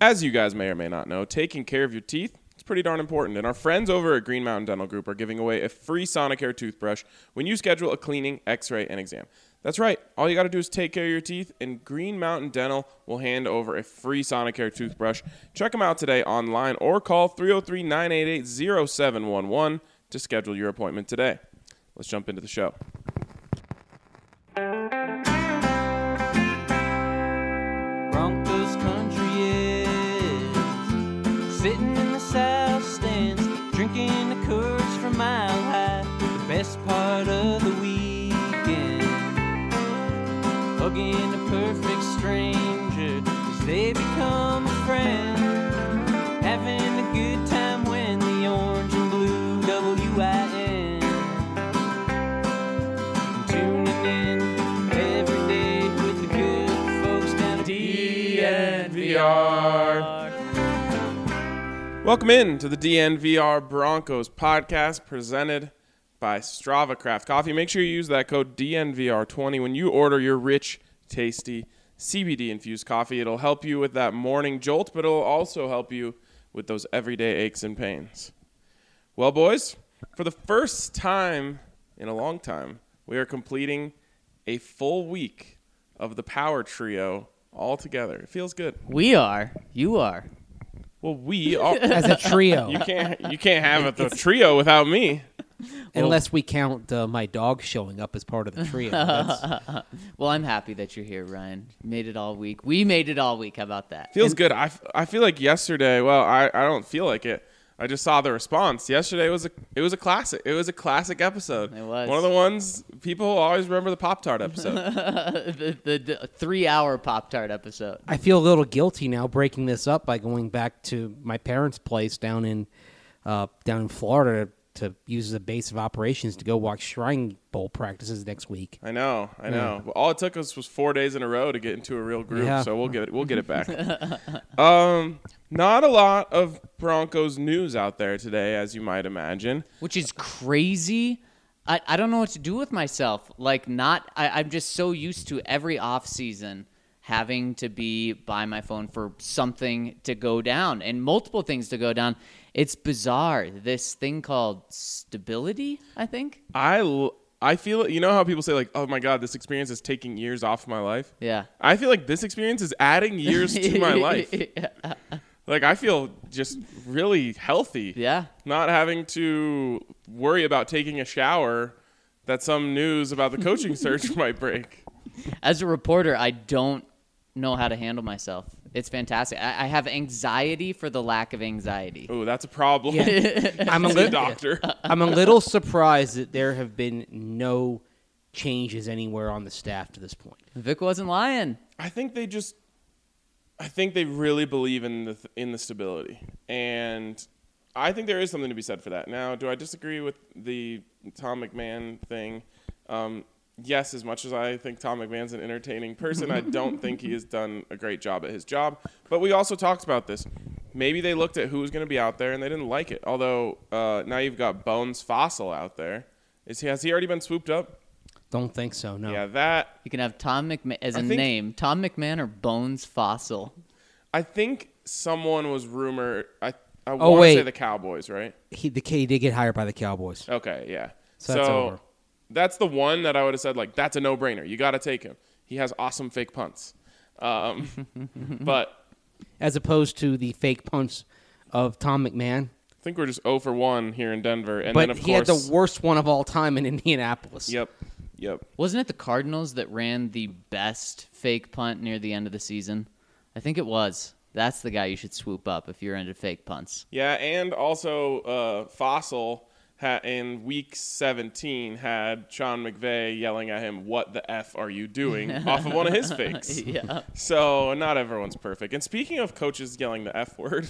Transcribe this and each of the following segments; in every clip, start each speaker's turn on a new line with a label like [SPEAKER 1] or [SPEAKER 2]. [SPEAKER 1] As you guys may or may not know, taking care of your teeth is pretty darn important, and our friends over at Green Mountain Dental Group are giving away a free Sonicare toothbrush when you schedule a cleaning, x-ray, and exam. That's right. All you got to do is take care of your teeth, and Green Mountain Dental will hand over a free Sonicare toothbrush. Check them out today online or call 303 988 0711 to schedule your appointment today. Let's jump into the show.
[SPEAKER 2] Broncos country is sitting in the south stands, drinking the curds from mile high. The best part of the weekend, hugging a perfect stranger as they become a friend. Having a good time when the orange and blue WIN tuning in every day with the good folks down at
[SPEAKER 1] Welcome in to the DNVR Broncos podcast presented by Strava Craft Coffee. Make sure you use that code DNVR20 when you order your rich, tasty CBD infused coffee. It'll help you with that morning jolt, but it'll also help you with those everyday aches and pains. Well, boys, for the first time in a long time, we are completing a full week of the power trio all together. It feels good.
[SPEAKER 3] We are. You are.
[SPEAKER 1] Well, we all
[SPEAKER 4] as a trio,
[SPEAKER 3] Oh.
[SPEAKER 1] You can't you can't have the trio without me.
[SPEAKER 4] unless we count uh, my dog showing up as part of the trio. That's-
[SPEAKER 3] Well, I'm happy that you're here, Ryan. You made it all week. We made it all week. How about that?
[SPEAKER 1] Feels good. I, f- I feel like yesterday. Well, I, I don't feel like it. I just saw the response. Yesterday was a it was a classic. It was a classic episode.
[SPEAKER 3] It was.
[SPEAKER 1] one of the ones people always remember the Pop Tart episode.
[SPEAKER 3] the, the, the three hour Pop Tart episode.
[SPEAKER 4] I feel a little guilty now breaking this up by going back to my parents' place down in uh, down in Florida to use as a base of operations to go watch Shrine Bowl practices next week.
[SPEAKER 1] I know, I know. But all it took us was four days in a row to get into a real group.
[SPEAKER 4] Yeah.
[SPEAKER 1] So we'll get it. We'll get it back. um, not a lot of Broncos news out there today, as you might imagine.
[SPEAKER 3] which is crazy. I, I don't know what to do with myself. Like not I, I'm just so used to every off season having to be by my phone for something to go down and multiple things to go down. It's bizarre. This thing called stability, I think.
[SPEAKER 1] I l- I feel you know how people say like, oh my god, this experience is taking years off my life.
[SPEAKER 3] Yeah.
[SPEAKER 1] I feel like this experience is adding years to my life. Like I feel just really healthy.
[SPEAKER 3] Yeah.
[SPEAKER 1] Not having to worry about taking a shower that some news about the coaching search might break.
[SPEAKER 3] as a reporter, I don't know how to handle myself. It's fantastic. I, I have anxiety for the lack of anxiety.
[SPEAKER 1] Oh, that's a problem.
[SPEAKER 4] I'm a
[SPEAKER 1] As a
[SPEAKER 4] little
[SPEAKER 1] doctor.
[SPEAKER 4] I'm a little surprised that there have been no changes anywhere on the staff to this point.
[SPEAKER 3] Vic wasn't lying.
[SPEAKER 1] I think they just I think they really believe in the in the stability. And I think there is something to be said for that. Now, do I disagree with the Tom McMahon thing? Um, yes, as much as I think Tom McMahon's an entertaining person, I don't think he has done a great job at his job. But we also talked about this. Maybe they looked at who was going to be out there and they didn't like it. Although uh, now you've got Bones Fossil out there. Is he has he already been swooped up?
[SPEAKER 4] Don't think so. No.
[SPEAKER 1] Yeah, that
[SPEAKER 3] You can have Tom McMahon as a
[SPEAKER 1] I think-
[SPEAKER 3] name. Tom McMahon or Bones Fossil.
[SPEAKER 1] I think someone was rumored. I I
[SPEAKER 4] Oh,
[SPEAKER 1] want to say
[SPEAKER 4] wait.
[SPEAKER 1] the Cowboys, right?
[SPEAKER 4] He, the K did get hired by the Cowboys.
[SPEAKER 1] Okay, yeah.
[SPEAKER 4] So that's over.
[SPEAKER 1] that's the one that I would have said like that's a no brainer. You got to take him. He has awesome fake punts. Um, but
[SPEAKER 4] as opposed to the fake punts of Tom McMahon.
[SPEAKER 1] I think we're just 0 for one here in Denver, and
[SPEAKER 4] But
[SPEAKER 1] then of
[SPEAKER 4] he had
[SPEAKER 1] course,
[SPEAKER 4] the worst one of all time in Indianapolis.
[SPEAKER 1] yep, yep.
[SPEAKER 3] Wasn't it the Cardinals that ran the best fake punt near the end of the season? I think it was. That's the guy you should swoop up if you're into fake punts.
[SPEAKER 1] Yeah, and also uh, Fossil ha- in week 17 had Sean McVay yelling at him, "What the f are you doing?" off of one of his fakes.
[SPEAKER 3] Yeah.
[SPEAKER 1] So not everyone's perfect. And speaking of coaches yelling the f word,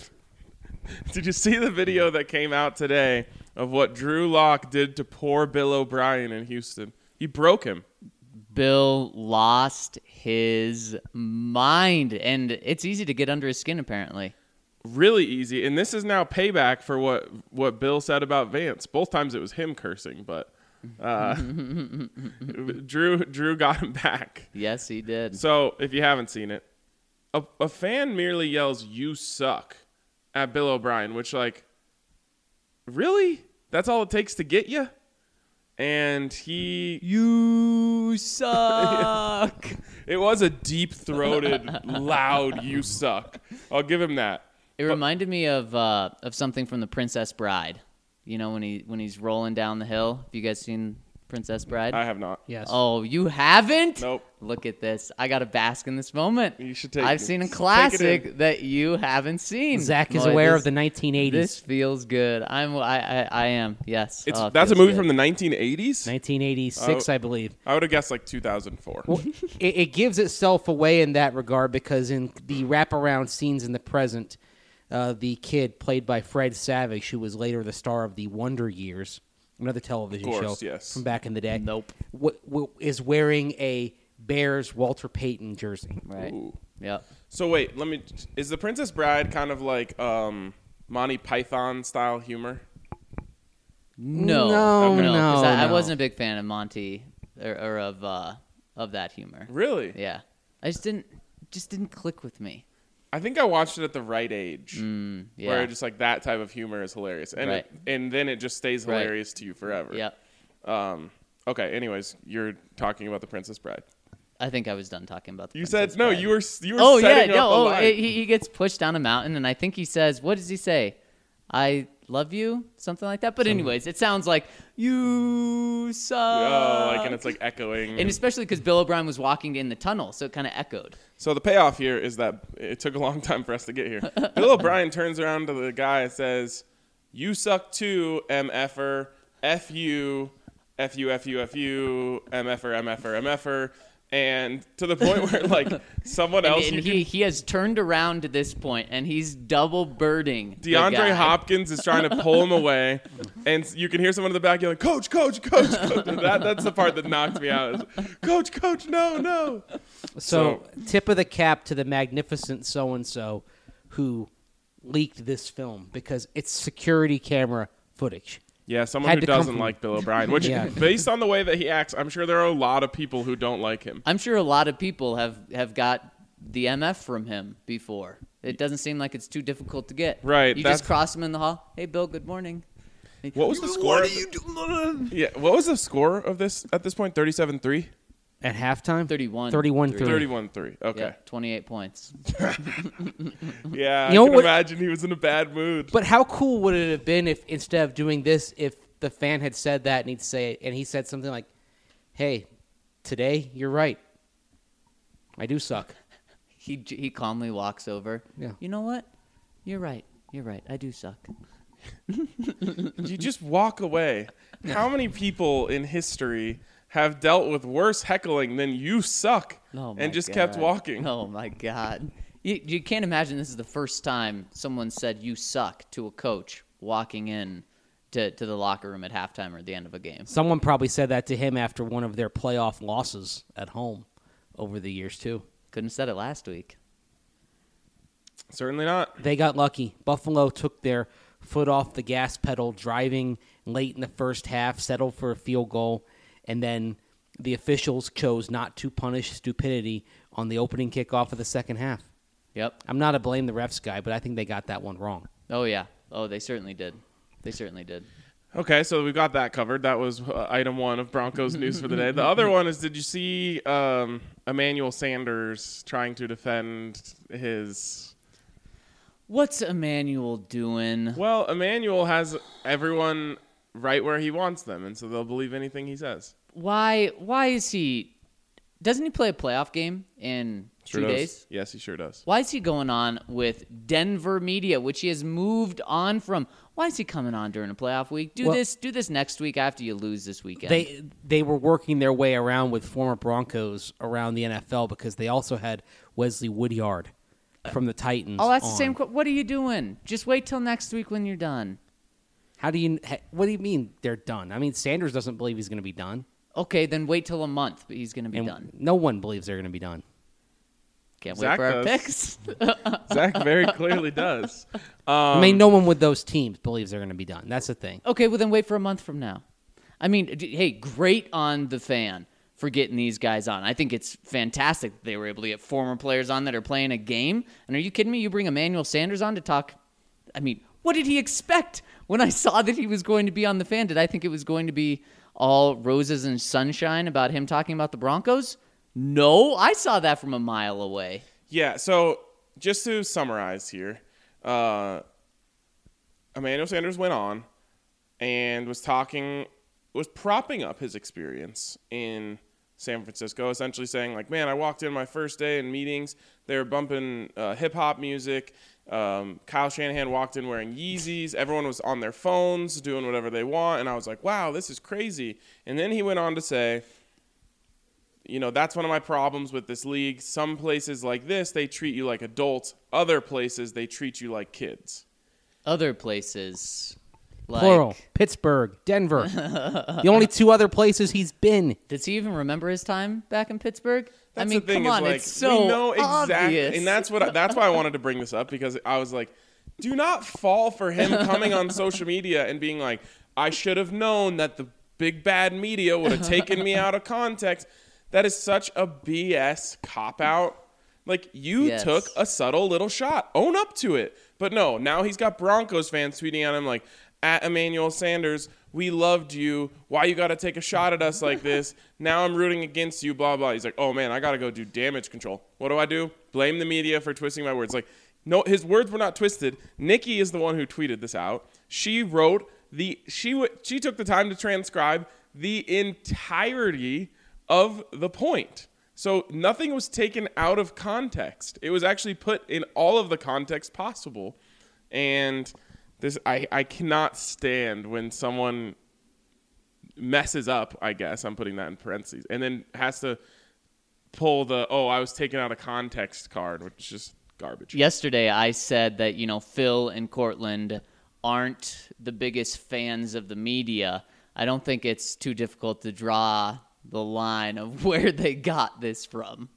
[SPEAKER 1] did you see the video that came out today of what Drew Lock did to poor Bill O'Brien in Houston? He broke him.
[SPEAKER 3] Bill lost his mind, and it's easy to get under his skin, apparently.
[SPEAKER 1] really easy. And this is now payback for what what Bill said about Vance. Both times it was him cursing, but uh, Drew Drew got him back.
[SPEAKER 3] Yes, he did.
[SPEAKER 1] So if you haven't seen it, a, a fan merely yells "You suck" at Bill O'Brien, which like, really, that's all it takes to get you. And he,
[SPEAKER 3] You suck.
[SPEAKER 1] it was a deep throated, loud "You suck." I'll give him that.
[SPEAKER 3] It reminded me of uh, of something from The Princess Bride. You know when he when he's rolling down the hill. Have you guys seen Princess Bride?
[SPEAKER 1] I have not.
[SPEAKER 5] Yes.
[SPEAKER 3] Oh, you haven't?
[SPEAKER 1] Nope.
[SPEAKER 3] Look at this. I got to bask in this moment.
[SPEAKER 1] You should take
[SPEAKER 3] I've
[SPEAKER 1] it.
[SPEAKER 3] seen a
[SPEAKER 1] Take it
[SPEAKER 3] classic that you haven't seen.
[SPEAKER 5] Zach is
[SPEAKER 3] Boy,
[SPEAKER 5] aware
[SPEAKER 3] this-
[SPEAKER 5] of the 1980s.
[SPEAKER 3] This feels good. I'm. I. I, I am. Yes.
[SPEAKER 1] It's
[SPEAKER 3] Oh, it
[SPEAKER 1] that's a
[SPEAKER 3] feels
[SPEAKER 1] movie from
[SPEAKER 3] good.
[SPEAKER 1] the 1980s.
[SPEAKER 5] 1986,
[SPEAKER 1] Oh.
[SPEAKER 5] I believe.
[SPEAKER 1] I would have guessed like 2004.
[SPEAKER 5] Well, it, it gives itself away in that regard because in the wraparound scenes in the present, uh, the kid played by Fred Savage, who was later the star of The Wonder Years, another television
[SPEAKER 1] Of course,
[SPEAKER 5] show
[SPEAKER 1] yes.
[SPEAKER 5] from back in the day,
[SPEAKER 3] Nope.
[SPEAKER 5] wa- wa- is wearing a Bears Walter Payton jersey.
[SPEAKER 3] Right.
[SPEAKER 1] Ooh.
[SPEAKER 3] Yep.
[SPEAKER 1] So wait, let me. Is the Princess Bride kind of like um, Monty Python style humor?
[SPEAKER 3] No.
[SPEAKER 5] No,
[SPEAKER 1] Okay.
[SPEAKER 3] No. 'cause I, I
[SPEAKER 5] no.
[SPEAKER 3] wasn't a big fan of Monty or, or of uh, of that humor.
[SPEAKER 1] Really?
[SPEAKER 3] Yeah. I just didn't. Just didn't click with me.
[SPEAKER 1] I think I watched it at the right age,
[SPEAKER 3] Mm, Yeah.
[SPEAKER 1] where just like that type of humor is hilarious, and
[SPEAKER 3] Right.
[SPEAKER 1] it, and then it just stays
[SPEAKER 3] Right.
[SPEAKER 1] hilarious to you forever.
[SPEAKER 3] Yep.
[SPEAKER 1] Um. Okay. Anyways, you're talking about the Princess Bride.
[SPEAKER 3] I think I was done talking about. The
[SPEAKER 1] You
[SPEAKER 3] Princess
[SPEAKER 1] said no.
[SPEAKER 3] Bride.
[SPEAKER 1] You were you were.
[SPEAKER 3] Oh yeah,
[SPEAKER 1] setting up
[SPEAKER 3] no.
[SPEAKER 1] a
[SPEAKER 3] Oh,
[SPEAKER 1] line.
[SPEAKER 3] eh, he, he gets pushed down a mountain, and I think he says, "What does he say? I love you," something like that. But anyways, it sounds like you suck.
[SPEAKER 1] oh, like and it's like echoing.
[SPEAKER 3] uh, and especially because Bill O'Brien was walking in the tunnel, so it kind of echoed.
[SPEAKER 1] So the payoff here is that it took a long time for us to get here. Bill O'Brien turns around to the guy and says, "You suck too, mf'er, f you, f you, f you, f you, mf'er, mf'er, mf'er," and to the point where like someone
[SPEAKER 3] And,
[SPEAKER 1] else,
[SPEAKER 3] and
[SPEAKER 1] you
[SPEAKER 3] he, he has turned around to this point, and he's double birding the guy.
[SPEAKER 1] DeAndre Hopkins is trying to pull him away, and you can hear someone in the back yelling, "Coach, coach, coach!" coach. That, that's the part that knocked me out. is, Coach, coach, no, no.
[SPEAKER 5] So, tip of the cap to the magnificent so and so who leaked this film because it's security camera footage.
[SPEAKER 1] Yeah, someone
[SPEAKER 5] Had
[SPEAKER 1] who
[SPEAKER 5] to come
[SPEAKER 1] doesn't
[SPEAKER 5] from-
[SPEAKER 1] like Bill O'Brien, which,
[SPEAKER 5] Yeah.
[SPEAKER 1] based on the way that he acts, I'm sure there are a lot of people who don't like him.
[SPEAKER 3] I'm sure a lot of people have have got the MF from him before. It doesn't seem like it's too difficult to get.
[SPEAKER 1] Right,
[SPEAKER 3] You
[SPEAKER 1] that's-
[SPEAKER 3] just cross him in the hall. Hey, Bill. Good morning.
[SPEAKER 1] What was the score? of the- yeah, what was the score of this at this point? 37-3?
[SPEAKER 5] At halftime?
[SPEAKER 3] 31.
[SPEAKER 5] 31 3.
[SPEAKER 1] 31-3.
[SPEAKER 3] Yeah,
[SPEAKER 1] Okay.
[SPEAKER 3] 28 points.
[SPEAKER 1] Yeah, I
[SPEAKER 5] You know
[SPEAKER 1] can
[SPEAKER 5] what-
[SPEAKER 1] imagine he was in a bad mood.
[SPEAKER 5] But how cool would it have been if instead of doing this, if the fan had said that and he'd say it, and he said something like, "Hey, today you're right. I do suck."
[SPEAKER 3] He j- he calmly walks over.
[SPEAKER 5] Yeah.
[SPEAKER 3] You know what? You're right. You're right. I do suck.
[SPEAKER 1] you just walk away. How many people in history have dealt with worse heckling than you suck
[SPEAKER 3] Oh my
[SPEAKER 1] and just
[SPEAKER 3] God.
[SPEAKER 1] kept walking?
[SPEAKER 3] Oh my god. You, you can't imagine this is the first time someone said you suck to a coach walking in to, to the locker room at halftime or at the end of a game.
[SPEAKER 5] Someone probably said that to him after one of their playoff losses at home over the years too.
[SPEAKER 3] Couldn't have said it last week.
[SPEAKER 1] Certainly not.
[SPEAKER 5] They got lucky. Buffalo took their foot off the gas pedal driving late in the first half, settled for a field goal, and then the officials chose not to punish stupidity on the opening kickoff of the second half.
[SPEAKER 3] Yep.
[SPEAKER 5] I'm not a blame the refs guy, but I think they got that one wrong.
[SPEAKER 3] Oh yeah. Oh, they certainly did. They certainly did.
[SPEAKER 1] Okay, so we got that covered. That was uh, item one of Broncos news for the day. The other one is: Did you see um, Emmanuel Sanders trying to defend his?
[SPEAKER 3] What's Emmanuel doing?
[SPEAKER 1] Well, Emmanuel has everyone right where he wants them, and so they'll believe anything he says.
[SPEAKER 3] Why why is he doesn't he play a playoff game in
[SPEAKER 1] Sure
[SPEAKER 3] two
[SPEAKER 1] does.
[SPEAKER 3] days?
[SPEAKER 1] Yes, he sure does.
[SPEAKER 3] Why is he going on with Denver media, which he has moved on from? Why is he coming on during a playoff week? Do
[SPEAKER 5] Well-
[SPEAKER 3] this, do this next week after you lose this weekend.
[SPEAKER 5] They they were working their way around with former Broncos around the NFL because they also had Wesley Woodyard from the Titans.
[SPEAKER 3] oh, that's the
[SPEAKER 5] on.
[SPEAKER 3] same. que- What are you doing? Just wait till next week when you're done.
[SPEAKER 5] How do you? ha- What do you mean they're done? I mean Sanders doesn't believe he's going to be done,
[SPEAKER 3] Okay, then wait till a month, but he's gonna be
[SPEAKER 5] and
[SPEAKER 3] done.
[SPEAKER 5] no one believes they're going to be done.
[SPEAKER 3] Can't
[SPEAKER 1] Zach
[SPEAKER 3] wait for our
[SPEAKER 1] does.
[SPEAKER 3] picks.
[SPEAKER 1] Zach very clearly does.
[SPEAKER 5] I mean, no one with those teams believes they're going to be done. That's the thing.
[SPEAKER 3] Okay, well then wait for a month from now. I mean, d- hey, great on the fan for getting these guys on. I think it's fantastic that they were able to get former players on that are playing a game. And are you kidding me? You bring Emmanuel Sanders on to talk. I mean, what did he expect when I saw that he was going to be on the fan? Did I think it was going to be all roses and sunshine about him talking about the Broncos? No, I saw that from a mile away.
[SPEAKER 1] Yeah. So just to summarize here, uh, Emmanuel Sanders went on and was talking, was propping up his experience in San Francisco, essentially saying like, "Man, I walked in my first day in meetings. They were bumping uh, hip hop music. Um, Kyle Shanahan walked in wearing Yeezys. Everyone was on their phones doing whatever they want, and I was like, "Wow, this is crazy." And then he went on to say you know that's one of my problems with this league some places like this they treat you like adults other places they treat you like kids
[SPEAKER 3] Other places, like
[SPEAKER 4] Plural. Pittsburgh, Denver. the only two other places he's been.
[SPEAKER 3] Does he even remember his time back in Pittsburgh?
[SPEAKER 1] that's
[SPEAKER 3] I mean,
[SPEAKER 1] the thing
[SPEAKER 3] come
[SPEAKER 1] is
[SPEAKER 3] on,
[SPEAKER 1] like
[SPEAKER 3] it's so
[SPEAKER 1] we know exactly
[SPEAKER 3] obvious.
[SPEAKER 1] and that's what I- that's why i wanted to bring this up because i was like do not fall for him coming on social media and being like i should have known that the big bad media would have taken me out of context that is such a bs cop out like you
[SPEAKER 3] Yes.
[SPEAKER 1] took a subtle little shot. Own up to it. But no, now he's got Broncos fans tweeting at him like, at Emmanuel Sanders, we loved you. Why you got to take a shot at us like this? Now I'm rooting against you, blah, blah. He's like, oh man, I got to go do damage control. What do I do? Blame the media for twisting my words. Like, no, his words were not twisted. Nikki is the one who tweeted this out. She wrote the, she, w- she took the time to transcribe the entirety of the point. So nothing was taken out of context. It was actually put in all of the context possible. And this I, I cannot stand when someone messes up, I guess. I'm putting that in parentheses. And then has to pull the oh, I was taken out of context card, which is just garbage.
[SPEAKER 3] yesterday I said that you know Phil and Cortland aren't the biggest fans of the media. I don't think it's too difficult to draw the line of where they got this from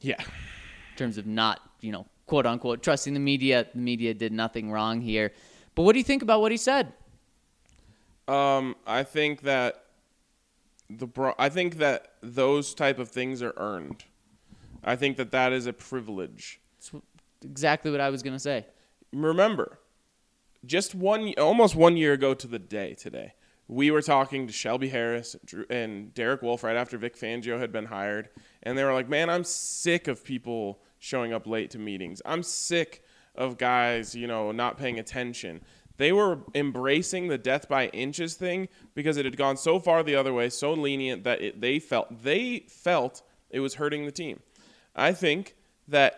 [SPEAKER 1] Yeah.
[SPEAKER 3] in terms of not you know quote unquote trusting the media. The media did nothing wrong here. But what do you think about what he said?
[SPEAKER 1] Um, I think that the bro- I think that those type of things are earned. I think that that is a privilege.
[SPEAKER 3] It's exactly what I was gonna say.
[SPEAKER 1] remember, just one, almost one year ago to the day today, we were talking to Shelby Harris Drew- and Derek Wolf right after Vic Fangio had been hired, and they were like, "Man, I'm sick of people showing up late to meetings. I'm sick of guys, you know, not paying attention." They were embracing the death by inches thing because it had gone so far the other way, so lenient that it, they felt they felt it was hurting the team. I think that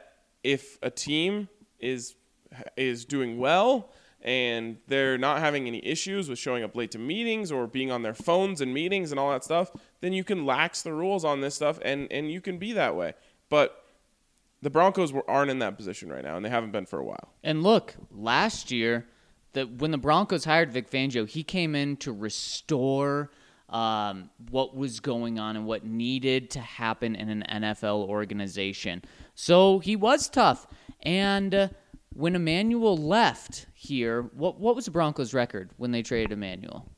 [SPEAKER 1] if a team is is doing well and they're not having any issues with showing up late to meetings or being on their phones and meetings and all that stuff, then you can lax the rules on this stuff and and you can be that way. But the Broncos were, aren't in that position right now, and they haven't been for a while.
[SPEAKER 3] And look, last year, the, when the Broncos hired Vic Fangio, he came in to restore um, what was going on and what needed to happen in an NFL organization. So he was tough. And uh, when Emmanuel left here, what what was the Broncos' record when they traded Emmanuel?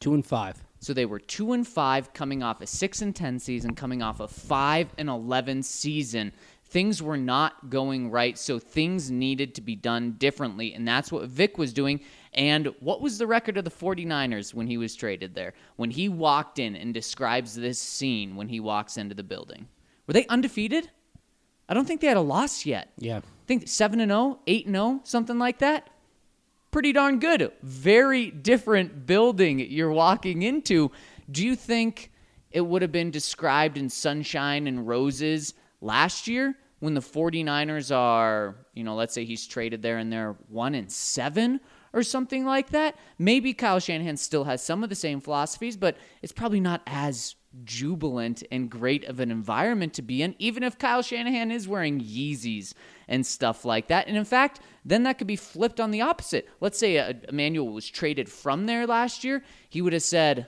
[SPEAKER 4] Two and five.
[SPEAKER 3] So they were two and five, coming off a six and ten season, coming off a five and eleven season. Things were not going right, so things needed to be done differently, and that's what Vic was doing. And what was the record of the 49ers when he was traded there? When he walked in and describes this scene when he walks into the building. Were they undefeated? I don't think they had a loss yet.
[SPEAKER 4] Yeah.
[SPEAKER 3] I think 7 and 0, 8 and 0, something like that pretty darn good. Very different building you're walking into. Do you think it would have been described in sunshine and roses last year when the 49ers are, you know, let's say he's traded there and they're 1 and 7 or something like that? Maybe Kyle Shanahan still has some of the same philosophies, but it's probably not as jubilant and great of an environment to be in, even if Kyle Shanahan is wearing Yeezys and stuff like that. And in fact, then that could be flipped on the opposite. Let's say uh, Emmanuel was traded from there last year, he would have said,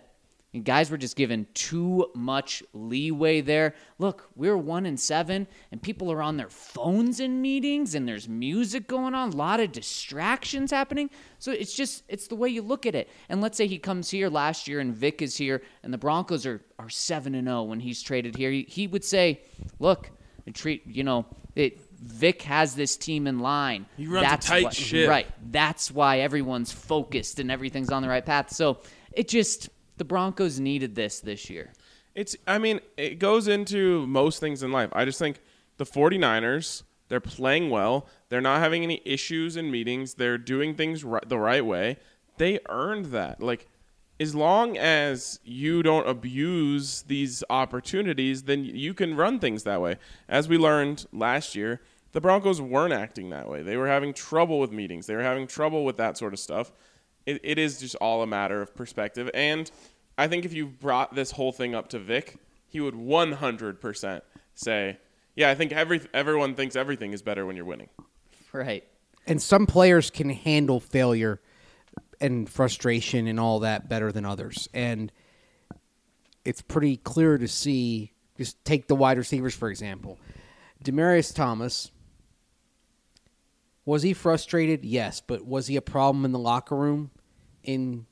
[SPEAKER 3] And guys were just given too much leeway there. Look, we're one and seven, and people are on their phones in meetings, and there's music going on, a lot of distractions happening. So it's just it's the way you look at it. And let's say he comes here last year, and Vic is here, and the Broncos are are seven and zero when he's traded here. He, he would say, "Look, treat you know it." Vic has this team in line.
[SPEAKER 1] He runs a tight
[SPEAKER 3] why-
[SPEAKER 1] ship.
[SPEAKER 3] Right. That's why everyone's focused and everything's on the right path. So it just the Broncos needed this this year.
[SPEAKER 1] It's I mean, it goes into most things in life. I just think the 49ers, they're playing well. They're not having any issues in meetings. They're doing things ri- the right way. They earned that. Like as long as you don't abuse these opportunities, then you can run things that way. As we learned last year, the Broncos weren't acting that way. They were having trouble with meetings. They were having trouble with that sort of stuff. It, it is just all a matter of perspective. And I think if you brought this whole thing up to Vic, he would 100% say, "Yeah, I think every everyone thinks everything is better when you're winning."
[SPEAKER 3] Right.
[SPEAKER 5] and some players can handle failure and frustration and all that better than others. And it's pretty clear to see. Just take the wide receivers for example. Demarius Thomas was he frustrated? Yes, but was he a problem in the locker room in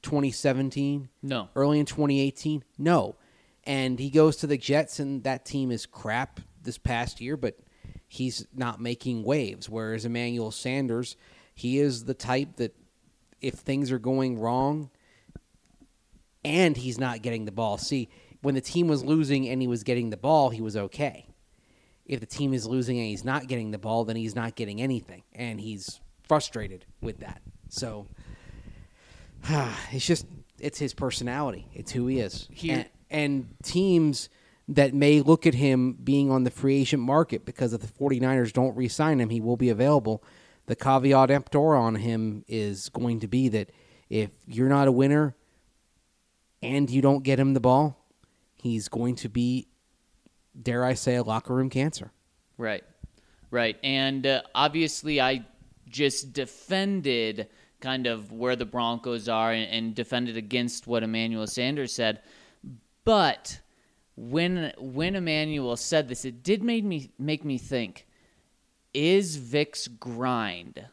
[SPEAKER 5] 2017?
[SPEAKER 3] No.
[SPEAKER 5] Early in 2018? No. And he goes to the Jets, and that team is crap this past year, but he's not making waves. Whereas Emmanuel Sanders, he is the type that if things are going wrong and he's not getting the ball. See, when the team was losing and he was getting the ball, he was okay. If the team is losing and he's not getting the ball, then he's not getting anything. And he's frustrated with that. So it's just it's his personality. It's who he is.
[SPEAKER 3] Here-
[SPEAKER 5] and, and teams that may look at him being on the free agent market because if the 49ers don't re-sign him, he will be available. The caveat emptor on him is going to be that if you're not a winner and you don't get him the ball, he's going to be dare I say a locker room cancer.
[SPEAKER 3] Right. Right. And uh, obviously, I just defended kind of where the Broncos are and, and defended against what Emmanuel Sanders said. But when when Emmanuel said this, it did make me make me think: Is Vic's grind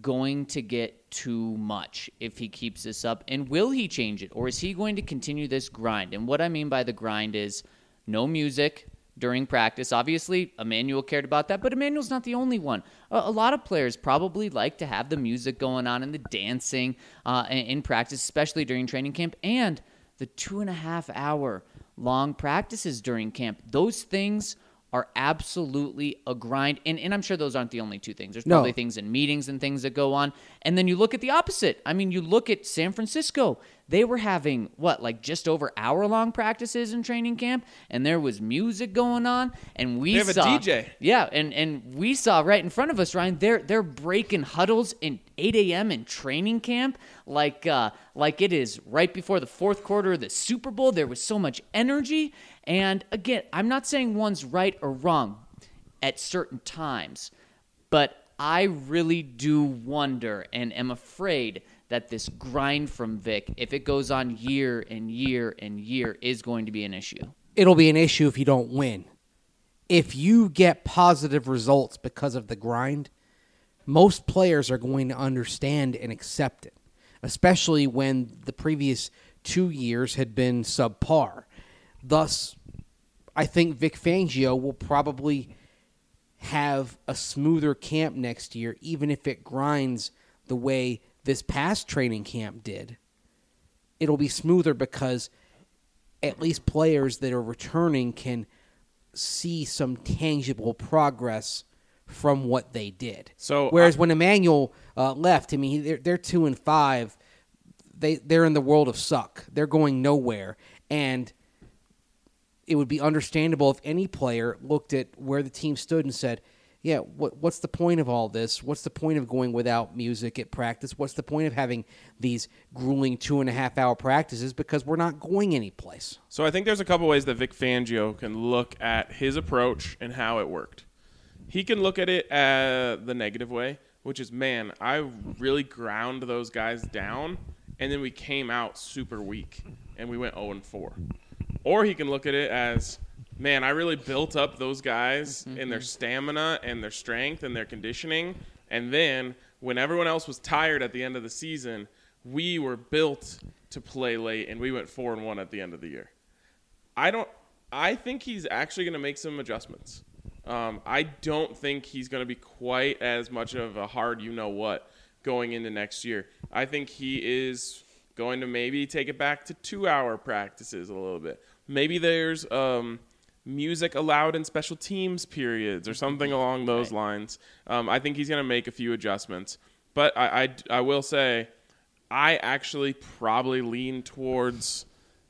[SPEAKER 3] going to get too much if he keeps this up, and will he change it, or is he going to continue this grind? And what I mean by the grind is no music during practice. Obviously, Emmanuel cared about that, but Emmanuel's not the only one. A, a lot of players probably like to have the music going on and the dancing uh, in, in practice, especially during training camp, and the two and a half hour long practices during camp. Those things are absolutely a grind. And, and I'm sure those aren't the only two things. There's
[SPEAKER 5] No.
[SPEAKER 3] probably things in meetings and things that go on. And then you look at the opposite. I mean, you look at San Francisco. They were having what, like just over hour long practices in training camp, and there was music going on. And we
[SPEAKER 1] They have a
[SPEAKER 3] saw
[SPEAKER 1] DJ.
[SPEAKER 3] yeah, and and we saw right in front of us, Ryan. They're they're breaking huddles in 8 a.m. in training camp, like uh, like it is right before the fourth quarter of the Super Bowl. There was so much energy, and again, I'm not saying one's right or wrong at certain times, but I really do wonder and am afraid that this grind from Vic, if it goes on year and year and year, is going to be an issue.
[SPEAKER 5] it'll be an issue if you don't win. If you get positive results because of the grind, most players are going to understand and accept it, especially when the previous two years had been subpar. Thus, I think Vic Fangio will probably have a smoother camp next year, even if it grinds the way this past training camp did. It'll be smoother because at least players that are returning can see some tangible progress from what they did.
[SPEAKER 1] So,
[SPEAKER 5] whereas when Emmanuel uh, left, I mean, they're, they're two and five. They they're in the world of suck. They're going nowhere, and it would be understandable if any player looked at where the team stood and said, "Yeah, what, what's the point of all this? What's the point of going without music at practice? What's the point of having these grueling two and a half hour practices? Because we're not going anyplace."
[SPEAKER 1] So I think there's a couple ways that Vic Fangio can look at his approach and how it worked. He can look at it uh, the negative way, which is, man, I really ground those guys down, and then we came out super weak and we went 0 and 4. Or he can look at it as, man, I really built up those guys in their stamina and their strength and their conditioning, and then when everyone else was tired at the end of the season, we were built to play late and we went 4 and 1 at the end of the year. I don't. I think he's actually going to make some adjustments. Um, I don't think he's going to be quite as much of a hard you know what going into next year. I think he is going to maybe take it back to two hour practices a little bit. Maybe there's um, music allowed in special teams periods or something along those lines. Um, I think he's going to make a few adjustments. But I, I, I will say, I actually probably lean towards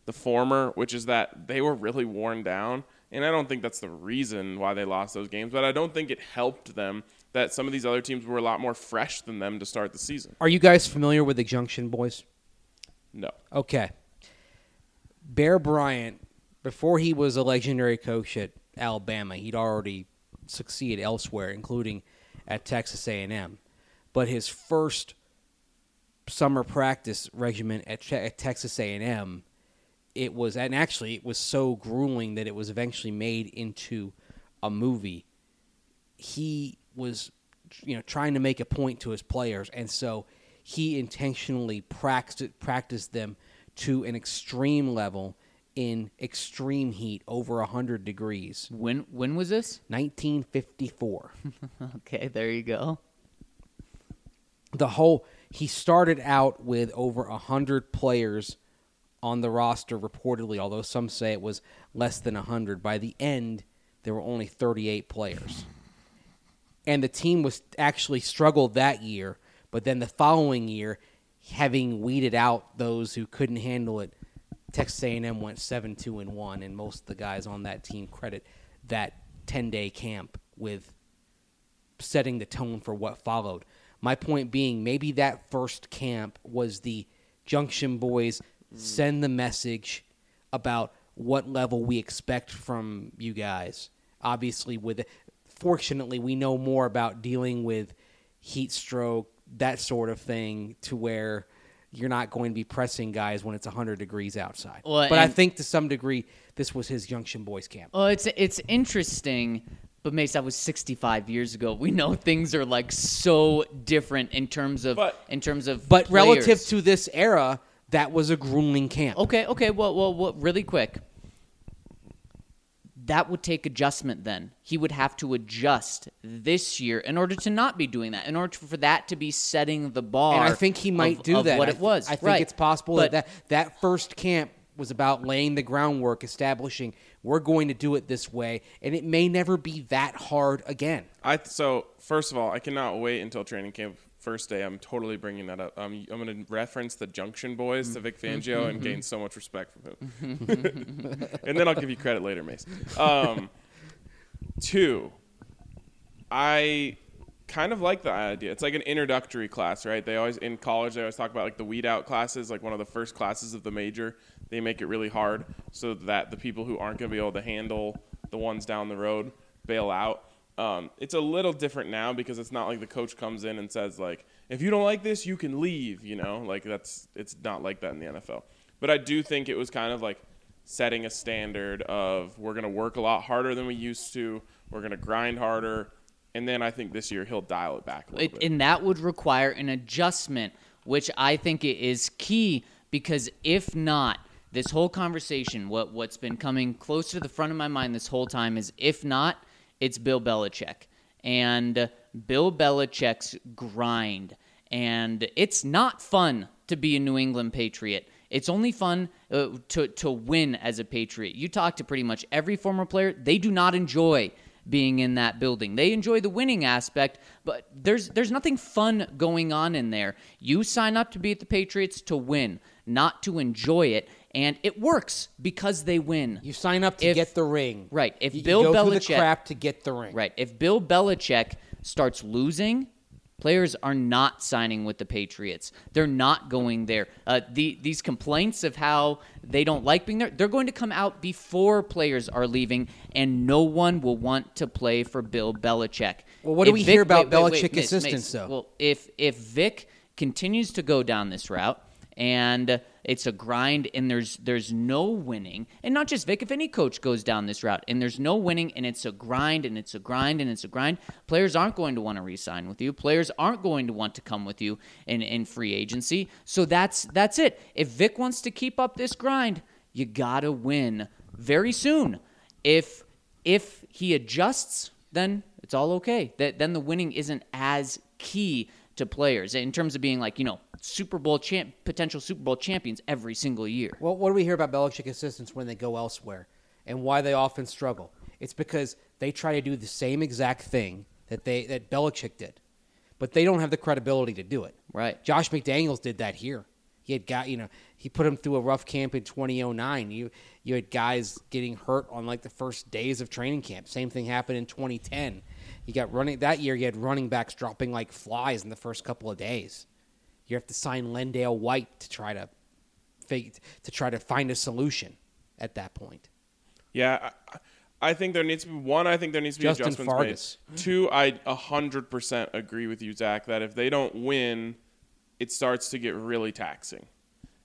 [SPEAKER 1] the former, which is that they were really worn down. And I don't think that's the reason why they lost those games, but I don't think it helped them that some of these other teams were a lot more fresh than them to start the season.
[SPEAKER 5] Are you guys familiar with the Junction Boys?
[SPEAKER 1] No.
[SPEAKER 5] Okay. Bear Bryant, before he was a legendary coach at Alabama, he'd already succeeded elsewhere, including at Texas A&M. But his first summer practice regimen at, Che- at Texas A&M, it was, and actually it was so grueling that it was eventually made into a movie he was you know trying to make a point to his players and so he intentionally practiced practiced them to an extreme level in extreme heat over 100 degrees
[SPEAKER 3] When when was this?
[SPEAKER 5] 1954
[SPEAKER 3] Okay, there you go.
[SPEAKER 5] the whole he started out with over 100 players on the roster reportedly although some say it was less than 100 by the end there were only 38 players and the team was actually struggled that year but then the following year having weeded out those who couldn't handle it texas a&m went 7-2 and 1 and most of the guys on that team credit that 10-day camp with setting the tone for what followed. My point being, maybe that first camp was the Junction Boys send the message about what level we expect from you guys. Obviously, with fortunately, we know more about dealing with heat stroke, that sort of thing, to where you're not going to be pressing guys when it's 100 degrees outside.
[SPEAKER 3] Well,
[SPEAKER 5] but I
[SPEAKER 3] and- Oh,
[SPEAKER 5] think to some degree, this was his Junction Boys camp.
[SPEAKER 3] Well, it's it's interesting, but Mace, that was 65 years ago. We know things are like so different in terms of
[SPEAKER 1] But-
[SPEAKER 3] in terms of
[SPEAKER 5] But relative
[SPEAKER 3] players.
[SPEAKER 5] to this era, that was a grueling camp.
[SPEAKER 3] Okay, okay. Well, well, well, really quick. That would take adjustment then. He would have to adjust this year in order to not be doing that, in order for that to be setting the bar.
[SPEAKER 5] And I think he might
[SPEAKER 3] of-
[SPEAKER 5] do
[SPEAKER 3] of
[SPEAKER 5] that.
[SPEAKER 3] what
[SPEAKER 5] I
[SPEAKER 3] it
[SPEAKER 5] th-
[SPEAKER 3] was.
[SPEAKER 5] I think
[SPEAKER 3] Right.
[SPEAKER 5] it's possible
[SPEAKER 3] But-
[SPEAKER 5] that, that that first camp was about laying the groundwork, establishing we're going to do it this way, and it may never be that hard again.
[SPEAKER 1] I so first of all, I cannot wait until training camp first day. I'm totally bringing that up. I'm I'm going to reference the Junction Boys to Vic Fangio and gain so much respect from him. and then I'll give you credit later, Mace. Um, two, I kind of like the idea. It's like an introductory class, right? They always in college they always talk about like the weed out classes, like one of the first classes of the major. They make it really hard so that the people who aren't going to be able to handle the ones down the road bail out. Um, it's a little different now because it's not like the coach comes in and says like, if you don't like this, you can leave. You know, like that's it's not like that in the NFL. But I do think it was kind of like setting a standard of we're going to work a lot harder than we used to. We're going to grind harder. And then I think this year he'll dial it back a little
[SPEAKER 3] It,
[SPEAKER 1] bit.
[SPEAKER 3] and that would require an adjustment, which I think i- is key because if not, this whole conversation, what what's been coming close to the front of my mind this whole time is if not, it's Bill Belichick and Bill Belichick's grind, and it's not fun to be a New England Patriot. It's only fun uh, to to win as a Patriot. You talk to pretty much every former player; they do not enjoy being in that building. They enjoy the winning aspect, but there's there's nothing fun going on in there. You sign up to be at the Patriots to win, not to enjoy it, and it works because they win.
[SPEAKER 5] You sign up to
[SPEAKER 3] If-
[SPEAKER 5] get the ring,
[SPEAKER 3] right, if
[SPEAKER 5] You- you
[SPEAKER 3] Bill
[SPEAKER 5] go through the
[SPEAKER 3] Belichick-
[SPEAKER 5] crap to get the ring,
[SPEAKER 3] Right. If Bill Belichick starts losing, players are not signing with the Patriots. They're not going there. Uh, the these complaints of how they don't like being there, they're going to come out before players are leaving, and no one will want to play for Bill Belichick.
[SPEAKER 5] Well, what do
[SPEAKER 3] If
[SPEAKER 5] we hear about Belichick
[SPEAKER 3] Mace, Mace,
[SPEAKER 5] assistants, though?
[SPEAKER 3] Well, if if Vic continues to go down this route and it's a grind and there's there's no winning and not just Vic if any coach goes down this route and there's no winning and it's a grind and it's a grind and it's a grind players aren't going to want to re-sign with you players aren't going to want to come with you in in free agency so that's that's it if Vic wants to keep up this grind you got to win very soon if if he adjusts, then it's all okay. That then the winning isn't as key to players in terms of being like you know Super Bowl champ, potential Super Bowl champions every single year.
[SPEAKER 5] Well, what do we hear about Belichick assistants when they go elsewhere and why they often struggle? It's because they try to do the same exact thing that they that Belichick did, but they don't have the credibility to do it.
[SPEAKER 3] Right.
[SPEAKER 5] Josh McDaniels did that here. He had got you know he put him through a rough camp in 2009. You you had guys getting hurt on like the first days of training camp. Same thing happened in 2010. You got running that year. You had running backs dropping like flies in the first couple of days. You have to sign Lendale White to try to fig- to try to find a solution at that point.
[SPEAKER 1] Yeah, I, I think there needs to be one. I think there needs to be
[SPEAKER 5] Justin
[SPEAKER 1] adjustments
[SPEAKER 5] Fargus.
[SPEAKER 1] made. Two, I a hundred percent agree with you, Zach. That if they don't win, it starts to get really taxing,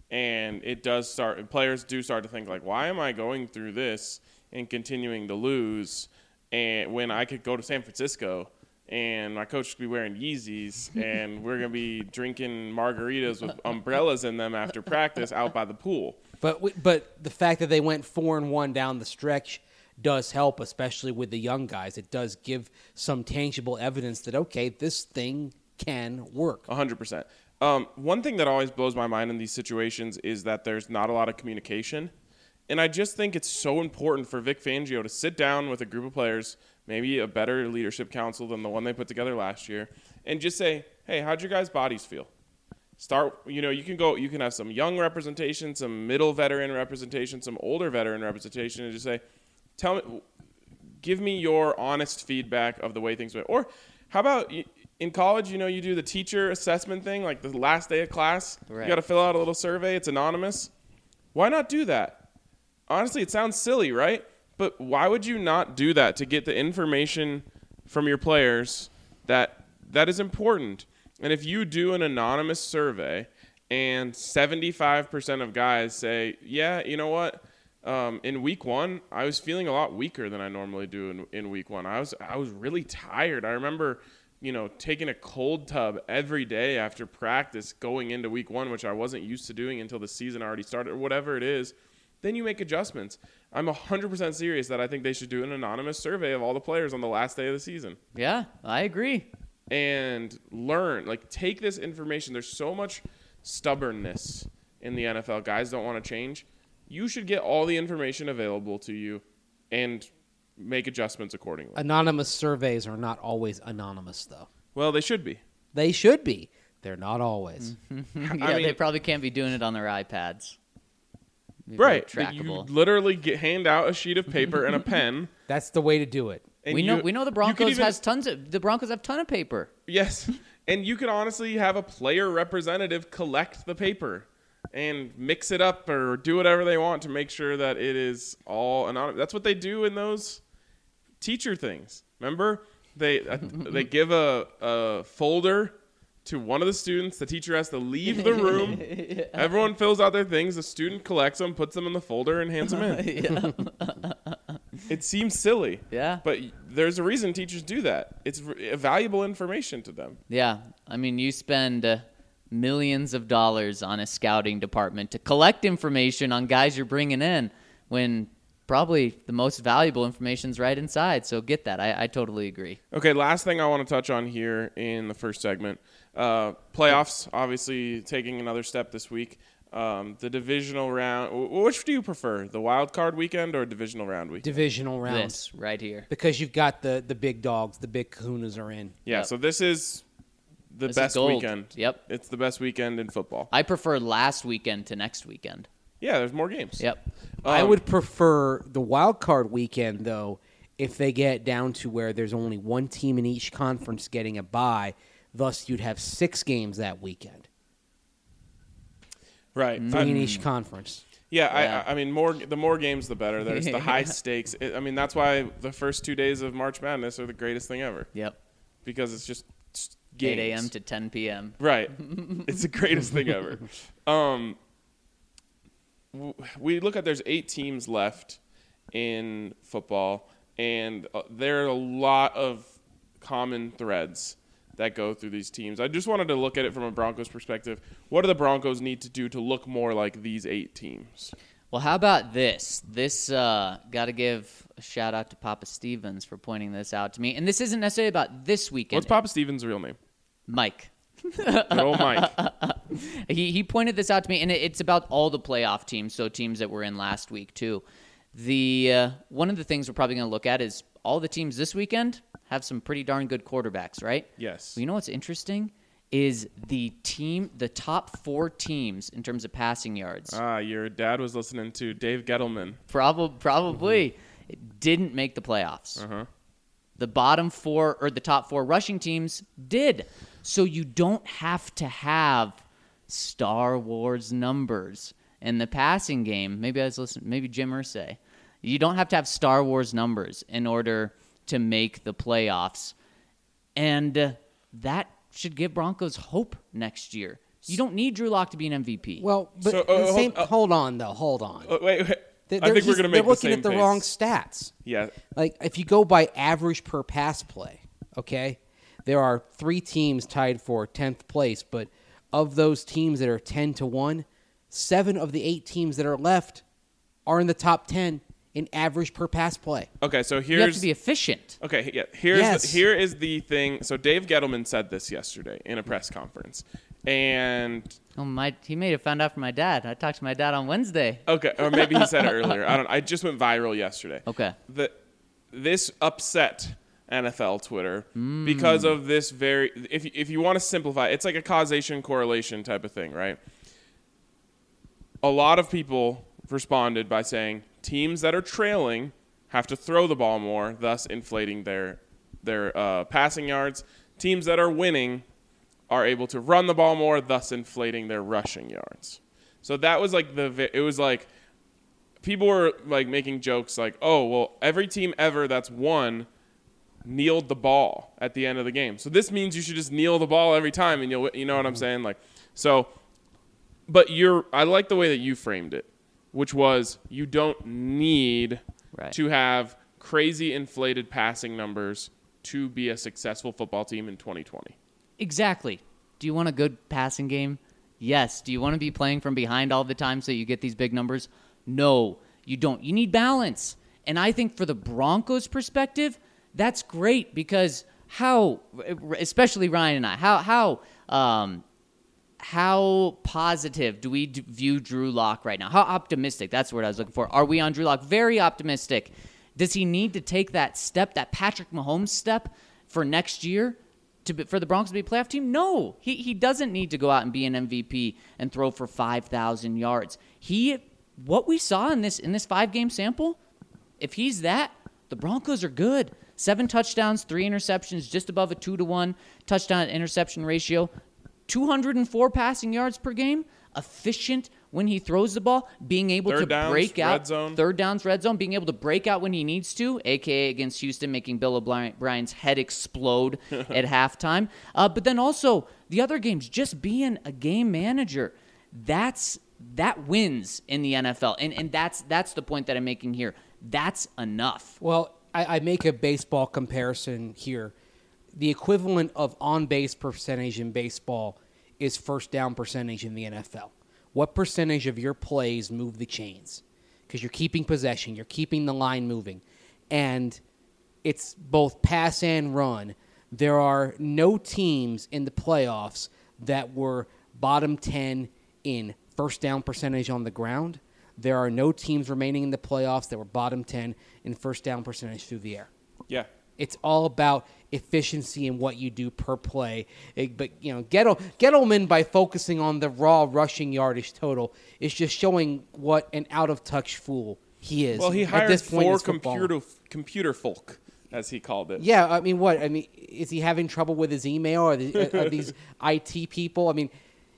[SPEAKER 1] and it does start. and Players do start to think like, why am I going through this and continuing to lose, and when I could go to San Francisco. And my coach should be wearing Yeezys, and we're gonna be drinking margaritas with umbrellas in them after practice out by the pool.
[SPEAKER 5] But we, but the fact that they went four and one down the stretch does help, especially with the young guys. It does give some tangible evidence that okay, this thing can work.
[SPEAKER 1] A hundred percent. Um, one thing that always blows my mind in these situations is that there's not a lot of communication, and I just think it's so important for Vic Fangio to sit down with a group of players, maybe a better leadership council than the one they put together last year, and just say, "Hey, how'd your guys' bodies feel?" Start. You know, you can go. You can have some young representation, some middle veteran representation, some older veteran representation, and just say, "Tell me, give me your honest feedback of the way things went. Or how about y- in college, you know, you do the teacher assessment thing, like the last day of class,
[SPEAKER 3] Right.
[SPEAKER 1] you got to fill out a little survey, it's anonymous. Why not do that? Honestly, it sounds silly, right? But why would you not do that to get the information from your players that that is important? And if you do an anonymous survey and 75% of guys say, "Yeah, you know what? um, in week one, I was feeling a lot weaker than I normally do in, in week one. I was I was really tired. I remember, you know, taking a cold tub every day after practice going into week one, which I wasn't used to doing until the season already started or whatever it is. Then you make adjustments. I'm 100% serious that I think they should do an anonymous survey of all the players on the last day of the season
[SPEAKER 3] Yeah, I agree.
[SPEAKER 1] and learn. Like, take this information. There's so much stubbornness in the NFL. Guys don't want to change. You should get all the information available to you and make adjustments accordingly.
[SPEAKER 5] Anonymous surveys are not always anonymous, though.
[SPEAKER 1] well, they should be.
[SPEAKER 5] They should be. They're not always.
[SPEAKER 3] yeah, they
[SPEAKER 1] mean-
[SPEAKER 3] probably can't be doing it on their iPads. They're
[SPEAKER 1] Right. That You
[SPEAKER 3] trackable.
[SPEAKER 1] literally get, hand out a sheet of paper and a pen.
[SPEAKER 5] That's the way to do it.
[SPEAKER 1] And
[SPEAKER 3] we know
[SPEAKER 1] you-
[SPEAKER 3] we know the
[SPEAKER 1] you could
[SPEAKER 3] Broncos
[SPEAKER 1] even-
[SPEAKER 3] has tons of the Broncos have ton of paper.
[SPEAKER 1] Yes. And you could honestly have a player representative collect the paper and mix it up or do whatever they want to make sure that it is all anonymous. That's what they do in those teacher things. Remember? They uh, they give a, a folder to one of the students. The teacher has to leave the room. Everyone fills out their things. The student collects them, puts them in the folder, and hands them in.
[SPEAKER 3] yeah.
[SPEAKER 1] It seems silly.
[SPEAKER 3] Yeah.
[SPEAKER 1] But there's a reason teachers do that. It's v- valuable information to them.
[SPEAKER 3] Yeah, I mean, you spend uh, millions of dollars on a scouting department to collect information on guys you're bringing in when probably the most valuable information's right inside. So get that. I, I totally agree.
[SPEAKER 1] Okay, last thing I want to touch on here in the first segment uh, playoffs, obviously taking another step this week. Um, the divisional round, wh- which do you prefer, the wild card weekend or divisional round week?
[SPEAKER 5] Divisional rounds.
[SPEAKER 3] This right here.
[SPEAKER 5] Because you've got the, the big dogs, the big kahunas are in.
[SPEAKER 1] yeah,
[SPEAKER 3] Yep.
[SPEAKER 1] so this is the
[SPEAKER 3] This is
[SPEAKER 1] best
[SPEAKER 3] gold.
[SPEAKER 1] weekend.
[SPEAKER 3] Yep.
[SPEAKER 1] It's the best weekend in football.
[SPEAKER 3] I prefer last weekend to next weekend.
[SPEAKER 1] Yeah, there's more games.
[SPEAKER 3] Yep.
[SPEAKER 5] I
[SPEAKER 1] Um,
[SPEAKER 5] would prefer the wild card weekend though, if they get down to where there's only one team in each conference getting a bye, thus you'd have six games that weekend.
[SPEAKER 1] Right.
[SPEAKER 5] Three in
[SPEAKER 1] I-
[SPEAKER 5] each conference.
[SPEAKER 1] Yeah,
[SPEAKER 3] Yeah.
[SPEAKER 1] I, I mean, more the more games, the better. There's the high stakes. It, I mean, that's why the first two days of March Madness are the greatest thing ever
[SPEAKER 3] Yep.
[SPEAKER 1] because it's just s- games.
[SPEAKER 3] 8 a.m. to 10 p.m.
[SPEAKER 1] Right. it's the greatest thing ever. Um, w- we look at there's eight teams left in football, and uh, there are a lot of common threads that go through these teams. I just wanted to look at it from a Broncos perspective. What do the Broncos need to do to look more like these eight teams?
[SPEAKER 3] Well, how about this? This uh, got to give a shout out to Papa Stevens for pointing this out to me. And this isn't necessarily about this weekend.
[SPEAKER 1] What's Papa Stevens' real name?
[SPEAKER 3] Mike.
[SPEAKER 1] Good old Mike.
[SPEAKER 3] he, he pointed this out to me, and it, it's about all the playoff teams, so teams that were in last week too. The uh, one of the things we're probably going to look at is all the teams this weekend have some pretty darn good quarterbacks, right?
[SPEAKER 1] Yes.
[SPEAKER 3] Well, you know what's interesting is the team, the top four teams in terms of passing yards,
[SPEAKER 1] Ah, your dad was listening to Dave Gettleman.
[SPEAKER 3] probably probably didn't make the playoffs.
[SPEAKER 1] Mm-hmm. Uh-huh.
[SPEAKER 3] The bottom four or the top four rushing teams did. So you don't have to have Star Wars numbers in the passing game. Maybe I was listening. Maybe Jim Irsay. You don't have to have Star Wars numbers in order to make the playoffs, and uh, that should give Broncos hope next year. You don't need Drew Lock to be an MVP.
[SPEAKER 5] Well, but
[SPEAKER 1] So, uh,
[SPEAKER 5] the
[SPEAKER 1] hold-
[SPEAKER 5] same,
[SPEAKER 1] uh,
[SPEAKER 5] hold on though, hold on.
[SPEAKER 1] Oh, wait, wait.
[SPEAKER 5] They're-
[SPEAKER 1] I think we're
[SPEAKER 5] they're
[SPEAKER 1] going to
[SPEAKER 5] just-
[SPEAKER 1] make
[SPEAKER 5] They're looking
[SPEAKER 1] the same
[SPEAKER 5] at the
[SPEAKER 1] pace.
[SPEAKER 5] wrong stats.
[SPEAKER 1] Yeah.
[SPEAKER 5] Like if you go by average per pass play, okay, there are three teams tied for tenth place, but of those teams that are ten to one, seven of the eight teams that are left are in the top ten in average per pass play.
[SPEAKER 1] Okay, so
[SPEAKER 3] you have
[SPEAKER 1] here's
[SPEAKER 3] to be efficient.
[SPEAKER 1] Okay, yeah. Here's
[SPEAKER 5] Yes.
[SPEAKER 1] the, here is the thing. So Dave Gettleman said this yesterday in a press conference, and
[SPEAKER 3] Oh, my teammate had found out from my dad. I talked to my dad on Wednesday.
[SPEAKER 1] okay, or maybe he said it earlier. I don't. I just went viral yesterday.
[SPEAKER 3] Okay.
[SPEAKER 1] The this upset NFL Twitter because of this very. If you- if you want to simplify, it's like a causation correlation type of thing, right? A lot of people responded by saying teams that are trailing have to throw the ball more, thus inflating their their uh, passing yards. Teams that are winning are able to run the ball more, thus inflating their rushing yards. So that was like the vi- it was like people were like making jokes like, "Oh, well, every team ever that's won kneeled the ball at the end of the game." So this means you should just kneel the ball every time and you'll you know what
[SPEAKER 5] Mm-hmm.
[SPEAKER 1] I'm saying? Like so but you're I like the way that you framed it, which was you don't need
[SPEAKER 3] Right.
[SPEAKER 1] to have crazy inflated passing numbers to be a successful football team in 2020.
[SPEAKER 3] Exactly. Do you want a good passing game? Yes. Do you want to be playing from behind all the time so you get these big numbers? No, you don't. You need balance. And I think for the Broncos' perspective, that's great because how, especially Ryan and I, how how um, how positive do we d- view Drew Lock right now? How optimistic? That's the word I was looking for. Are we on Drew Lock? Very optimistic. Does he need to take that step, that Patrick Mahomes step, for next year to be, for the Broncos to be a playoff team? No, he he doesn't need to go out and be an MVP and throw for five thousand yards. He what we saw in this in this five game sample if he's that, the Broncos are good. Seven touchdowns, three interceptions, just above a two to one touchdown to interception ratio. 204 passing yards per game. Efficient when he throws the ball, being able
[SPEAKER 1] Third
[SPEAKER 3] to
[SPEAKER 1] downs,
[SPEAKER 3] break
[SPEAKER 1] red
[SPEAKER 3] out
[SPEAKER 1] zone.
[SPEAKER 3] third downs, red zone, being able to break out when he needs to, aka against Houston, making Bill O'Brien's head explode at halftime. Uh, but then also the other games, just being a game manager, that's that wins in the NFL, and and that's that's the point that I'm making here. That's enough.
[SPEAKER 5] Well, I, I make a baseball comparison here. The equivalent of on base percentage in baseball is first down percentage in the NFL. What percentage of your plays move the chains? Because you're keeping possession, you're keeping the line moving. And it's both pass and run. There are no teams in the playoffs that were bottom 10 in first down percentage on the ground. There are no teams remaining in the playoffs that were bottom 10 in first down percentage through the air.
[SPEAKER 1] Yeah.
[SPEAKER 5] It's all about efficiency and what you do per play. It- but you know, Gettle, Gettleman by focusing on the raw rushing yardage total is just showing what an out of touch fool he is.
[SPEAKER 1] Well, he
[SPEAKER 5] at
[SPEAKER 1] hired
[SPEAKER 5] this point in
[SPEAKER 1] four
[SPEAKER 5] his football.
[SPEAKER 1] computer computer folk, as he called it.
[SPEAKER 5] Yeah, I mean, what? I mean, is he having trouble with his email? Are, the, uh, are these IT people? I mean,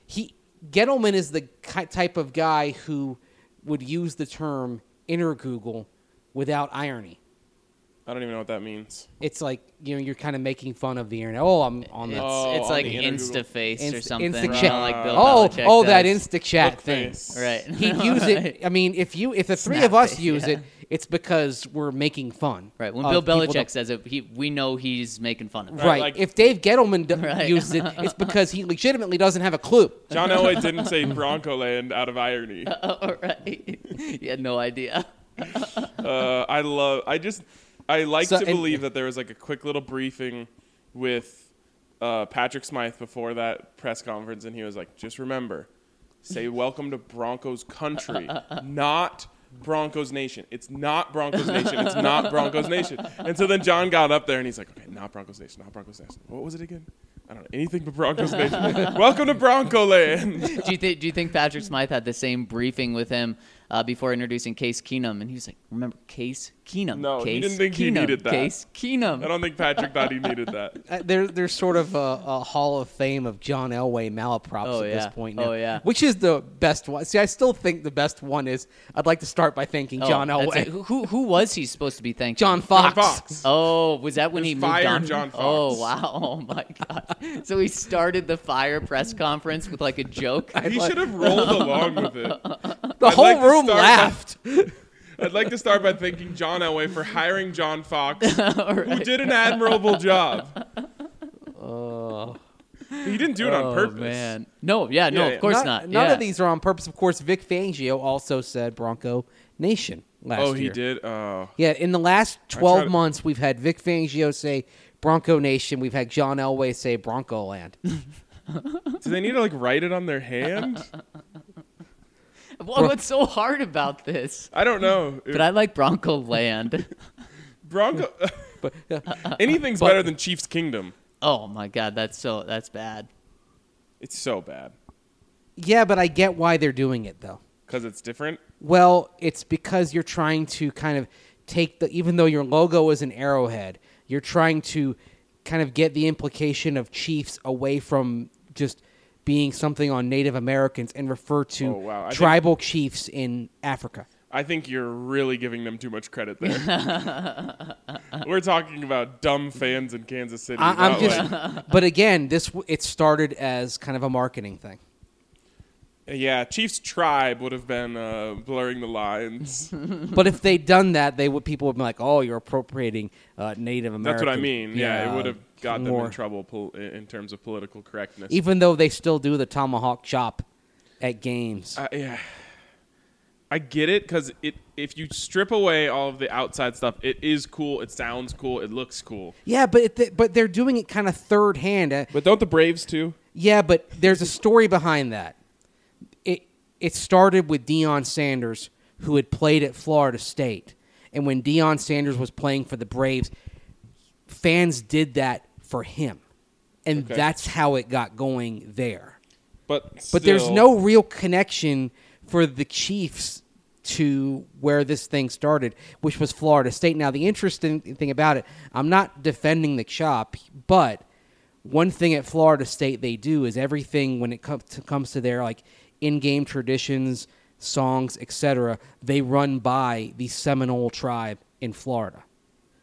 [SPEAKER 5] he Gettleman is the ki- type of guy who would use the term inner Google without irony.
[SPEAKER 1] I don't even know what that means.
[SPEAKER 5] It's like you know you're kind of making fun of the internet. Oh, I'm on
[SPEAKER 3] It's,
[SPEAKER 5] the
[SPEAKER 1] Oh,
[SPEAKER 3] it's
[SPEAKER 1] on
[SPEAKER 3] like
[SPEAKER 1] the inner Google.
[SPEAKER 3] Insta face or
[SPEAKER 5] Inst-
[SPEAKER 3] something.
[SPEAKER 5] Insta
[SPEAKER 3] you
[SPEAKER 5] chat.
[SPEAKER 3] know, like Bill
[SPEAKER 5] oh
[SPEAKER 3] Belichick
[SPEAKER 5] oh that
[SPEAKER 3] does.
[SPEAKER 5] Insta chat thing.
[SPEAKER 1] Face.
[SPEAKER 3] Right.
[SPEAKER 5] He use it. I mean, if you if the three of
[SPEAKER 3] Snap
[SPEAKER 5] us
[SPEAKER 3] it,
[SPEAKER 5] use
[SPEAKER 3] yeah.
[SPEAKER 5] it, it's because we're making fun.
[SPEAKER 3] Right. When Bill
[SPEAKER 5] of people
[SPEAKER 3] Belichick
[SPEAKER 5] that-
[SPEAKER 3] says it, he we know he's making fun of. it.
[SPEAKER 5] Right.
[SPEAKER 1] like-
[SPEAKER 5] if Dave Gettleman d-
[SPEAKER 3] Right.
[SPEAKER 5] uses it, it's because he legitimately doesn't have a clue.
[SPEAKER 1] John Elway didn't say Bronco Land out of irony.
[SPEAKER 3] All right. he had no idea.
[SPEAKER 1] Uh, I love. I just. I like
[SPEAKER 5] So-
[SPEAKER 1] to
[SPEAKER 5] and-
[SPEAKER 1] believe that there was like a quick little briefing with uh, Patrick Smythe before that press conference, and he was like, "Just remember, say welcome to Broncos country, not." Broncos Nation. It's not Broncos Nation. It's not Broncos Nation. And so then John got up there and he's like, okay, not Broncos Nation, not Broncos Nation. What was it again? I don't know. Anything but Broncos Nation. Welcome to Bronco Land.
[SPEAKER 3] do you think Do you think Patrick Smythe had the same briefing with him uh, before introducing Case Keenum? And he was like, "Remember Case Keenum?
[SPEAKER 1] No, he
[SPEAKER 3] Case
[SPEAKER 1] didn't think he
[SPEAKER 3] Keenum,
[SPEAKER 1] needed that.
[SPEAKER 3] Case Keenum.
[SPEAKER 1] I don't think Patrick thought he needed that.
[SPEAKER 5] Uh, there, there's sort of a, a hall of fame of John Elway malaprops
[SPEAKER 3] Oh,
[SPEAKER 5] at
[SPEAKER 3] yeah.
[SPEAKER 5] this point now.
[SPEAKER 3] Oh, yeah.
[SPEAKER 5] Which is the best one? See, I still think the best one is I'd like to start by thanking
[SPEAKER 3] Oh,
[SPEAKER 5] John
[SPEAKER 3] that's
[SPEAKER 5] Elway.
[SPEAKER 3] it. Who, who who was he supposed to be thanking?
[SPEAKER 5] John Fox.
[SPEAKER 1] Fox.
[SPEAKER 3] Oh, was that when
[SPEAKER 1] It
[SPEAKER 3] he
[SPEAKER 1] was
[SPEAKER 3] moved
[SPEAKER 1] fire
[SPEAKER 3] on?
[SPEAKER 1] John Fox.
[SPEAKER 3] Oh wow! Oh my god! So he started the fire press conference with like a joke.
[SPEAKER 1] He should have rolled along with it.
[SPEAKER 5] The
[SPEAKER 1] I'd
[SPEAKER 5] whole
[SPEAKER 1] like to
[SPEAKER 5] room
[SPEAKER 1] start by-
[SPEAKER 5] laughed.
[SPEAKER 1] I'd like to start by thanking John Elway for hiring John Fox,
[SPEAKER 3] All
[SPEAKER 1] who
[SPEAKER 3] right.
[SPEAKER 1] did an admirable job. he didn't do it on
[SPEAKER 3] Oh
[SPEAKER 1] purpose.
[SPEAKER 3] man! No, yeah, no,
[SPEAKER 1] Yeah, yeah.
[SPEAKER 3] of course
[SPEAKER 5] None-
[SPEAKER 3] not.
[SPEAKER 5] None
[SPEAKER 3] yeah.
[SPEAKER 5] of these are on purpose. Of course, Vic Fangio also said Bronco Nation last
[SPEAKER 1] Oh,
[SPEAKER 5] year.
[SPEAKER 1] he did. Oh,
[SPEAKER 5] Yeah, in the last
[SPEAKER 1] tried
[SPEAKER 5] 12
[SPEAKER 1] to-
[SPEAKER 5] months, we've had Vic Fangio say Bronco Nation. We've had John Elway say Bronco Land.
[SPEAKER 1] do they need to like write it on their hand?
[SPEAKER 3] What, what's so hard about this?
[SPEAKER 1] I don't know.
[SPEAKER 3] But I like Bronco Land.
[SPEAKER 1] Bronco. Anything's better than Chiefs Kingdom.
[SPEAKER 3] oh my god, that's so that's bad.
[SPEAKER 1] It's so bad
[SPEAKER 5] yeah, but I get why they're doing it, though.
[SPEAKER 1] because it's different.
[SPEAKER 5] Well, it's because you're trying to kind of take the even though your logo is an arrowhead, you're trying to kind of get the implication of Chiefs away from just being something on Native Americans and refer to
[SPEAKER 1] Oh, wow. I think-
[SPEAKER 5] tribal chiefs in Africa.
[SPEAKER 1] I think you're really giving them too much credit there. We're talking about dumb fans in Kansas City.
[SPEAKER 5] I, I'm
[SPEAKER 1] not
[SPEAKER 5] just,
[SPEAKER 1] like-
[SPEAKER 5] but again, this w- it started as kind of a marketing thing.
[SPEAKER 1] Yeah, Chiefs tribe would have been uh, blurring the lines.
[SPEAKER 5] But if they'd done that, they would people would be like, "Oh, you're appropriating uh, Native American."
[SPEAKER 1] That's what I mean. Yeah, it would have got them
[SPEAKER 5] more.
[SPEAKER 1] in trouble pol- in in terms of political correctness.
[SPEAKER 5] Even though they still do the tomahawk chop at games,
[SPEAKER 1] I- yeah, I get it because it if you strip away all of the outside stuff, it is cool. It sounds cool. It looks cool.
[SPEAKER 5] Yeah, but it, th- but they're doing it kind of third hand. Uh,
[SPEAKER 1] But don't the Braves too?
[SPEAKER 5] yeah, but there's a story behind that. It it started with Deion Sanders, who had played at Florida State, and when Deion Sanders was playing for the Braves, fans did that for him, and
[SPEAKER 1] Okay.
[SPEAKER 5] that's how it got going there.
[SPEAKER 1] But
[SPEAKER 5] But there's
[SPEAKER 1] still-
[SPEAKER 5] no real connection for the Chiefs to where this thing started, which was Florida State. Now, the interesting thing about it, I'm not defending the chop, but one thing at Florida State they do is everything when it comes to, comes to their like in-game traditions, songs, etc. They run by the Seminole tribe in Florida.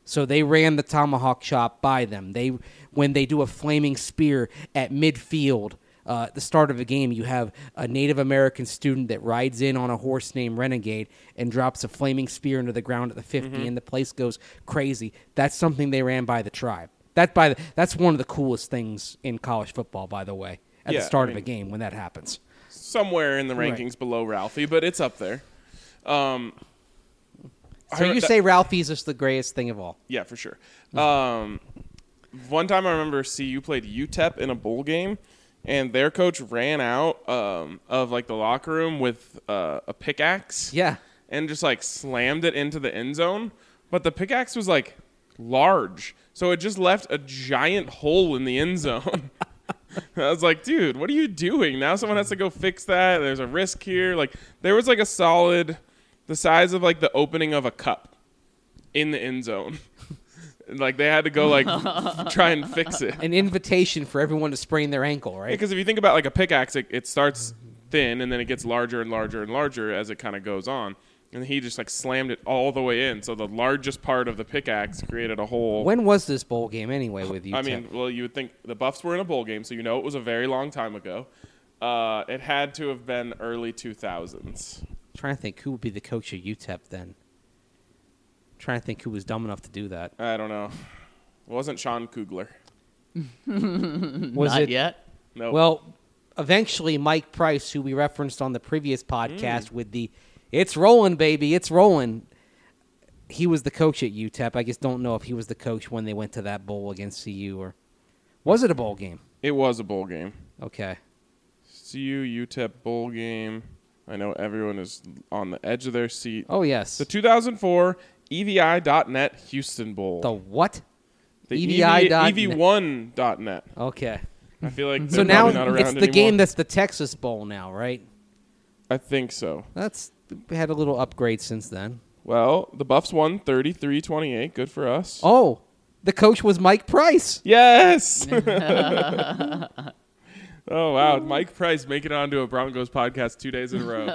[SPEAKER 5] So they ran the tomahawk chop by them. They when they do a flaming spear at midfield. Uh, at the start of a game, you have a Native American student that rides in on a horse named Renegade and drops a flaming spear into the ground at the 50,
[SPEAKER 1] Mm-hmm.
[SPEAKER 5] and the place goes crazy. That's something they ran by the tribe. That by the, that's one of the coolest things in college football, by the way, at
[SPEAKER 1] Yeah, I
[SPEAKER 5] the start of
[SPEAKER 1] mean-
[SPEAKER 5] a game when that happens.
[SPEAKER 1] somewhere in the rankings below Ralphie, but it's up there. Um,
[SPEAKER 5] So
[SPEAKER 1] I-
[SPEAKER 5] you say Ralphie's is the greatest thing of all.
[SPEAKER 1] Yeah, for sure. Um, one time I remember CU played UTEP in a bowl game, and their coach ran out um, of like the locker room with uh, a pickaxe.
[SPEAKER 5] Yeah.
[SPEAKER 1] and just like slammed it into the end zone, but the pickaxe was like large, so it just left a giant hole in the end zone. I was like, dude, what are you doing? Now someone has to go fix that. There's a risk here. Like there was like a solid, the size of like the opening of a cup in the end zone. like they had to go like try and fix it.
[SPEAKER 5] An invitation for everyone to sprain their ankle, right?
[SPEAKER 1] Because if you think about like a pickaxe, it, it starts thin and then it gets larger and larger and larger as it kind of goes on. and he just like slammed it all the way in. So the largest part of the pickaxe created a hole.
[SPEAKER 5] When was this bowl game anyway with E you?
[SPEAKER 1] I mean, well, you would think the Buffs were in a bowl game, so you know it was a very long time ago. Uh, it had to have been early 2000s.
[SPEAKER 5] trying to think who would be the coach of UTEP then. trying to think who was dumb enough to do that.
[SPEAKER 1] I don't know. It wasn't Sean Kugler.
[SPEAKER 5] Was
[SPEAKER 3] Not
[SPEAKER 5] it?
[SPEAKER 3] yet.
[SPEAKER 1] No.
[SPEAKER 5] Well, eventually Mike Price, who we referenced on the previous
[SPEAKER 1] Mm.
[SPEAKER 5] podcast with the "It's rolling, baby, it's rolling." He was the coach at UTEP. I just don't know if he was the coach when they went to that bowl against CU or was it a bowl game?
[SPEAKER 1] it was a bowl game.
[SPEAKER 5] Okay.
[SPEAKER 1] CU UTEP E bowl game. I know everyone is on the edge of their seat.
[SPEAKER 5] Oh yes.
[SPEAKER 1] The 2004 EVI.net Houston Bowl.
[SPEAKER 5] The what?
[SPEAKER 1] The E
[SPEAKER 5] EVI dot net.
[SPEAKER 1] EV1.net.
[SPEAKER 5] Okay.
[SPEAKER 1] I feel like
[SPEAKER 5] So
[SPEAKER 1] they're probably
[SPEAKER 5] now it's
[SPEAKER 1] not
[SPEAKER 5] the
[SPEAKER 1] around anymore.
[SPEAKER 5] game that's the Texas Bowl now, right?
[SPEAKER 1] I think so.
[SPEAKER 5] That's had a little upgrade since then.
[SPEAKER 1] Well, the Buffs won 33-28. Good for us.
[SPEAKER 5] Oh, the coach was Mike Price.
[SPEAKER 1] Yes. oh wow, Mike Price making it onto a Broncos podcast two days in a row.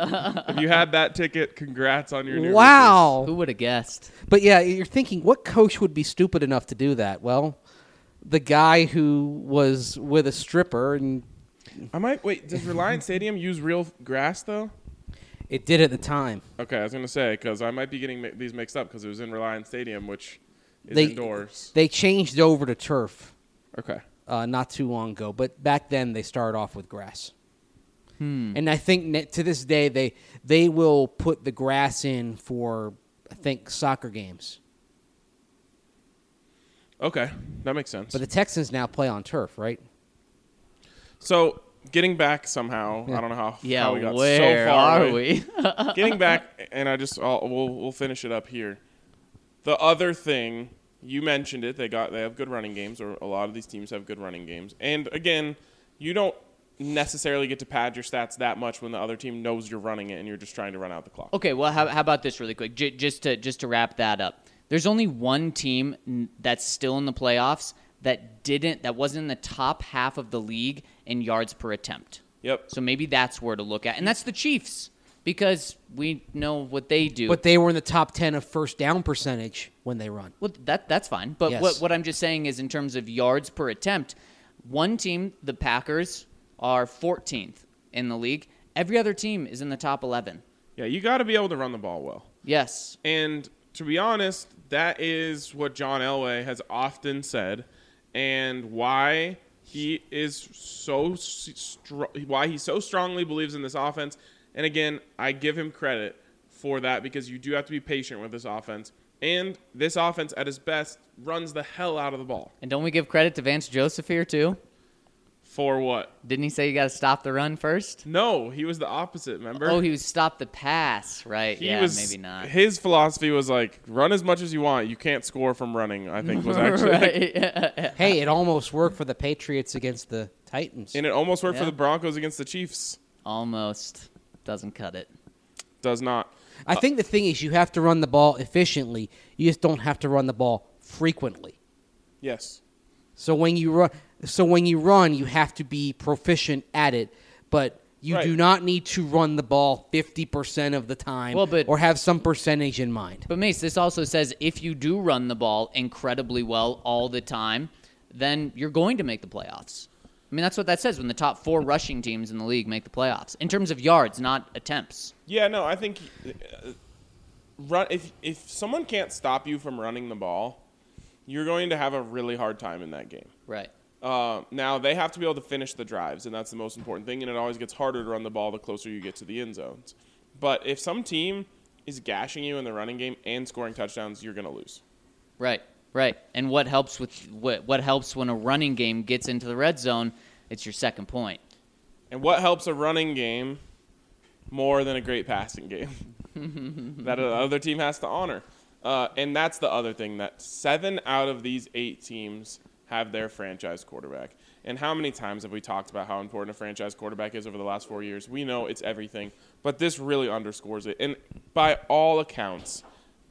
[SPEAKER 1] if you had that ticket, congrats on your new
[SPEAKER 5] Wow.
[SPEAKER 3] Who would have guessed?
[SPEAKER 5] But yeah, you're thinking what coach would be stupid enough to do that? Well, the guy who was with a stripper and
[SPEAKER 1] Riches. I might wait. Does Reliant Stadium use real grass though?
[SPEAKER 5] it did at the time.
[SPEAKER 1] Okay, I was gonna say because I might be getting mi- these mixed up because it was in Reliant Stadium, which is
[SPEAKER 5] They-
[SPEAKER 1] indoors.
[SPEAKER 5] They changed over to turf
[SPEAKER 1] Okay.
[SPEAKER 5] uh, not too long ago, but back then they started off with grass. And I think ne- to this day they they will put the grass in for I think soccer games.
[SPEAKER 1] Okay, that makes sense.
[SPEAKER 5] But the Texans now play on turf, right?
[SPEAKER 1] so getting back somehow, I don't know how,
[SPEAKER 3] Yeah,
[SPEAKER 1] how we got
[SPEAKER 3] where
[SPEAKER 1] so far
[SPEAKER 3] are
[SPEAKER 1] away.
[SPEAKER 3] we?
[SPEAKER 1] getting back, and I just I'll, we'll we'll finish it up here. The other thing you mentioned it, they got they have good running games, or a lot of these teams have good running games. And again, you don't necessarily get to pad your stats that much when the other team knows you're running it and you're just trying to run out the clock.
[SPEAKER 3] Okay, well, how, how about this really quick? J- just to just to wrap that up, there's only one team n- that's still in the playoffs that didn't that wasn't in the top half of the league in yards per attempt.
[SPEAKER 1] Yep.
[SPEAKER 3] So maybe that's where to look at, and that's the Chiefs because we know what they do.
[SPEAKER 5] But they were in the top 10 of first down percentage when they run.
[SPEAKER 3] Well, that that's fine. But
[SPEAKER 5] Yes.
[SPEAKER 3] what what I'm just saying is, in terms of yards per attempt, one team, the Packers, are 14th in the league. Every other team is in the top 11.
[SPEAKER 1] Yeah, you got to be able to run the ball well.
[SPEAKER 3] Yes.
[SPEAKER 1] And to be honest, that is what John Elway has often said, and why he is so s- str- why he so strongly believes in this offense. And again, I give him credit for that because you do have to be patient with this offense. And this offense, at its best, runs the hell out of the ball.
[SPEAKER 3] And don't we give credit to Vance Joseph here too?
[SPEAKER 1] For what?
[SPEAKER 3] Didn't he say you got to stop the run first?
[SPEAKER 1] No, he was the opposite. Remember?
[SPEAKER 3] Oh, he was stop the pass, right?
[SPEAKER 1] He
[SPEAKER 3] yeah,
[SPEAKER 1] was-
[SPEAKER 3] maybe not.
[SPEAKER 1] His philosophy was like, run as much as you want. You can't score from running. I think was actually
[SPEAKER 5] Hey, it almost worked for the Patriots against the Titans.
[SPEAKER 1] And it almost worked for
[SPEAKER 3] Yeah.
[SPEAKER 1] the Broncos against the Chiefs.
[SPEAKER 3] Almost doesn't cut it.
[SPEAKER 1] Does not.
[SPEAKER 5] I think the thing is you have to run the ball efficiently. You just don't have to run the ball frequently.
[SPEAKER 1] Yes.
[SPEAKER 5] So when you run so when you run, you have to be proficient at it, but you
[SPEAKER 1] Right.
[SPEAKER 5] do not need to run the ball 50% of the time
[SPEAKER 3] Well, but-
[SPEAKER 5] or have some percentage in mind.
[SPEAKER 3] But Mace, this also says if you do run the ball incredibly well all the time, then you're going to make the playoffs. I mean, that's what that says when the top four rushing teams in the league make the playoffs in terms of yards, not attempts.
[SPEAKER 1] Yeah, no, I think uh, run if if someone can't stop you from running the ball, you're going to have a really hard time in that game.
[SPEAKER 3] Right.
[SPEAKER 1] Uh, now they have to be able to finish the drives, and that's the most important thing. And it always gets harder to run the ball the closer you get to the end zones. But if some team is gashing you in the running game and scoring touchdowns, you're going to lose.
[SPEAKER 3] Right. Right. And what helps with what, what helps when a running game gets into the red zone? It's your second point.
[SPEAKER 1] And what helps a running game more than a great passing game? that the other team has to honor. Uh, and that's the other thing that seven out of these eight teams have their franchise quarterback. And how many times have we talked about how important a franchise quarterback is over the last four years? We know it's everything, but this really underscores it. And by all accounts,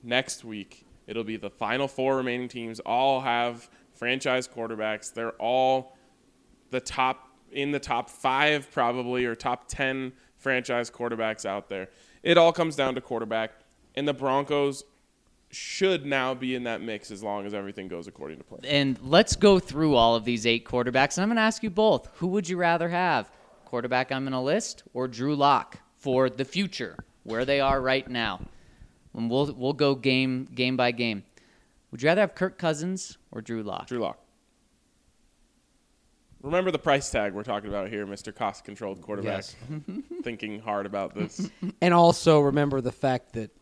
[SPEAKER 1] next week it'll be the final four remaining teams all have franchise quarterbacks. They're all the top in the top five probably or top 10 franchise quarterbacks out there. It all comes down to quarterback. and the Broncos should now be in that mix as long as everything goes according to plan.
[SPEAKER 3] And let's go through all of these eight quarterbacks. And I'm going to ask you both who would you rather have? Quarterback I'm going to list or Drew Lock for the future, where they are right now? And we'll, we'll go game, game by game. Would you rather have Kirk Cousins or Drew Lock?
[SPEAKER 1] Drew Lock. Remember the price tag we're talking about here, Mr. Cost Controlled Quarterback.
[SPEAKER 5] Yes.
[SPEAKER 1] Thinking hard about this.
[SPEAKER 5] And also remember the fact that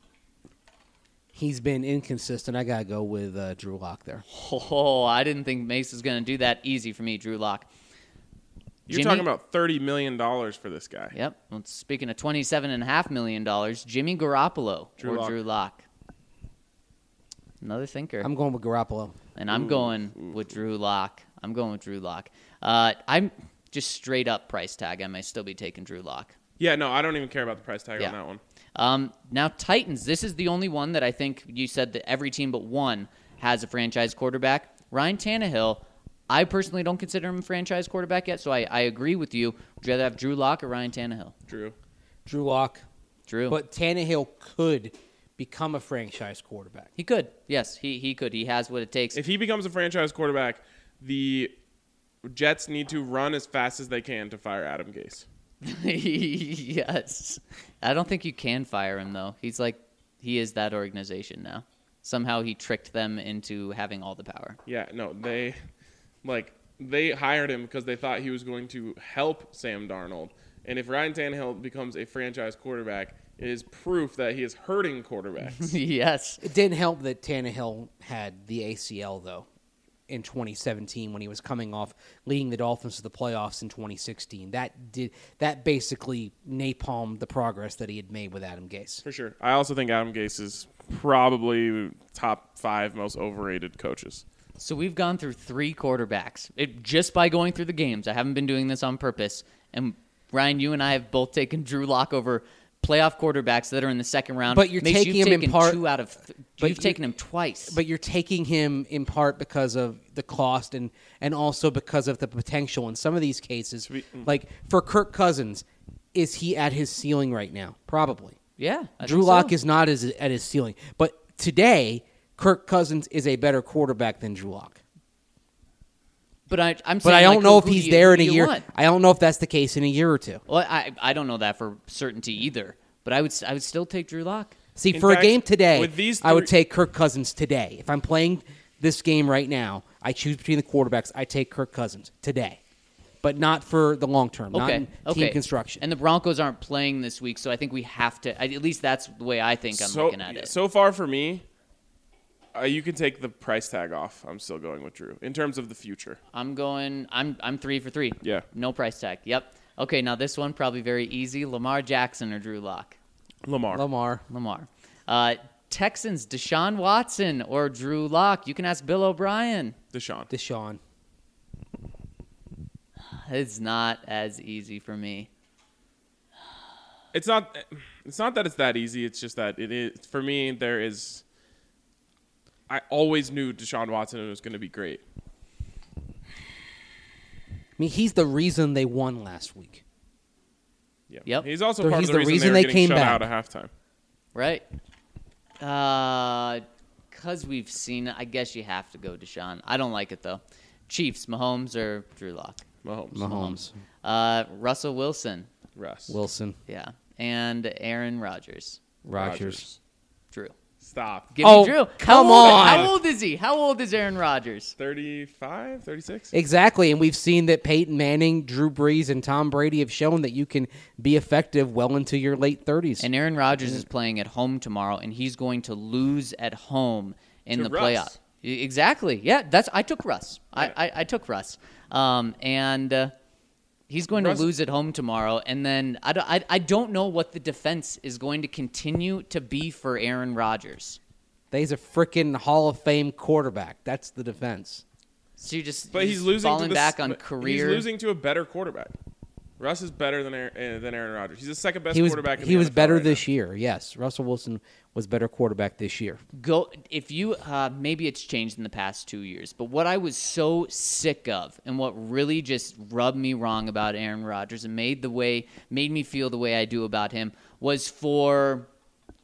[SPEAKER 5] he's been inconsistent. I gotta go with uh, Drew Lock there.
[SPEAKER 3] Oh, I didn't think Mace was going to do that easy for me, Drew Lock.
[SPEAKER 1] You're
[SPEAKER 3] Jimmy?
[SPEAKER 1] talking about thirty million dollars for this guy.
[SPEAKER 3] Yep. Well, speaking of $27.5 million, Jimmy Garoppolo
[SPEAKER 1] Drew
[SPEAKER 3] or
[SPEAKER 1] Lock.
[SPEAKER 3] Drew Lock? Another thinker.
[SPEAKER 5] I'm going with Garoppolo.
[SPEAKER 3] and I'm going with Drew Lock. I'm going with Drew Lock. Uh, I'm just straight up price tag. I may still be taking Drew Lock.
[SPEAKER 1] Yeah, no, I don't even care about the price tag
[SPEAKER 3] Yeah.
[SPEAKER 1] on that one.
[SPEAKER 3] Um, now Titans. This is the only one that I think you said that every team but one has a franchise quarterback. Ryan Tannehill. I personally don't consider him a franchise quarterback yet, so I, I agree with you. Would you rather have Drew Lock or Ryan Tannehill?
[SPEAKER 1] Drew.
[SPEAKER 5] Drew Lock.
[SPEAKER 3] Drew.
[SPEAKER 5] But Tannehill could become a franchise quarterback.
[SPEAKER 3] he could. Yes, he, he could. He has what it takes.
[SPEAKER 1] If he becomes a franchise quarterback, the Jets need to run as fast as they can to fire Adam Gase.
[SPEAKER 3] yes. I don't think you can fire him though. He's like he is that organization now. Somehow he tricked them into having all the power.
[SPEAKER 1] Yeah, no, they like they hired him because they thought he was going to help Sam Darnold. And if Ryan Tannehill becomes a franchise quarterback, it is proof that he is hurting quarterbacks.
[SPEAKER 3] yes.
[SPEAKER 5] It didn't help that Tannehill had the ACL though in 2017 when he was coming off leading the Dolphins to the playoffs in 2016. That did that basically napalmed the progress that he had made with Adam Gase.
[SPEAKER 1] For sure. I also think Adam Gase is probably top five most overrated coaches.
[SPEAKER 3] So we've gone through three quarterbacks it, just by going through the games. I haven't been doing this on purpose. And Ryan, you and I have both taken Drew Lock over playoff quarterbacks that are in the second round.
[SPEAKER 5] But you're
[SPEAKER 3] Mace,
[SPEAKER 5] taking
[SPEAKER 3] you've
[SPEAKER 5] him in
[SPEAKER 3] taken
[SPEAKER 5] part-
[SPEAKER 3] two out of. Th-
[SPEAKER 5] but
[SPEAKER 3] you've
[SPEAKER 5] you-
[SPEAKER 3] taken him twice.
[SPEAKER 5] But you're taking him in part because of the cost and and also because of the potential in some of these cases. Like for Kirk Cousins, is he at his ceiling right now? Probably.
[SPEAKER 3] yeah, I
[SPEAKER 5] Drew
[SPEAKER 3] think
[SPEAKER 5] Lock
[SPEAKER 3] so.
[SPEAKER 5] is not as, at his ceiling, but today Kirk Cousins is a better quarterback than Drew Lock.
[SPEAKER 3] But I, I'm.
[SPEAKER 5] But I
[SPEAKER 3] saying,
[SPEAKER 5] don't
[SPEAKER 3] like,
[SPEAKER 5] know
[SPEAKER 3] who-
[SPEAKER 5] if
[SPEAKER 3] who do
[SPEAKER 5] he's
[SPEAKER 3] you-
[SPEAKER 5] there in
[SPEAKER 3] who
[SPEAKER 5] a
[SPEAKER 3] do you
[SPEAKER 5] year.
[SPEAKER 3] want?
[SPEAKER 5] I don't know if that's the case in a year or two.
[SPEAKER 3] Well, I I don't know that for certainty either, but I would s- I would still take Drew Lock.
[SPEAKER 5] See,
[SPEAKER 1] In
[SPEAKER 5] for
[SPEAKER 1] fact,
[SPEAKER 5] a game today,
[SPEAKER 1] with these
[SPEAKER 5] I would
[SPEAKER 1] three-
[SPEAKER 5] take Kirk Cousins today. If I'm playing this game right now, I choose between the quarterbacks. I take Kirk Cousins today, but not for the long term. Not
[SPEAKER 3] Okay,
[SPEAKER 5] in
[SPEAKER 3] okay.
[SPEAKER 5] team construction.
[SPEAKER 3] And the Broncos aren't playing this week, so I think we have to. I- At least that's the way I think I'm
[SPEAKER 1] so,
[SPEAKER 3] looking at it.
[SPEAKER 1] so far for me, uh, you can take the price tag off. I'm still going with Drew in terms of the future.
[SPEAKER 3] I'm going. I'm I'm three for three.
[SPEAKER 1] Yeah.
[SPEAKER 3] No price tag. Yep. Okay. Now this one probably very easy. Lamar Jackson or Drew Lock.
[SPEAKER 1] Lamar.
[SPEAKER 5] Lamar,
[SPEAKER 3] Lamar. Uh, Texans Deshaun Watson or Drew Lock. You can ask Bill O'Brien.
[SPEAKER 1] Deshaun.
[SPEAKER 5] Deshaun,
[SPEAKER 3] It's not as easy for me.
[SPEAKER 1] It's not. It's not that it's that easy. It's just that it is for me. There is. I always knew Deshaun Watson was going to be great.
[SPEAKER 5] I mean, he's the reason they won last week.
[SPEAKER 1] Yeah.
[SPEAKER 3] Yep.
[SPEAKER 1] He's also
[SPEAKER 5] So
[SPEAKER 1] part
[SPEAKER 5] he's
[SPEAKER 1] of the, reason, they, were getting
[SPEAKER 5] came
[SPEAKER 1] shut
[SPEAKER 5] back.
[SPEAKER 1] out at halftime.
[SPEAKER 3] Right. Uh, cause we've seen it. I guess you have to go Deshaun. I don't like it though. Chiefs, Mahomes or Drew Lock.
[SPEAKER 1] Mahomes.
[SPEAKER 5] Mahomes,
[SPEAKER 3] Uh, Russell Wilson.
[SPEAKER 1] Russ.
[SPEAKER 5] Wilson,
[SPEAKER 3] Yeah. And Aaron Rodgers.
[SPEAKER 5] Rogers.
[SPEAKER 3] Drew.
[SPEAKER 1] Stop.
[SPEAKER 3] Give
[SPEAKER 5] Oh,
[SPEAKER 3] me Drew.
[SPEAKER 5] come
[SPEAKER 3] how old,
[SPEAKER 5] on.
[SPEAKER 3] How old is he? How old is Aaron Rodgers?
[SPEAKER 1] 35, 36?
[SPEAKER 5] Exactly, and we've seen that Peyton Manning, Drew Brees, and Tom Brady have shown that you can be effective well into your late thirties.
[SPEAKER 3] And Aaron Rodgers is playing at home tomorrow, and he's going to lose at home in
[SPEAKER 1] To
[SPEAKER 3] the
[SPEAKER 1] Russ.
[SPEAKER 3] playoff. E- Exactly. Yeah, that's I took Russ.
[SPEAKER 1] Yeah.
[SPEAKER 3] I, I, I took Russ. Um, and uh, he's going
[SPEAKER 1] Russ-
[SPEAKER 3] to lose at home tomorrow. And then I, do- I, I don't know what the defense is going to continue to be for Aaron Rodgers.
[SPEAKER 5] He's a freaking Hall of Fame quarterback. That's the defense.
[SPEAKER 3] So you just
[SPEAKER 1] But
[SPEAKER 3] you're
[SPEAKER 1] he's
[SPEAKER 3] just
[SPEAKER 1] losing
[SPEAKER 3] falling
[SPEAKER 1] to the,
[SPEAKER 3] back on
[SPEAKER 1] but He's
[SPEAKER 3] career.
[SPEAKER 1] losing to a better quarterback. Russ is better than Aaron, uh, than Aaron Rodgers. He's the second best
[SPEAKER 5] he was
[SPEAKER 1] quarterback. In
[SPEAKER 5] he
[SPEAKER 1] the
[SPEAKER 5] was
[SPEAKER 1] NFL
[SPEAKER 5] better
[SPEAKER 1] right
[SPEAKER 5] this year. Yes, Russell Wilson was better quarterback this year.
[SPEAKER 3] go if you uh, maybe it's changed in the past two years but what i was so sick of and what really just rubbed me wrong about aaron rodgers and made the way made me feel the way i do about him was for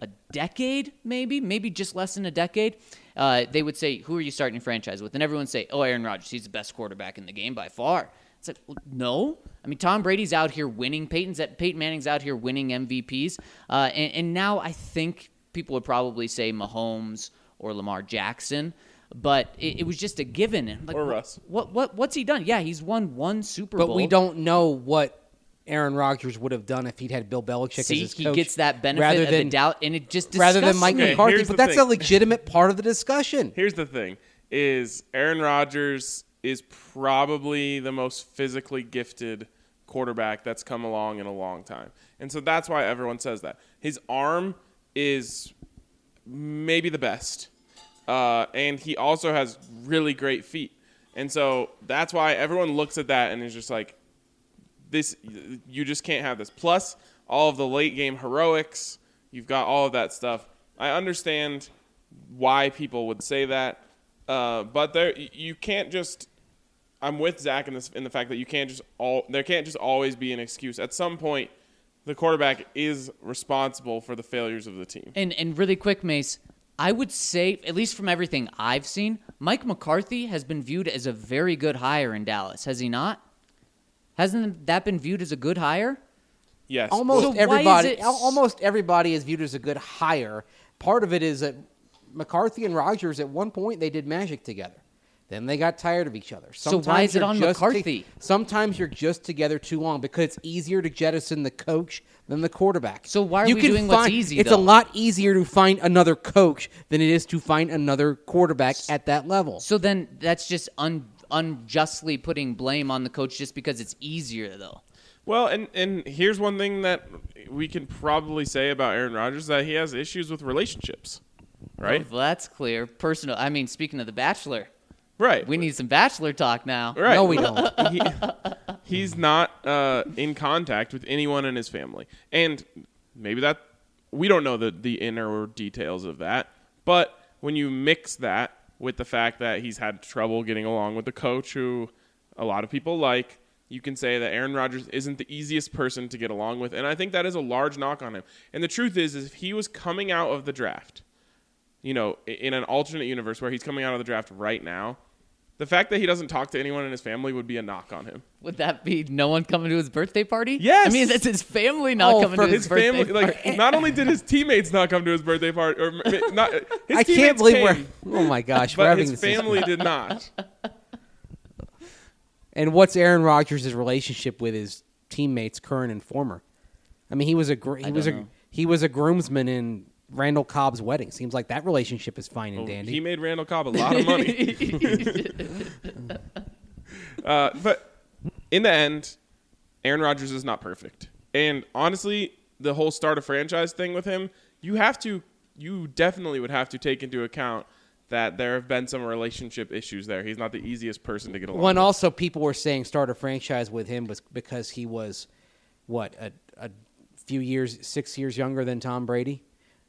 [SPEAKER 3] a decade, maybe, maybe just less than a decade, uh, they would say, "Who are you starting your franchise with?" And everyone would say, "Oh, Aaron Rodgers. He's the best quarterback in the game by far." It's like, well, no. I mean, Tom Brady's out here winning. Peyton's at, Peyton Manning's out here winning MVPs. Uh, and, and now I think people would probably say Mahomes or Lamar Jackson, but it, it was just a given. And, Like,
[SPEAKER 1] Or
[SPEAKER 3] wh-
[SPEAKER 1] Russ.
[SPEAKER 3] What, what what's he done? Yeah, he's won one Super
[SPEAKER 5] But
[SPEAKER 3] Bowl.
[SPEAKER 5] we don't know what Aaron Rodgers would have done if he'd had Bill Belichick
[SPEAKER 3] see
[SPEAKER 5] as his
[SPEAKER 3] he
[SPEAKER 5] coach.
[SPEAKER 3] gets that benefit
[SPEAKER 5] rather
[SPEAKER 3] of
[SPEAKER 5] than,
[SPEAKER 3] the doubt, and it just
[SPEAKER 5] rather than
[SPEAKER 3] disgusts
[SPEAKER 5] Mike
[SPEAKER 3] me.
[SPEAKER 1] Okay,
[SPEAKER 5] McCarthy.
[SPEAKER 1] here's the
[SPEAKER 5] But that's
[SPEAKER 1] thing.
[SPEAKER 5] a legitimate part of the discussion.
[SPEAKER 1] Here's the thing: is Aaron Rodgers is probably the most physically gifted quarterback that's come along in a long time, and so that's why everyone says that his arm is maybe the best, uh, and he also has really great feet, and so that's why everyone looks at that and is just like, this you just can't have this. Plus, all of the late game heroics, you've got all of that stuff. I understand why people would say that, uh, but there y- you can't just. I'm with Zach in this in the fact that you can't just all there can't just always be an excuse. At some point, the quarterback is responsible for the failures of the team.
[SPEAKER 3] And and really quick, Mace, I would say, at least from everything I've seen, Mike McCarthy has been viewed as a very good hire in Dallas, has he not? Hasn't that been viewed as a good hire?
[SPEAKER 1] Yes,
[SPEAKER 5] almost
[SPEAKER 3] So why is
[SPEAKER 5] everybody
[SPEAKER 3] it-
[SPEAKER 5] al- almost everybody is viewed as a good hire. Part of it is that McCarthy and Rogers at one point they did magic together. Then they got tired of each other.
[SPEAKER 3] So why is it
[SPEAKER 5] you're
[SPEAKER 3] on
[SPEAKER 5] just ta-
[SPEAKER 3] McCarthy?
[SPEAKER 5] sometimes you're just together too long because it's easier to jettison the coach than the quarterback.
[SPEAKER 3] So why are
[SPEAKER 5] you
[SPEAKER 3] we
[SPEAKER 5] can
[SPEAKER 3] doing
[SPEAKER 5] find,
[SPEAKER 3] what's easy,
[SPEAKER 5] It's
[SPEAKER 3] though?
[SPEAKER 5] a lot easier to find another coach than it is to find another quarterback at that level.
[SPEAKER 3] So then that's just un, unjustly putting blame on the coach just because it's easier, though.
[SPEAKER 1] Well, and and here's one thing that we can probably say about Aaron Rodgers that he has issues with relationships, right?
[SPEAKER 3] Well, Oh, that's clear. Personal. I mean, speaking of The Bachelor,
[SPEAKER 1] Right.
[SPEAKER 3] we need some Bachelor talk now.
[SPEAKER 1] Right.
[SPEAKER 5] No, we don't.
[SPEAKER 1] he, he's not uh, in contact with anyone in his family, and maybe that we don't know the the inner details of that. But when you mix that with the fact that he's had trouble getting along with the coach, who a lot of people like, you can say that Aaron Rodgers isn't the easiest person to get along with, and I think that is a large knock on him. And the truth is, is if he was coming out of the draft you know, i- in an alternate universe where he's coming out of the draft right now, the fact that he doesn't talk to anyone in his family would be a knock on him.
[SPEAKER 3] Would that be no one coming to his birthday party?
[SPEAKER 1] Yes!
[SPEAKER 3] I mean, that's his family not
[SPEAKER 5] Oh,
[SPEAKER 3] coming
[SPEAKER 5] for
[SPEAKER 3] to his,
[SPEAKER 1] His
[SPEAKER 3] birthday
[SPEAKER 1] family, like, not only did his teammates not come to his birthday party, or m- m- not, his
[SPEAKER 5] I can't
[SPEAKER 1] teammates
[SPEAKER 5] believe
[SPEAKER 1] came,
[SPEAKER 5] we're. Oh my gosh, we're
[SPEAKER 1] but
[SPEAKER 5] having
[SPEAKER 1] his
[SPEAKER 5] this.
[SPEAKER 1] family did not.
[SPEAKER 5] And what's Aaron Rodgers' relationship with his teammates, current and former? I mean, he was a gr- he was a
[SPEAKER 3] don't know.
[SPEAKER 5] he was a groomsman in Randall Cobb's wedding. Seems like that relationship is fine and
[SPEAKER 3] Oh,
[SPEAKER 5] dandy.
[SPEAKER 1] Oh, He made Randall Cobb a lot of money. uh, but in the end, Aaron Rodgers is not perfect. And honestly, the whole start a franchise thing with him, you have to, you definitely would have to take into account that there have been some relationship issues there. He's not the easiest person to get along.
[SPEAKER 5] When
[SPEAKER 1] with.
[SPEAKER 5] also people were saying start a franchise with him was because he was what a, a few years, six years younger than Tom Brady.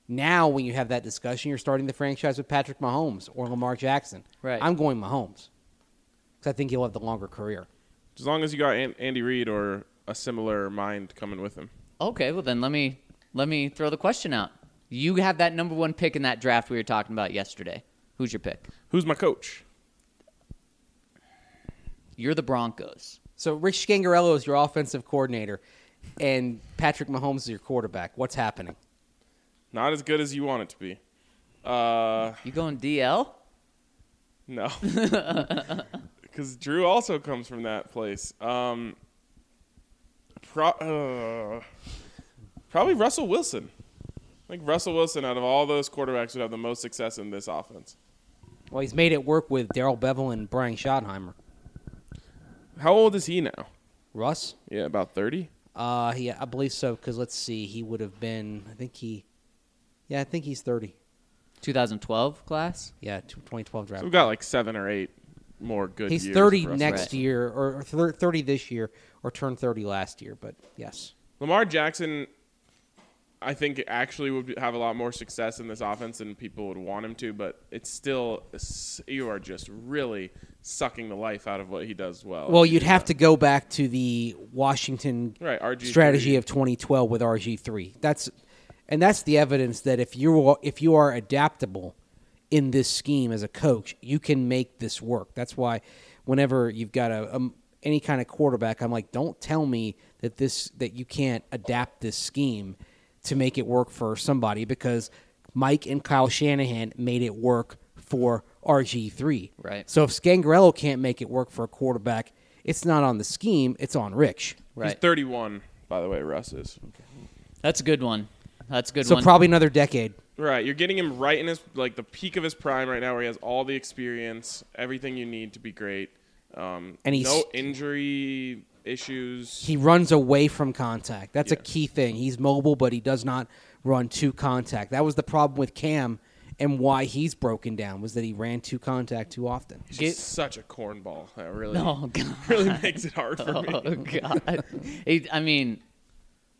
[SPEAKER 5] Now, when you have that discussion, you're starting the franchise with Patrick Mahomes or Lamar Jackson.
[SPEAKER 3] Right.
[SPEAKER 5] I'm going Mahomes because I think he'll have the longer career.
[SPEAKER 1] as long as you got An- Andy Reid or a similar mind coming with him.
[SPEAKER 3] Okay, well then let me let me throw the question out. You have that number one pick in that draft we were talking about yesterday. Who's your pick?
[SPEAKER 1] Who's my coach?
[SPEAKER 3] You're the Broncos.
[SPEAKER 5] So Rich Scangarello is your offensive coordinator, and Patrick Mahomes is your quarterback. What's happening?
[SPEAKER 1] Not as good as you want it to be. Uh,
[SPEAKER 3] You going DL?
[SPEAKER 1] No. Because Drew also comes from that place. Um, pro- uh, probably Russell Wilson. I think Russell Wilson, out of all those quarterbacks, would have the most success in this offense.
[SPEAKER 5] Well, he's made it work with Daryl Bevel and Brian Schottenheimer.
[SPEAKER 1] How old is he now?
[SPEAKER 5] Russ,
[SPEAKER 1] Yeah, about 30.
[SPEAKER 5] uh, yeah, I believe so. Because let's see, he would have been. I think he, yeah, I think he's thirty.
[SPEAKER 3] 2012 class?
[SPEAKER 5] Yeah, tw- 2012 draft.
[SPEAKER 1] So we've got like seven or eight more good
[SPEAKER 5] he's
[SPEAKER 1] years.
[SPEAKER 5] thirty
[SPEAKER 1] of Russell.
[SPEAKER 5] next
[SPEAKER 3] Right.
[SPEAKER 5] year, or or thir- thirty this year, or turned thirty last year. But yes,
[SPEAKER 1] Lamar Jackson, I think, actually would have a lot more success in this offense than people would want him to, but it's still, you are just really sucking the life out of what he does well.
[SPEAKER 5] well, you'd have to go back to the Washington
[SPEAKER 1] Right, RG3.
[SPEAKER 5] strategy of 2012 with RG3. That's And that's the evidence that if you are, if you are adaptable in this scheme as a coach, you can make this work. That's why whenever you've got a, a any kind of quarterback, I'm like, don't tell me that this that you can't adapt this scheme to make it work for somebody because Mike and Kyle Shanahan made it work for RG3.
[SPEAKER 3] Right.
[SPEAKER 5] So if Scangarello can't make it work for a quarterback, it's not on the scheme, it's on Rich.
[SPEAKER 1] He's
[SPEAKER 3] Right.
[SPEAKER 1] 31, by the way. Russ is
[SPEAKER 3] That's a good one. That's a good
[SPEAKER 5] So
[SPEAKER 3] one.
[SPEAKER 5] probably another decade.
[SPEAKER 1] right. You're getting him right in his like the peak of his prime right now, where he has all the experience, everything you need to be great. Um,
[SPEAKER 5] And he's-
[SPEAKER 1] no injury issues.
[SPEAKER 5] He runs away from contact. That's a
[SPEAKER 1] Yeah.
[SPEAKER 5] key thing. He's mobile, but he does not run to contact. That was the problem with Cam and why he's broken down was that he ran to contact too often.
[SPEAKER 1] he's
[SPEAKER 3] get-
[SPEAKER 1] just such a cornball. That really,
[SPEAKER 3] oh god.
[SPEAKER 1] really makes it hard for me.
[SPEAKER 3] Oh god. He- I mean,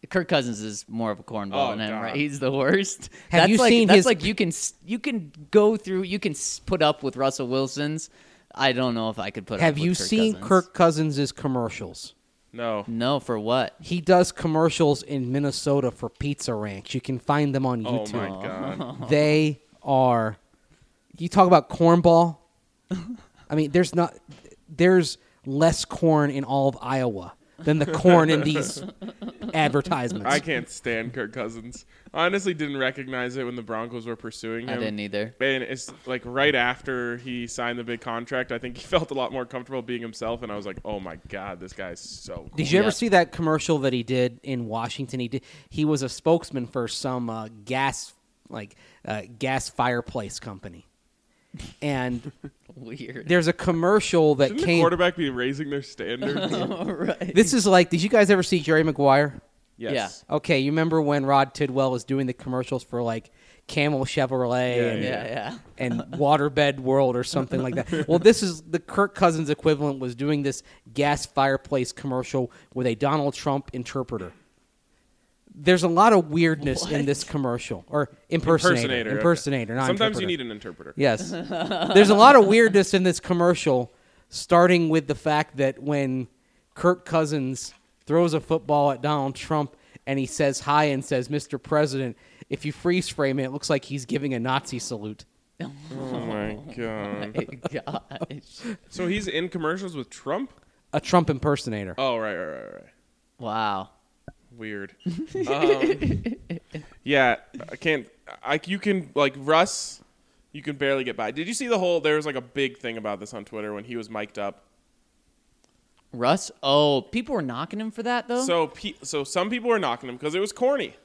[SPEAKER 3] Kirk Cousins is more of a cornball
[SPEAKER 1] Oh,
[SPEAKER 3] than him.
[SPEAKER 1] God.
[SPEAKER 3] Right? He's the worst.
[SPEAKER 5] Have
[SPEAKER 3] that's
[SPEAKER 5] you
[SPEAKER 3] like,
[SPEAKER 5] seen
[SPEAKER 3] that's
[SPEAKER 5] his-
[SPEAKER 3] like you can s- you can go through you can s- put up with Russell Wilson's. I don't know if I could put.
[SPEAKER 5] Have
[SPEAKER 3] up
[SPEAKER 5] you
[SPEAKER 3] with Kirk
[SPEAKER 5] seen
[SPEAKER 3] Cousins.
[SPEAKER 5] Kirk Cousins' commercials?
[SPEAKER 1] No,
[SPEAKER 3] No, for what?
[SPEAKER 5] He does commercials in Minnesota for Pizza Ranch. You can find them on
[SPEAKER 1] oh
[SPEAKER 5] YouTube.
[SPEAKER 1] my god.
[SPEAKER 5] They are. You talk about cornball. I mean, there's not. There's less corn in all of Iowa than the corn in these advertisements.
[SPEAKER 1] I can't stand Kirk Cousins. I honestly didn't recognize it when the Broncos were pursuing
[SPEAKER 3] I
[SPEAKER 1] him.
[SPEAKER 5] e-
[SPEAKER 3] didn't either.
[SPEAKER 1] And it's like right after he signed the big contract, I think he felt a lot more comfortable being himself. And I was like, oh my God, this guy's so cool.
[SPEAKER 5] Did you ever
[SPEAKER 3] Yeah.
[SPEAKER 5] see that commercial that he did in Washington? He did. He was a spokesman for some uh, gas, like uh, gas fireplace company, and
[SPEAKER 3] Weird.
[SPEAKER 5] there's a commercial that
[SPEAKER 1] Shouldn't the
[SPEAKER 5] came.
[SPEAKER 1] quarterback be raising their standards?
[SPEAKER 3] right.
[SPEAKER 5] This is like. Did you guys ever see Jerry Maguire?
[SPEAKER 1] yes.
[SPEAKER 5] Okay, you remember when Rod Tidwell was doing the commercials for like Camel Chevrolet
[SPEAKER 1] Yeah,
[SPEAKER 5] and, uh,
[SPEAKER 3] yeah, yeah.
[SPEAKER 5] and Waterbed World or something like that? Well, this is the Kirk Cousins equivalent was doing this gas fireplace commercial with a Donald Trump interpreter. There's a lot of weirdness in this commercial or impersonator. Impersonator,
[SPEAKER 1] okay.
[SPEAKER 5] not
[SPEAKER 1] Sometimes you
[SPEAKER 5] interpreter.
[SPEAKER 1] need an interpreter.
[SPEAKER 5] Yes. There's a lot of weirdness in this commercial, starting with the fact that when Kirk Cousins throws a football at Donald Trump and he says hi and says, Mr. President, if you freeze frame it, it looks like he's giving a Nazi salute.
[SPEAKER 1] Oh my God.
[SPEAKER 3] My gosh.
[SPEAKER 1] So he's in commercials with Trump?
[SPEAKER 5] A Trump impersonator.
[SPEAKER 1] Oh, right, right, right, right.
[SPEAKER 3] Wow.
[SPEAKER 1] weird. Um, yeah, I can't. I you can like Russ, you can barely get by. Did you see the whole? There was like a big thing about this on Twitter when he was mic'd up.
[SPEAKER 3] Russ? Oh, people were knocking him for that though?
[SPEAKER 1] So pe- so some people were knocking him because it was corny,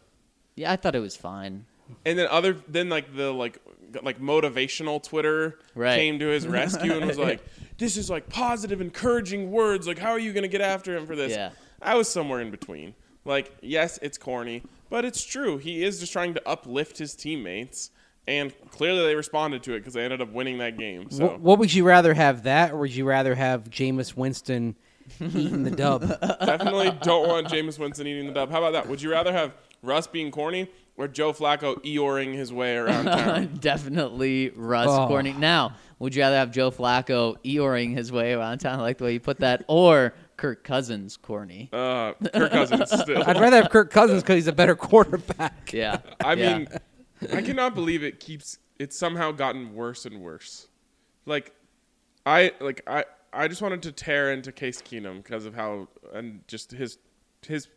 [SPEAKER 3] yeah, I thought it was fine.
[SPEAKER 1] and then other then like the like like motivational Twitter
[SPEAKER 3] Right.
[SPEAKER 1] came to his rescue and was like, "This is like positive, encouraging words. Like, how are you gonna get after him for this?"
[SPEAKER 3] Yeah.
[SPEAKER 1] I was somewhere in between. Like, yes, it's corny, but it's true. He is just trying to uplift his teammates, and clearly they responded to it because they ended up winning that game.
[SPEAKER 5] Wh-
[SPEAKER 1] So
[SPEAKER 5] what would you rather have that, or would you rather have Jameis Winston eating the dub?
[SPEAKER 1] definitely don't want Jameis Winston eating the dub. How about that? Would you rather have Russ being corny or Joe Flacco eoring his way around town?
[SPEAKER 3] Definitely Russ
[SPEAKER 5] Oh.
[SPEAKER 3] Corning. Now, would you rather have Joe Flacco eoring his way around town? I like the way you put that. Or Kirk Cousins corny.
[SPEAKER 1] Uh, Kirk Cousins still.
[SPEAKER 5] I'd rather have Kirk Cousins because he's a better quarterback.
[SPEAKER 3] Yeah.
[SPEAKER 1] I
[SPEAKER 3] yeah.
[SPEAKER 1] mean, I cannot believe it keeps. It's somehow gotten worse and worse. Like, I like I I just wanted to tear into Case Keenum because of how and just his his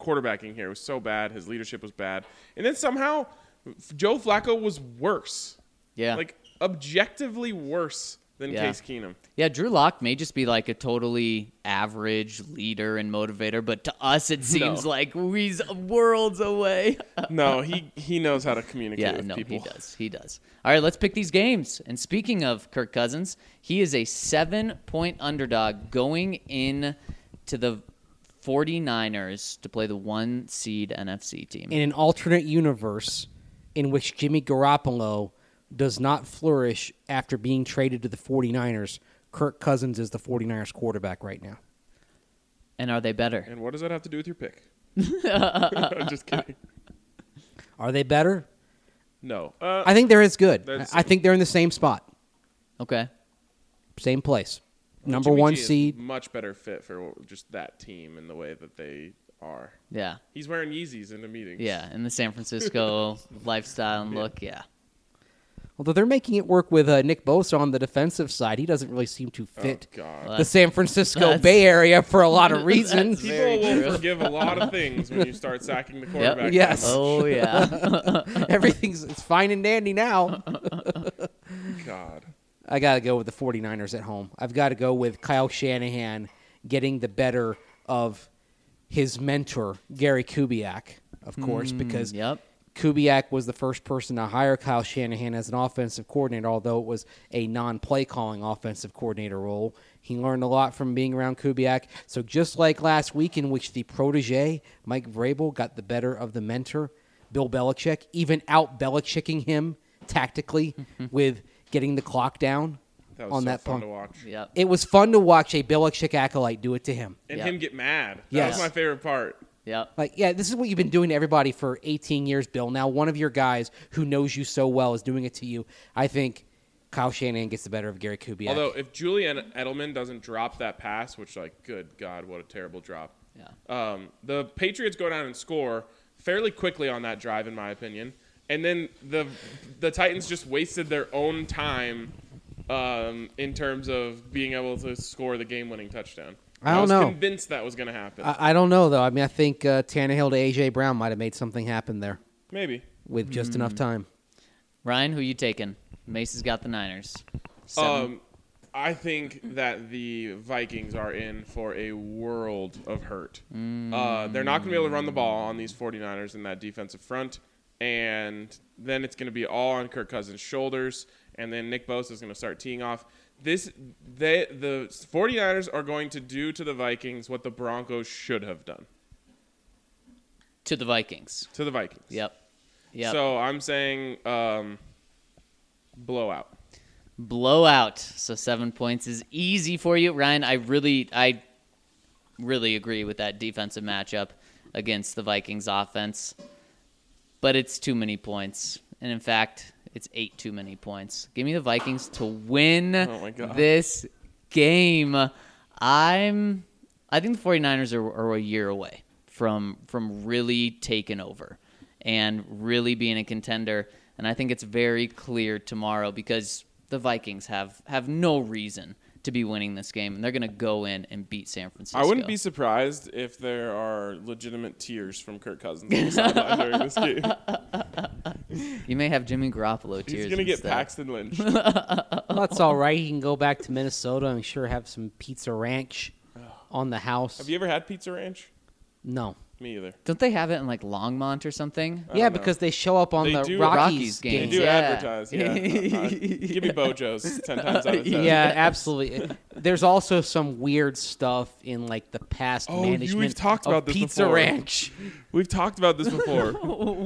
[SPEAKER 1] quarterbacking here was so bad. His leadership was bad, and then somehow Joe Flacco was worse.
[SPEAKER 3] Yeah.
[SPEAKER 1] like objectively worse than
[SPEAKER 3] Yeah.
[SPEAKER 1] Case Keenum.
[SPEAKER 3] yeah, Drew Lock may just be like a totally average leader and motivator, but to us it seems like he's worlds away.
[SPEAKER 1] No, he he knows how to communicate
[SPEAKER 3] Yeah,
[SPEAKER 1] with
[SPEAKER 3] no,
[SPEAKER 1] people.
[SPEAKER 3] he does. He does. All right, let's pick these games. And speaking of Kirk Cousins, he is a seven point underdog going in to the 49ers to play the one seed NFC team.
[SPEAKER 5] in an alternate universe in which Jimmy Garoppolo does not flourish after being traded to the 49ers, Kirk Cousins is the 49ers quarterback right now.
[SPEAKER 3] and are they better?
[SPEAKER 1] And what does that have to do with your pick? I'm just kidding.
[SPEAKER 5] Are they better?
[SPEAKER 1] No. Uh,
[SPEAKER 5] I think they're as good.
[SPEAKER 1] They're the
[SPEAKER 5] I I think they're in the same spot,
[SPEAKER 3] Okay.
[SPEAKER 5] same place. Number
[SPEAKER 1] Jimmy
[SPEAKER 5] one
[SPEAKER 1] G is
[SPEAKER 5] seed.
[SPEAKER 1] much better fit for just that team and the way that they are.
[SPEAKER 3] Yeah.
[SPEAKER 1] He's wearing Yeezys in the meetings.
[SPEAKER 3] Yeah. In the San Francisco lifestyle and look. Yeah.
[SPEAKER 5] Although they're making it work with uh, Nick Bosa on the defensive side, he doesn't really seem to
[SPEAKER 1] Oh,
[SPEAKER 5] fit
[SPEAKER 1] God.
[SPEAKER 3] Well,
[SPEAKER 5] the San Francisco
[SPEAKER 3] that's-
[SPEAKER 5] Bay Area for a lot of reasons.
[SPEAKER 1] People will forgive a lot of things when you start sacking the quarterback. that
[SPEAKER 5] Yes.
[SPEAKER 1] much.
[SPEAKER 3] Oh yeah.
[SPEAKER 5] Everything's it's fine and dandy now.
[SPEAKER 1] Oh, God.
[SPEAKER 5] I got to go with the 49ers at home. I've got to go with Kyle Shanahan getting the better of his mentor, Gary Kubiak, of course, because
[SPEAKER 3] yep.
[SPEAKER 5] Kubiak was the first person to hire Kyle Shanahan as an offensive coordinator, although it was a non play calling offensive coordinator role. He learned a lot from being around Kubiak. So, just like last week, in which the protege, Mike Vrabel, got the better of the mentor, Bill Belichick, even out Belichicking him tactically with getting the clock down
[SPEAKER 1] That was
[SPEAKER 5] on
[SPEAKER 1] so
[SPEAKER 5] that
[SPEAKER 1] fun
[SPEAKER 5] punt.
[SPEAKER 1] to watch.
[SPEAKER 3] Yep.
[SPEAKER 5] It was fun to watch a Belichick acolyte do it to him.
[SPEAKER 1] And
[SPEAKER 3] Yeah.
[SPEAKER 1] him get mad. That
[SPEAKER 5] Yes.
[SPEAKER 1] was my favorite part.
[SPEAKER 3] Yep.
[SPEAKER 5] Like, yeah, this is what you've been doing to everybody for 18 years, Bill. Now, one of your guys who knows you so well is doing it to you. I think Kyle Shanahan gets the better of Gary Kubiak.
[SPEAKER 1] Although if Julian Edelman doesn't drop that pass, which like, good God, what a terrible drop.
[SPEAKER 3] Yeah.
[SPEAKER 1] Um, the Patriots go down and score fairly quickly on that drive, in my opinion. And then the the Titans just wasted their own time um, in terms of being able to score the game winning touchdown.
[SPEAKER 5] I don't
[SPEAKER 1] was
[SPEAKER 5] know.
[SPEAKER 1] Convinced that was going to happen.
[SPEAKER 5] I, I don't know, though. I mean, I think uh, Tannehill to A.J. Brown might have made something happen there
[SPEAKER 1] Maybe.
[SPEAKER 5] with just enough
[SPEAKER 1] Hmm.
[SPEAKER 5] time.
[SPEAKER 3] Ryan, who you taking? Mace's got the Niners. Seven.
[SPEAKER 1] Um, I think that the Vikings are in for a world of hurt. Uh, they're not going to be able to run the ball on these 49ers in that defensive front. And then it's going to be all on Kirk Cousins' shoulders. And then Nick Bosa is going to start teeing off. This they the 49ers are going to do to the Vikings what the Broncos should have done
[SPEAKER 3] to the Vikings.
[SPEAKER 1] to the Vikings.
[SPEAKER 3] Yep. Yep.
[SPEAKER 1] So I'm saying um, blowout.
[SPEAKER 3] blowout. So seven points is easy for you, Ryan. I really, I really agree with that defensive matchup against the Vikings offense, but it's too many points, and in fact, it's eight too many points. Give me the Vikings to win
[SPEAKER 1] Oh my God.
[SPEAKER 3] this game. I'm, I think the 49ers are, are a year away from from really taking over and really being a contender. And I think it's very clear tomorrow because the Vikings have have no reason to be winning this game, and they're going to go in and beat San Francisco.
[SPEAKER 1] I wouldn't be surprised if there are legitimate tears from Kirk Cousins on the sideline during this game.
[SPEAKER 3] You may have Jimmy Garoppolo tears.
[SPEAKER 1] He's gonna get
[SPEAKER 3] instead.
[SPEAKER 1] Paxton Lynch.
[SPEAKER 5] Well, that's all right. He can go back to Minnesota and sure have some pizza ranch on the house.
[SPEAKER 1] Have you ever had Pizza Ranch?
[SPEAKER 5] no.
[SPEAKER 1] Me either.
[SPEAKER 3] Don't they have it in like Longmont or something?
[SPEAKER 1] I
[SPEAKER 5] Yeah,
[SPEAKER 1] don't know.
[SPEAKER 5] because they show up on
[SPEAKER 1] They
[SPEAKER 5] the
[SPEAKER 1] do-
[SPEAKER 5] Rockies,
[SPEAKER 3] Rockies games.
[SPEAKER 5] game.
[SPEAKER 1] they do
[SPEAKER 3] Yeah.
[SPEAKER 1] advertise. Yeah, Uh, give me Bojo's ten times out of ten.
[SPEAKER 5] Yeah, absolutely. There's also some weird stuff in like the past
[SPEAKER 1] Oh, you-
[SPEAKER 5] management
[SPEAKER 1] we've talked
[SPEAKER 5] of
[SPEAKER 1] about this
[SPEAKER 5] Pizza
[SPEAKER 1] before.
[SPEAKER 5] Ranch.
[SPEAKER 1] we've talked about this before.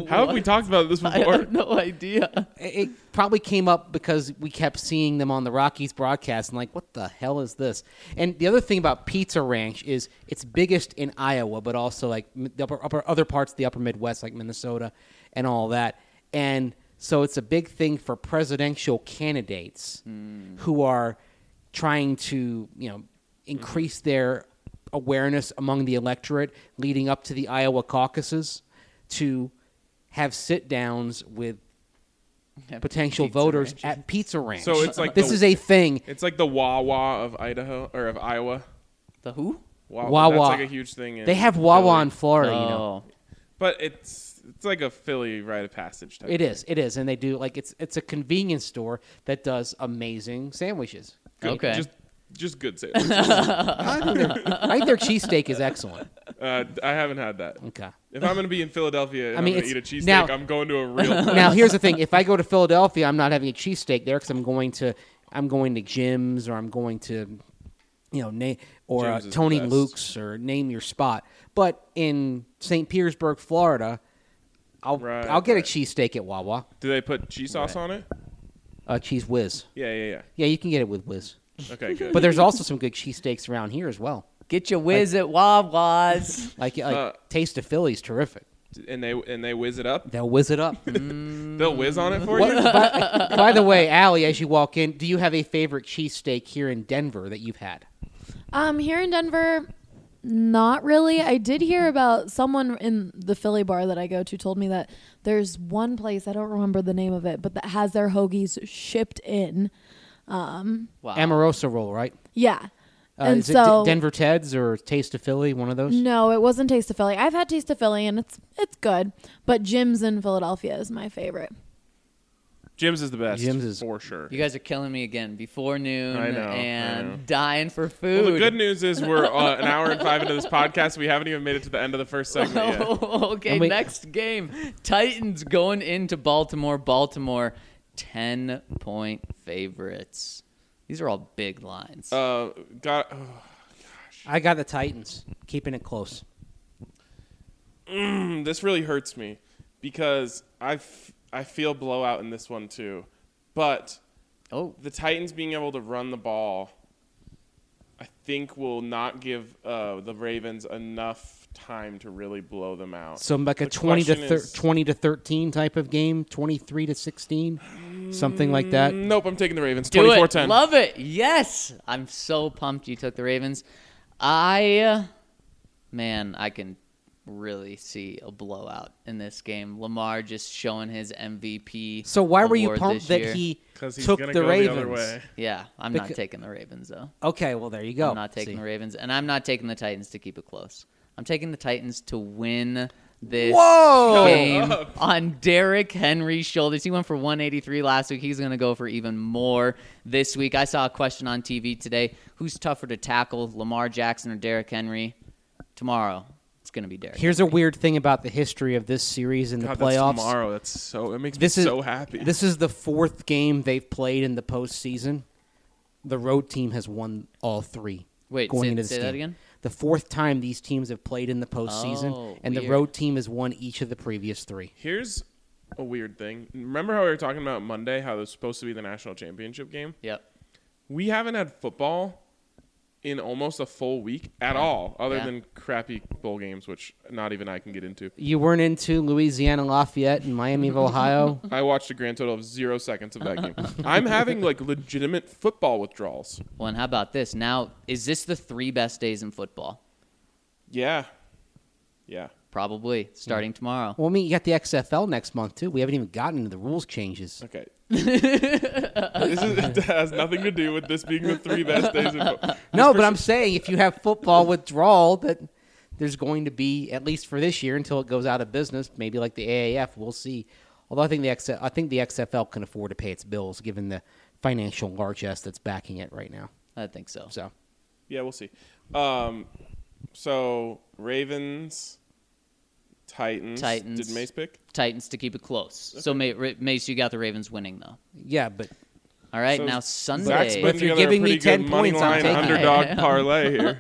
[SPEAKER 1] How have we talked about this
[SPEAKER 3] I
[SPEAKER 1] before?
[SPEAKER 3] have no idea.
[SPEAKER 5] It it probably came up because we kept seeing them on the Rockies broadcast and like, what the hell is this? And the other thing about Pizza Ranch is it's biggest in Iowa, but also like m- the upper, upper other parts of the upper Midwest, like Minnesota and all that. And so it's a big thing for presidential candidates who are trying to, you know, increase their awareness among the electorate leading up to the Iowa caucuses to have sit downs with potential
[SPEAKER 3] Pizza
[SPEAKER 5] voters
[SPEAKER 3] Ranch.
[SPEAKER 5] at Pizza Ranch.
[SPEAKER 1] So it's like
[SPEAKER 5] this
[SPEAKER 1] the-
[SPEAKER 5] is a thing.
[SPEAKER 1] It's like the Wawa of Idaho or of Iowa.
[SPEAKER 3] The who?
[SPEAKER 1] Wawa.
[SPEAKER 5] Wawa.
[SPEAKER 1] That's like a huge thing. In
[SPEAKER 5] They have Wawa
[SPEAKER 1] Philly.
[SPEAKER 5] in Florida, you know.
[SPEAKER 3] Oh.
[SPEAKER 1] but it's it's like a Philly rite of passage type.
[SPEAKER 5] It is, it is, and they do like it's it's a convenience store that does amazing sandwiches.
[SPEAKER 1] Good.
[SPEAKER 3] Okay.
[SPEAKER 1] Just just good sandwiches.
[SPEAKER 5] I think their- I think their cheesesteak is excellent.
[SPEAKER 1] uh, I haven't had that.
[SPEAKER 5] Okay.
[SPEAKER 1] If I'm gonna be in Philadelphia and
[SPEAKER 5] I
[SPEAKER 1] I
[SPEAKER 5] mean,
[SPEAKER 1] am gonna eat a
[SPEAKER 5] it's-
[SPEAKER 1] cheesesteak,
[SPEAKER 5] now-
[SPEAKER 1] I'm going to a real. place.
[SPEAKER 5] Now here's the thing: if I go to Philadelphia, I'm not having a cheesesteak there because I'm going to I'm going to gyms or I'm going to you know name or uh,
[SPEAKER 1] Gyms is the
[SPEAKER 5] Tony
[SPEAKER 1] best.
[SPEAKER 5] Luke's or name your spot. But in St. Petersburg, Florida, I'll
[SPEAKER 1] Right,
[SPEAKER 5] I'll get
[SPEAKER 1] right.
[SPEAKER 5] a cheesesteak at Wawa,
[SPEAKER 1] Do they put cheese sauce on it?
[SPEAKER 5] uh, cheese whiz.
[SPEAKER 1] Yeah, yeah,
[SPEAKER 5] Yeah, you can get it with whiz.
[SPEAKER 1] yeah. Okay, good.
[SPEAKER 5] But there's also some good cheesesteaks around here as well.
[SPEAKER 3] Get your whiz at Wawa's.
[SPEAKER 5] Like, like
[SPEAKER 1] Uh,
[SPEAKER 5] Taste of Philly's terrific.
[SPEAKER 1] and they and they whiz it up.
[SPEAKER 5] They'll whiz it up.
[SPEAKER 1] They'll whiz on it for you.
[SPEAKER 5] by, by the way, Allie, as you walk in, do you have a favorite cheesesteak here in Denver that you've had?
[SPEAKER 6] Um, here in Denver,
[SPEAKER 7] Not really. I did hear about someone in the Philly bar that I go to told me that there's one place I don't remember the name of it, but that has their hoagies shipped in.
[SPEAKER 1] Uh,
[SPEAKER 3] Wow.
[SPEAKER 5] Amorosa roll, right?
[SPEAKER 7] Yeah,
[SPEAKER 5] Uh,
[SPEAKER 7] and
[SPEAKER 5] is
[SPEAKER 7] so
[SPEAKER 5] it D- Denver Ted's or Taste of Philly? One of those.
[SPEAKER 7] no, it wasn't Taste of Philly. I've had Taste of Philly and it's it's good, but Jim's in Philadelphia is my favorite.
[SPEAKER 1] Jim's is the best.
[SPEAKER 5] Jim's is-
[SPEAKER 1] for sure.
[SPEAKER 3] you guys are killing me again. Before noon
[SPEAKER 1] I know, I
[SPEAKER 3] and
[SPEAKER 1] know.
[SPEAKER 3] dying for food.
[SPEAKER 1] Well, the good news is we're uh, an hour and five into this podcast. We haven't even made it to the end of the first segment yet.
[SPEAKER 3] Oh, okay,
[SPEAKER 5] And we-
[SPEAKER 3] next game. Titans going into Baltimore. Baltimore, 10 point favorites. These are all big lines.
[SPEAKER 1] Uh, got
[SPEAKER 5] I got the Titans, keeping it close.
[SPEAKER 1] mm, this really hurts me because I f- I feel blowout in this one too, but
[SPEAKER 3] oh,
[SPEAKER 1] the Titans being able to run the ball, I think will not give uh, the Ravens enough time to really blow them out.
[SPEAKER 5] So like a
[SPEAKER 1] The
[SPEAKER 5] twenty to
[SPEAKER 1] question
[SPEAKER 5] thir-
[SPEAKER 1] is-
[SPEAKER 5] twenty to thirteen type of game, twenty three to sixteen, something like that.
[SPEAKER 1] Mm, Nope, I'm taking the Ravens.
[SPEAKER 3] do
[SPEAKER 1] Twenty-four
[SPEAKER 3] it.
[SPEAKER 1] ten.
[SPEAKER 3] Love it. Yes. I'm so pumped you took the Ravens. I, uh, man, I can really see a blowout in this game. Lamar just showing his MVP.
[SPEAKER 5] So why were you
[SPEAKER 3] award this
[SPEAKER 5] pumped that
[SPEAKER 3] year.
[SPEAKER 5] he
[SPEAKER 1] Because he's
[SPEAKER 5] took
[SPEAKER 1] gonna
[SPEAKER 5] the
[SPEAKER 1] go
[SPEAKER 5] Ravens?
[SPEAKER 1] the other way.
[SPEAKER 3] Yeah, I'm not
[SPEAKER 5] Becau-
[SPEAKER 3] taking the Ravens though.
[SPEAKER 5] Okay, well there you go.
[SPEAKER 3] I'm not taking
[SPEAKER 5] See.
[SPEAKER 3] the Ravens, and I'm not taking the Titans to keep it close. I'm taking the Titans to win this
[SPEAKER 5] Whoa!
[SPEAKER 3] game
[SPEAKER 1] up.
[SPEAKER 3] on Derrick Henry's shoulders. He went for 183 last week. He's going to go for even more this week. I saw a question on TV today: Who's tougher to tackle, Lamar Jackson or Derrick Henry? Tomorrow, it's going to be Derrick.
[SPEAKER 5] Here's a weird thing about the history of this series in
[SPEAKER 1] God,
[SPEAKER 5] the
[SPEAKER 1] that's
[SPEAKER 5] playoffs.
[SPEAKER 1] tomorrow. That's so. It makes
[SPEAKER 5] This
[SPEAKER 1] me
[SPEAKER 5] is
[SPEAKER 1] so happy.
[SPEAKER 5] This is the fourth game they've played in the postseason. The road team has won all three.
[SPEAKER 3] Wait,
[SPEAKER 5] going
[SPEAKER 3] say-
[SPEAKER 5] into this
[SPEAKER 3] say that
[SPEAKER 5] game.
[SPEAKER 3] again?
[SPEAKER 5] The fourth time these teams have played in the postseason,
[SPEAKER 3] Oh,
[SPEAKER 5] and the
[SPEAKER 3] weird.
[SPEAKER 5] road team has won each of the previous three.
[SPEAKER 1] Here's a weird thing. Remember how we were talking about Monday, how it was supposed to be the national championship game?
[SPEAKER 3] Yep.
[SPEAKER 1] We haven't had football in almost a full week at all, other
[SPEAKER 3] Yeah.
[SPEAKER 1] than crappy bowl games, which not even I can get into.
[SPEAKER 5] You weren't into Louisiana Lafayette and Miami of Ohio.
[SPEAKER 1] I watched a grand total of zero seconds of that game. I'm having like legitimate football withdrawals.
[SPEAKER 3] Well, and how about this? Now, is this the three best days in football?
[SPEAKER 1] Yeah. Yeah.
[SPEAKER 3] Probably starting tomorrow.
[SPEAKER 5] Well, I mean, you got the XFL next month too. We haven't even gotten into the rules changes.
[SPEAKER 1] Okay. this is, it has nothing to do with this being the three best days in football.
[SPEAKER 5] No, but I'm saying if you have football withdrawal, that there's going to be at least for this year until it goes out of business. Maybe like the AAF, we'll see. Although I think the X, I think the XFL can afford to pay its bills given the financial largesse that's backing it right now.
[SPEAKER 3] I think so.
[SPEAKER 5] So
[SPEAKER 1] Yeah, we'll see. Um, so Ravens, Titans.
[SPEAKER 3] Titans.
[SPEAKER 1] Did Mace pick?
[SPEAKER 3] Titans to keep it close. So Ma- Ra- Mace, you got the Ravens winning though.
[SPEAKER 5] yeah, but
[SPEAKER 3] All right,
[SPEAKER 1] So
[SPEAKER 3] now
[SPEAKER 1] Zach's
[SPEAKER 3] Sunday.
[SPEAKER 1] putting
[SPEAKER 5] If
[SPEAKER 1] together
[SPEAKER 5] you're
[SPEAKER 1] a
[SPEAKER 5] giving me
[SPEAKER 1] pretty good
[SPEAKER 5] 10
[SPEAKER 1] money
[SPEAKER 5] points, I'm
[SPEAKER 1] line
[SPEAKER 5] taking it.
[SPEAKER 1] underdog parlay here.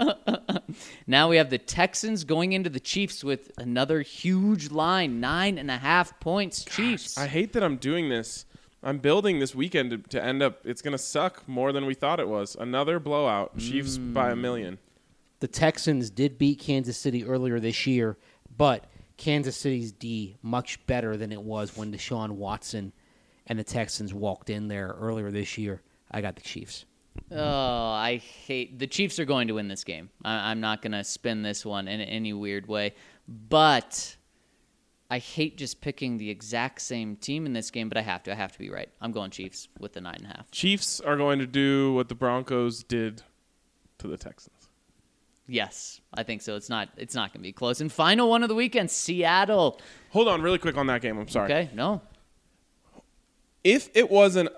[SPEAKER 3] Now we have the Texans going into the Chiefs with another huge line, nine and a half points. Chiefs.
[SPEAKER 1] I hate that I'm doing this. I'm building this weekend to, to end up. It's gonna suck more than we thought it was. Another blowout. Chiefs by a million.
[SPEAKER 5] the Texans did beat Kansas City earlier this year, but Kansas City's D much better than it was when Deshaun Watson and the Texans walked in there earlier this year. I got the Chiefs.
[SPEAKER 3] Oh, I hate the Chiefs are going to win this game. I, I'm not going to spin this one in any weird way, but I hate just picking the exact same team in this game. But I have to. I have to be right. I'm going Chiefs with the nine and a half.
[SPEAKER 1] Chiefs are going to do what the Broncos did to the Texans.
[SPEAKER 3] Yes, I think so. It's not. It's not going to be close. And final one of the weekend, Seattle.
[SPEAKER 1] Hold on, really quick on that game. I'm sorry.
[SPEAKER 3] Okay, no,
[SPEAKER 1] if it was an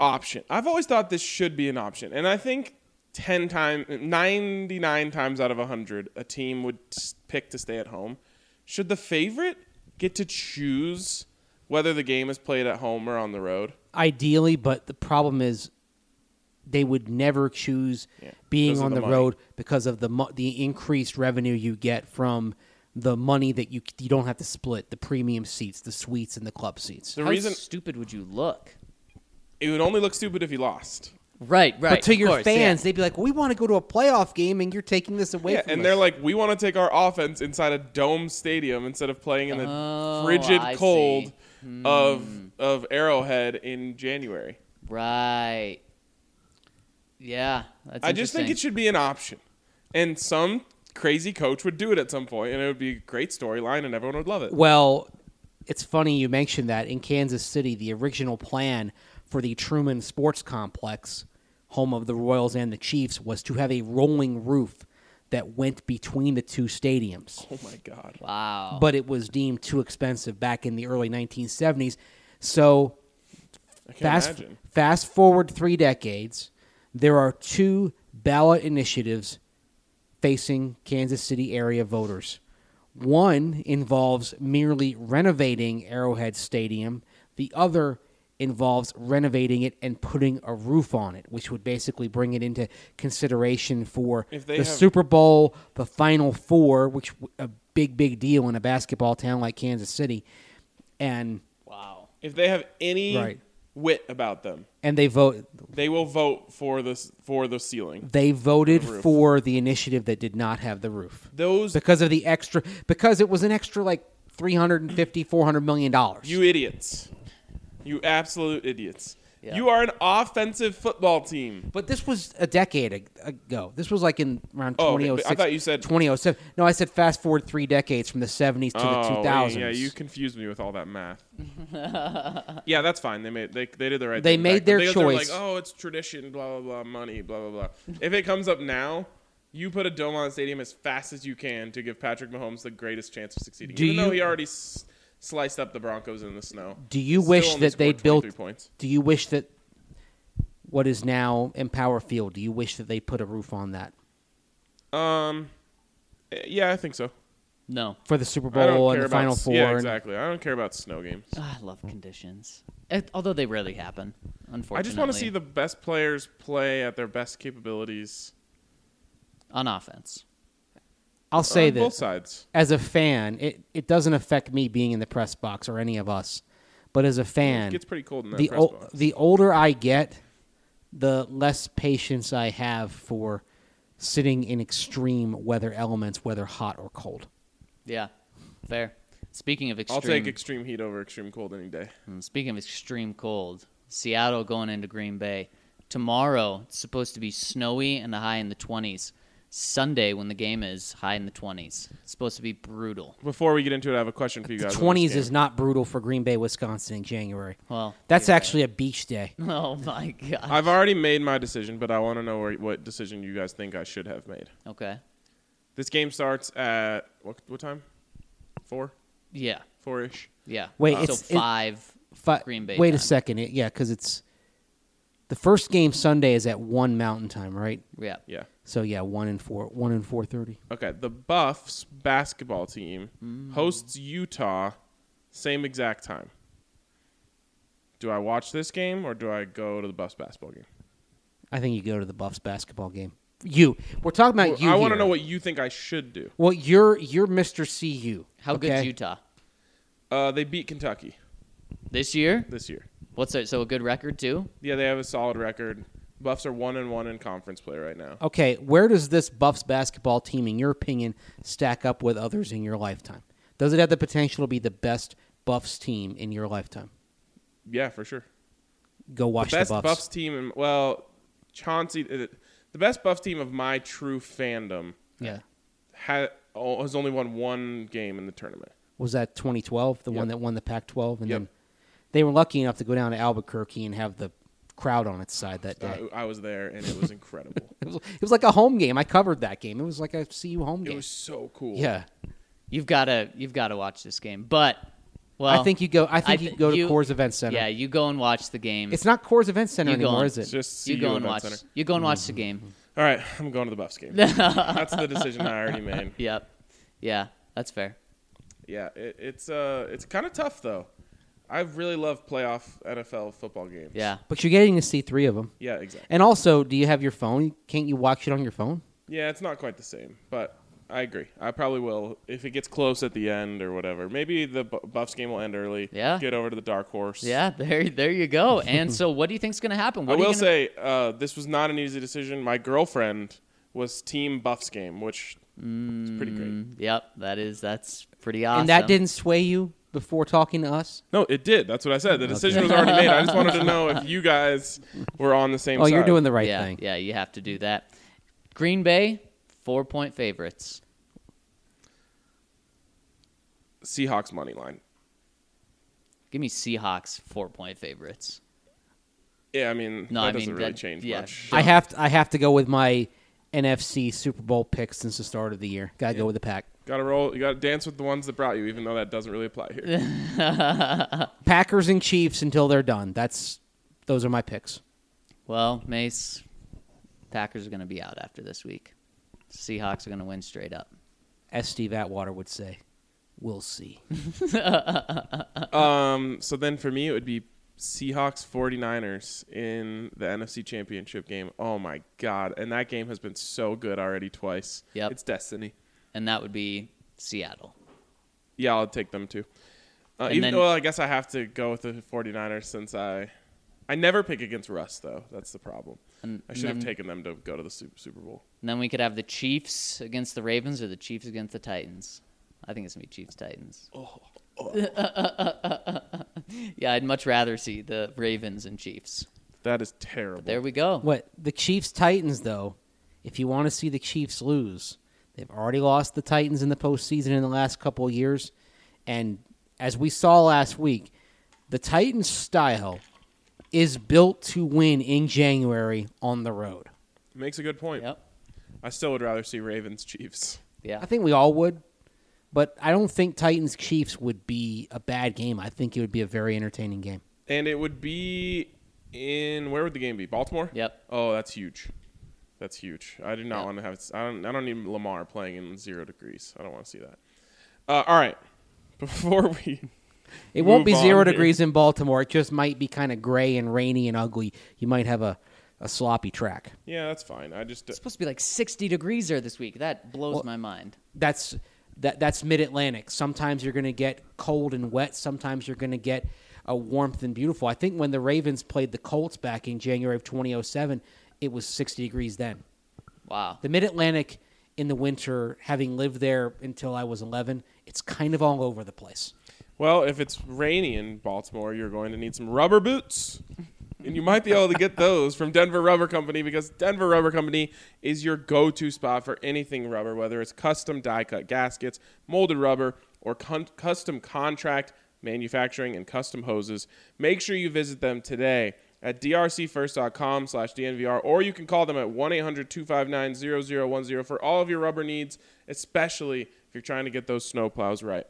[SPEAKER 1] option, I've always thought this should be an option, and I think ten times, ninety nine times out of hundred, a team would s- pick to stay at home. Should the favorite get to choose whether the game is played at home or on the road?
[SPEAKER 5] ideally, but the problem is they would never choose
[SPEAKER 1] Yeah,
[SPEAKER 5] being
[SPEAKER 1] because of
[SPEAKER 5] on
[SPEAKER 1] the
[SPEAKER 5] the,
[SPEAKER 1] money.
[SPEAKER 5] road because of the mo- the increased revenue you get from the money that you you don't have to split the premium seats, the suites, and the club seats.
[SPEAKER 1] The
[SPEAKER 3] How
[SPEAKER 1] reason
[SPEAKER 3] stupid would you look?
[SPEAKER 1] it would only look stupid if you lost.
[SPEAKER 3] Right, right.
[SPEAKER 5] but to
[SPEAKER 3] of
[SPEAKER 5] your
[SPEAKER 3] course,
[SPEAKER 5] fans,
[SPEAKER 3] yeah.
[SPEAKER 5] they'd be like, "We want to go to a playoff game, and you're taking this away."
[SPEAKER 1] Yeah,
[SPEAKER 5] from
[SPEAKER 1] and
[SPEAKER 5] us."
[SPEAKER 1] they're like, we want to take our offense inside a dome stadium instead of playing in the
[SPEAKER 3] Oh,
[SPEAKER 1] frigid
[SPEAKER 3] I Hmm. see.
[SPEAKER 1] cold of of Arrowhead in January.
[SPEAKER 3] right. Yeah, that's
[SPEAKER 1] I just think it
[SPEAKER 3] interesting.
[SPEAKER 1] should be an option. And some crazy coach would do it at some point, and it would be a great storyline, and everyone would love it.
[SPEAKER 5] Well, it's funny you mentioned that in Kansas City, the original plan for the Truman Sports Complex, home of the Royals and the Chiefs, was to have a rolling roof that went between the two stadiums.
[SPEAKER 1] Oh my god!
[SPEAKER 3] Wow.
[SPEAKER 5] But it was deemed too expensive back in the early 1970s. So
[SPEAKER 1] I can't
[SPEAKER 5] fast,
[SPEAKER 1] imagine.
[SPEAKER 5] fast forward three decades, there are two ballot initiatives facing Kansas City area voters. One involves merely renovating Arrowhead Stadium, the other involves renovating it and putting a roof on it, which would basically bring it into consideration for the
[SPEAKER 1] If they have-
[SPEAKER 5] Super Bowl, the Final Four, which w- a big big deal in a basketball town like Kansas City. And
[SPEAKER 3] Wow.
[SPEAKER 1] If they have any
[SPEAKER 5] Right.
[SPEAKER 1] wit about them,
[SPEAKER 5] and they vote
[SPEAKER 1] they will vote for this for the ceiling.
[SPEAKER 5] they voted
[SPEAKER 1] roof.
[SPEAKER 5] for the initiative that did not have the roof
[SPEAKER 1] Those
[SPEAKER 5] because of the extra because it was an extra like 350 400 million dollars
[SPEAKER 1] you idiots, you absolute idiots.
[SPEAKER 3] Yeah.
[SPEAKER 1] You are an offensive football team.
[SPEAKER 5] but this was a decade ag- ago this was like in around
[SPEAKER 1] Oh, okay,
[SPEAKER 5] 2006
[SPEAKER 1] but I thought you said-
[SPEAKER 5] 2007 no i said fast forward three decades from the 70s to
[SPEAKER 1] Oh,
[SPEAKER 5] the 2000s
[SPEAKER 1] yeah, you confused me with all that math. yeah, that's fine. They made they, they did the right.
[SPEAKER 5] They
[SPEAKER 1] thing
[SPEAKER 5] made
[SPEAKER 1] back then.
[SPEAKER 5] their
[SPEAKER 1] Because they were
[SPEAKER 5] choice.
[SPEAKER 1] Like, oh, it's tradition, blah blah blah, money, blah blah blah. if it comes up now, you put a dome on the stadium as fast as you can to give Patrick Mahomes the greatest chance of succeeding.
[SPEAKER 5] Do
[SPEAKER 1] Even though he
[SPEAKER 5] you-
[SPEAKER 1] already s- sliced up the Broncos in the snow.
[SPEAKER 5] do you
[SPEAKER 1] Still
[SPEAKER 5] wish
[SPEAKER 1] only
[SPEAKER 5] that they
[SPEAKER 1] scored 23
[SPEAKER 5] built
[SPEAKER 1] points?
[SPEAKER 5] do you wish that what is now empower field do you wish that they put a roof on that
[SPEAKER 1] Um, eh, yeah, I think so.
[SPEAKER 3] No.
[SPEAKER 5] for the super
[SPEAKER 1] I don't
[SPEAKER 5] bowl and
[SPEAKER 1] care
[SPEAKER 5] the
[SPEAKER 1] about
[SPEAKER 5] final
[SPEAKER 1] s-
[SPEAKER 5] four
[SPEAKER 1] Yeah,
[SPEAKER 5] and-
[SPEAKER 1] exactly. I don't care about snow games.
[SPEAKER 3] Ah, I love conditions. It, although they rarely happen, unfortunately.
[SPEAKER 1] I just want to see the best players play at their best capabilities
[SPEAKER 3] on offense.
[SPEAKER 5] i'll say
[SPEAKER 1] on
[SPEAKER 5] this
[SPEAKER 1] both sides.
[SPEAKER 5] as a fan, it, it doesn't affect me being in the press box or any of us. But as a fan,
[SPEAKER 1] It gets pretty cold in that
[SPEAKER 5] the
[SPEAKER 1] press
[SPEAKER 5] ol-
[SPEAKER 1] box.
[SPEAKER 5] the older I get, the less patience I have for sitting in extreme weather elements, whether hot or cold.
[SPEAKER 3] Yeah. Fair. Speaking of extreme,
[SPEAKER 1] I'll take extreme heat over extreme cold any day.
[SPEAKER 3] Mm, Speaking of extreme cold, Seattle going into Green Bay. Tomorrow, it's supposed to be snowy and the high in the 20s. Sunday, when the game is, high in the 20s. It's supposed to be brutal.
[SPEAKER 1] Before we get into it, I have a question for you guys. on this
[SPEAKER 5] Twenties
[SPEAKER 1] game.
[SPEAKER 5] is not brutal for Green Bay, Wisconsin in January.
[SPEAKER 3] Well,
[SPEAKER 5] That's
[SPEAKER 3] you're
[SPEAKER 5] actually a beach day.
[SPEAKER 3] right. Oh, my God.
[SPEAKER 1] I've already made my decision, but I want to know where, what decision you guys think I should have made.
[SPEAKER 3] Okay.
[SPEAKER 1] This game starts at what, what time? Four,
[SPEAKER 3] Yeah.
[SPEAKER 1] four ish.
[SPEAKER 3] Yeah.
[SPEAKER 5] Wait,
[SPEAKER 3] so
[SPEAKER 5] it's- it-
[SPEAKER 3] five.
[SPEAKER 5] Fi-
[SPEAKER 3] Green Bay
[SPEAKER 5] Wait
[SPEAKER 3] time.
[SPEAKER 5] a second, it, yeah, because it's the first game Sunday is at one Mountain Time, right?
[SPEAKER 3] yeah.
[SPEAKER 1] Yeah.
[SPEAKER 5] So yeah, one and four, one and four thirty.
[SPEAKER 1] Okay. The Buffs basketball team hosts Utah, same exact time. Do I watch this game or do I go to the Buffs basketball game?
[SPEAKER 5] I think you go to the Buffs basketball game. You. We're talking about Uh, you.
[SPEAKER 1] I want to
[SPEAKER 5] here.
[SPEAKER 1] know what you think I should do.
[SPEAKER 5] Well, you're you're Mr. CU.
[SPEAKER 3] How
[SPEAKER 5] okay?
[SPEAKER 3] good's Utah?
[SPEAKER 1] Uh, they beat Kentucky
[SPEAKER 3] This year?
[SPEAKER 1] this year.
[SPEAKER 3] What's it? So a good record, too?
[SPEAKER 1] Yeah, they have a solid record. Buffs are one and one in conference play right now.
[SPEAKER 5] Okay, where does this Buffs basketball team, in your opinion, stack up with others in your lifetime? Does it have the potential to be the best Buffs team in your lifetime?
[SPEAKER 1] Yeah, for sure.
[SPEAKER 5] Go watch the,
[SPEAKER 1] best
[SPEAKER 5] Buffs.
[SPEAKER 1] Buffs team, in, well, Chauncey, uh, the best Buffs team of my true fandom
[SPEAKER 5] Yeah.
[SPEAKER 1] ha oh, has only won one game in the tournament.
[SPEAKER 5] Was that 2012, the
[SPEAKER 1] Yep.
[SPEAKER 5] one that won the Pac-12, and
[SPEAKER 1] Yep.
[SPEAKER 5] then they were lucky enough to go down to Albuquerque and have the crowd on its side that day.
[SPEAKER 1] I, I was there, and it was incredible.
[SPEAKER 5] It was, it was like a home game. I covered that game. It was like a CU home
[SPEAKER 1] it
[SPEAKER 5] game.
[SPEAKER 1] was so cool.
[SPEAKER 5] yeah.
[SPEAKER 3] You've got to you've got to watch this game. But, well.
[SPEAKER 5] I think you go. I think
[SPEAKER 3] th-
[SPEAKER 5] you go to Coors Event Center.
[SPEAKER 3] Yeah, you go and watch the game.
[SPEAKER 5] It's not Coors Event Center
[SPEAKER 3] You go
[SPEAKER 5] anymore,
[SPEAKER 3] on.
[SPEAKER 5] is it?
[SPEAKER 1] It's just
[SPEAKER 3] you
[SPEAKER 1] CU
[SPEAKER 3] go and
[SPEAKER 1] Event
[SPEAKER 3] watch.
[SPEAKER 1] Center.
[SPEAKER 3] You go and watch
[SPEAKER 5] Mm-hmm.
[SPEAKER 3] the game.
[SPEAKER 1] All right, I'm going to the Buffs game. That's the decision I already made.
[SPEAKER 3] Yep. Yeah, that's fair.
[SPEAKER 1] Yeah, it, it's uh, it's kind of tough though. I really love playoff NFL football games.
[SPEAKER 3] Yeah.
[SPEAKER 5] but you're getting to see three of them.
[SPEAKER 1] Yeah, exactly.
[SPEAKER 5] And also, do you have your phone? Can't you watch it on your phone?
[SPEAKER 1] Yeah, it's not quite the same, but I agree. I probably will if it gets close at the end or whatever. Maybe the Bu- Buffs game will end early.
[SPEAKER 3] Yeah.
[SPEAKER 1] Get over to the dark horse.
[SPEAKER 3] Yeah, there there you go. And so what do you think's going to happen? What
[SPEAKER 1] I
[SPEAKER 3] are you
[SPEAKER 1] will
[SPEAKER 3] gonna-
[SPEAKER 1] say uh, this was not an easy decision. My girlfriend was team Buffs game, which is pretty
[SPEAKER 3] Mm.
[SPEAKER 1] great.
[SPEAKER 3] Yep, that is that's pretty awesome.
[SPEAKER 5] And that didn't sway you before talking to us?
[SPEAKER 1] No, it did. That's what I said. The decision was already made. I just wanted to know if you guys were on the same
[SPEAKER 5] Oh,
[SPEAKER 1] side.
[SPEAKER 5] you're doing the right
[SPEAKER 3] yeah,
[SPEAKER 5] thing.
[SPEAKER 3] Yeah, you have to do that. Green Bay 4-point favorites.
[SPEAKER 1] Seahawks money line.
[SPEAKER 3] Give me Seahawks four point favorites.
[SPEAKER 1] Yeah, I mean
[SPEAKER 3] No,
[SPEAKER 1] that
[SPEAKER 3] I
[SPEAKER 1] doesn't
[SPEAKER 3] mean,
[SPEAKER 1] really
[SPEAKER 3] that-
[SPEAKER 1] change
[SPEAKER 3] yeah.
[SPEAKER 1] much.
[SPEAKER 5] I have to, I have to go with my NFC Super Bowl pick since the start of the year. Gotta go with the pack.
[SPEAKER 1] Got to roll. You got to dance with the ones that brought you, even though that doesn't really apply here.
[SPEAKER 5] Packers and Chiefs until they're done. That's those are my picks.
[SPEAKER 3] Well, Mace, Packers are going to be out after this week. Seahawks are going to win straight up.
[SPEAKER 5] As Steve Atwater would say, we'll see.
[SPEAKER 1] um, so then for me, it would be Seahawks 49ers in the NFC Championship game. Oh my god! And that game has been so good already twice.
[SPEAKER 3] Yep.
[SPEAKER 1] it's destiny.
[SPEAKER 3] And that would be Seattle.
[SPEAKER 1] Yeah, I'll take them too. Uh,
[SPEAKER 3] And
[SPEAKER 1] even
[SPEAKER 3] then-
[SPEAKER 1] though I guess I have to go with the 49ers since I I never pick against Russ though. That's the problem.
[SPEAKER 3] And-
[SPEAKER 1] I should
[SPEAKER 3] and
[SPEAKER 1] have
[SPEAKER 3] then-
[SPEAKER 1] taken them to go to the Su- Super Bowl.
[SPEAKER 3] And then we could have the Chiefs against the Ravens or the Chiefs against the Titans. I think it's going to be Chiefs Titans. yeah, I'd much rather see the Ravens and Chiefs.
[SPEAKER 1] That is terrible.
[SPEAKER 3] There we go.
[SPEAKER 5] What the Chiefs Titans though, if you want to see the Chiefs lose, they've already lost the Titans in the postseason in the last couple of years, and as we saw last week, the Titans style is built to win in January on the road.
[SPEAKER 1] Makes a good point.
[SPEAKER 3] Yep.
[SPEAKER 1] I still would rather see Ravens Chiefs.
[SPEAKER 3] Yeah.
[SPEAKER 5] I think we all would, but I don't think Titans Chiefs would be a bad game. I think it would be a very entertaining game.
[SPEAKER 1] And it would be in where would the game be? Baltimore.
[SPEAKER 3] Yep.
[SPEAKER 1] Oh, that's huge. That's huge. I do not
[SPEAKER 3] Yep.
[SPEAKER 1] want to have. I don't. I don't need Lamar playing in zero degrees. I don't want to see that. Uh, all right. Before we
[SPEAKER 5] It won't be
[SPEAKER 1] Move
[SPEAKER 5] zero
[SPEAKER 1] on here.
[SPEAKER 5] degrees in Baltimore. It just might be kind of gray and rainy and ugly. You might have a, a sloppy track.
[SPEAKER 1] Yeah, that's fine. I just
[SPEAKER 3] It's supposed to be like 60 degrees there this week. That blows
[SPEAKER 5] Well-
[SPEAKER 3] my mind.
[SPEAKER 5] That's that that's mid Atlantic. Sometimes you're going to get cold and wet. Sometimes you're going to get a warmth and beautiful. I think when the Ravens played the Colts back in January of 2007, it was 60 degrees then.
[SPEAKER 3] Wow.
[SPEAKER 5] The Mid Atlantic in the winter, having lived there until I was 11, it's kind of all over the place.
[SPEAKER 1] well, if it's rainy in Baltimore, you're going to need some rubber boots. And you might be able to get those from Denver Rubber Company because Denver Rubber Company is your go to spot for anything rubber, whether it's custom die cut gaskets, molded rubber, or con- custom contract manufacturing and custom hoses. Make sure you visit them today at drcfirst.com slash DNVR, or you can call them at 1 800 259 0010 for all of your rubber needs, especially if you're trying to get those snow plows right.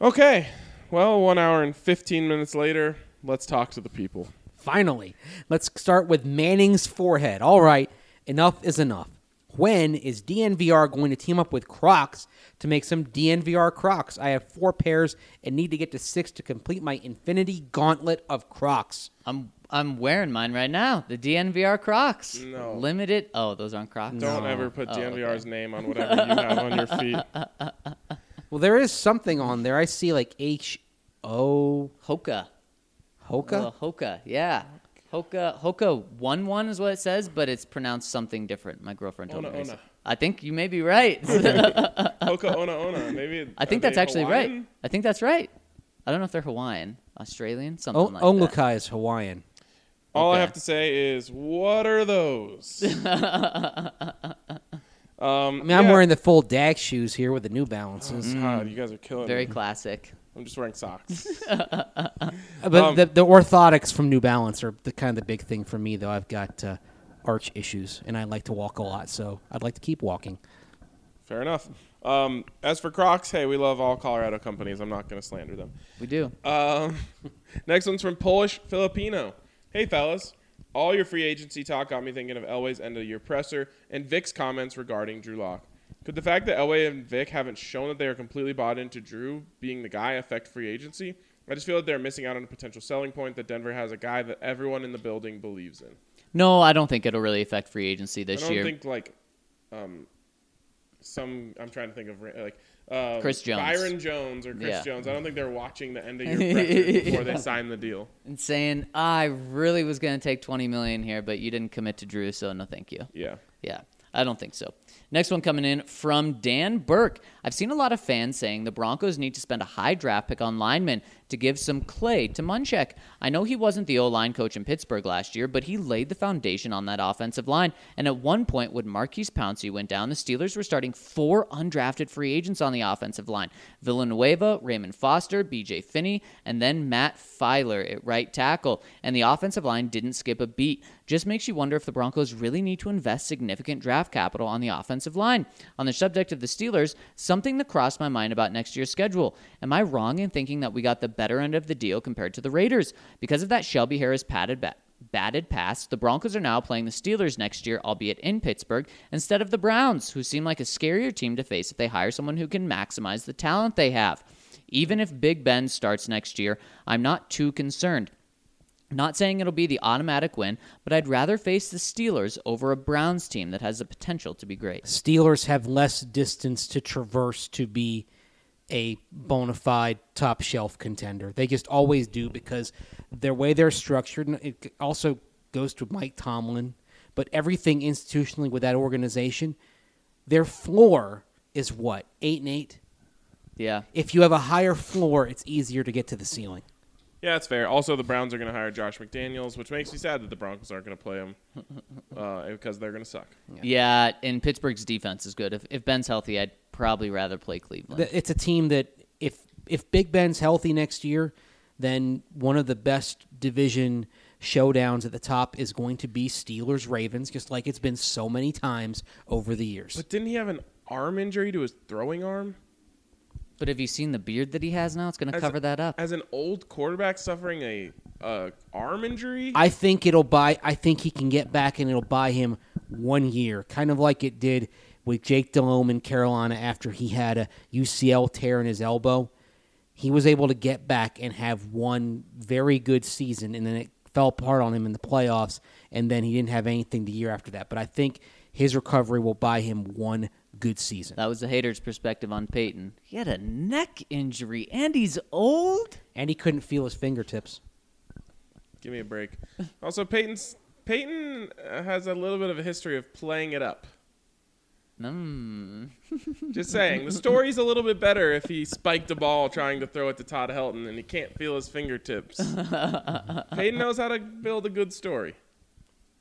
[SPEAKER 1] Okay. Well, one hour and 15 minutes later, let's talk to the people.
[SPEAKER 5] Finally, let's start with Manning's forehead. All right, enough is enough. When is DNVR going to team up with Crocs to make some DNVR Crocs? I have four pairs and need to get to six to complete my infinity gauntlet of Crocs.
[SPEAKER 3] I'm I'm wearing mine right now. The DNVR Crocs.
[SPEAKER 1] No.
[SPEAKER 3] Limited. Oh, those aren't Crocs.
[SPEAKER 1] Don't ever put
[SPEAKER 3] Oh,
[SPEAKER 1] DNVR's
[SPEAKER 3] okay.
[SPEAKER 1] name on whatever you have on your feet.
[SPEAKER 5] Well, there is something on there. I see like H O
[SPEAKER 3] Hoka.
[SPEAKER 5] Hoka.
[SPEAKER 3] Uh, Hoka. Yeah. Hoka. Hoka one one is what it says, but it's pronounced something different. My girlfriend told
[SPEAKER 1] Ona,
[SPEAKER 3] me. recently.
[SPEAKER 1] ona.
[SPEAKER 3] I think you may be right.
[SPEAKER 1] Hoka Ona Ona. Maybe.
[SPEAKER 3] I think
[SPEAKER 1] are
[SPEAKER 3] that's
[SPEAKER 1] they
[SPEAKER 3] actually right.
[SPEAKER 1] Hawaiian?
[SPEAKER 3] I think that's right. I don't know if they're Hawaiian, Australian, something
[SPEAKER 5] O-
[SPEAKER 3] like that.
[SPEAKER 5] Onlukai Oh, is Hawaiian.
[SPEAKER 1] All I
[SPEAKER 3] Okay.
[SPEAKER 1] have to say is, what are those? um,
[SPEAKER 5] I mean, I'm wearing the full DAG shoes here with the New Balances.
[SPEAKER 1] God, you guys are killing
[SPEAKER 3] Mm. Very
[SPEAKER 1] me.
[SPEAKER 3] classic.
[SPEAKER 1] I'm just wearing socks.
[SPEAKER 5] Uh, But
[SPEAKER 1] Um,
[SPEAKER 5] the, the orthotics from New Balance are the kind of the big thing for me, though. I've got uh, arch issues, and I like to walk a lot, so I'd like to keep walking.
[SPEAKER 1] Fair enough. Um, as for Crocs, hey, we love all Colorado companies. I'm not going to slander them.
[SPEAKER 3] We do.
[SPEAKER 1] Um, next one's from Polish Filipino. Hey, fellas. All your free agency talk got me thinking of Elway's end of year presser and Vic's comments regarding Drew Lock. Could the fact that Elway and Vic haven't shown that they are completely bought into Drew being the guy affect free agency? I just feel that they're missing out on a potential selling point that Denver has a guy that everyone in the building believes in.
[SPEAKER 3] No, I don't think it'll really affect free agency
[SPEAKER 1] I
[SPEAKER 3] this
[SPEAKER 1] don't
[SPEAKER 3] year.
[SPEAKER 1] think like um, some. I'm trying to think of like um,
[SPEAKER 3] Chris Jones.
[SPEAKER 1] Byron Jones, or Chris
[SPEAKER 3] Yeah.
[SPEAKER 1] Jones. I don't think they're watching the end of year presser before they sign the deal.
[SPEAKER 3] and saying, I really was going to take 20 million here, but you didn't commit to Drew, so no thank you.
[SPEAKER 1] Yeah.
[SPEAKER 3] Yeah, I don't think so. Next one coming in from Dan Burke. I've seen a lot of fans saying the Broncos need to spend a high draft pick on linemen. to give some clay to Munchak. I know he wasn't the O line coach in Pittsburgh last year, but he laid the foundation on that offensive line. And at one point, when Marquise Pouncey went down, the Steelers were starting four undrafted free agents on the offensive line Villanueva, Raymond Foster, BJ Finney, and then Matt Filer at right tackle. And the offensive line didn't skip a beat. Just makes you wonder if the Broncos really need to invest significant draft capital on the offensive line. On the subject of the Steelers, something that crossed my mind about next year's schedule. Am I wrong in thinking that we got the better end of the deal compared to the Raiders? Because of that Shelby Harris padded back batted past, the Broncos are now playing the Steelers next year, albeit in Pittsburgh, instead of the Browns, who seem like a scarier team to face if they hire someone who can maximize the talent they have. Even if Big Ben starts next year, I'm not too concerned. Not saying it'll be the automatic win, but I'd rather face the Steelers over a Browns team that has the potential to be great.
[SPEAKER 5] Steelers have less distance to traverse to be a bona fide top shelf contender. They just always do because their way they're structured. And it also goes to Mike Tomlin, but everything institutionally with that organization, their floor is what eight and eight.
[SPEAKER 3] Yeah.
[SPEAKER 5] If you have a higher floor, it's easier to get to the ceiling.
[SPEAKER 1] Yeah, that's fair. Also, the Browns are going to hire Josh McDaniels, which makes me sad that the Broncos aren't going to play him uh, because they're going to suck.
[SPEAKER 3] yeah. and Pittsburgh's defense is good. If, if Ben's healthy, I'd probably rather play Cleveland.
[SPEAKER 5] Th- It's a team that if if Big Ben's healthy next year, then one of the best division showdowns at the top is going to be Steelers Ravens, just like it's been so many times over the years.
[SPEAKER 1] But didn't he have an arm injury to his throwing arm?
[SPEAKER 3] but have you seen the beard that he has now? It's going to
[SPEAKER 1] As-
[SPEAKER 3] cover that up.
[SPEAKER 1] As an old quarterback suffering a uh, arm injury?
[SPEAKER 5] I think it'll buy. I think he can get back, and it'll buy him one year, kind of like it did with Jake Delhomme in Carolina after he had a UCL tear in his elbow. He was able to get back and have one very good season, and then it fell apart on him in the playoffs, and then he didn't have anything the year after that. But I think his recovery will buy him one good season,
[SPEAKER 3] That was the hater's perspective on Peyton. He had a neck injury and he's old.
[SPEAKER 5] and he couldn't feel his fingertips.
[SPEAKER 1] Give me a break. Also, Peyton's Peyton uh, has a little bit of a history of playing it up.
[SPEAKER 3] Mm.
[SPEAKER 1] Just saying, the story's a little bit better if he spiked a ball trying to throw it to Todd Helton and he can't feel his fingertips. Peyton knows how to build a good story.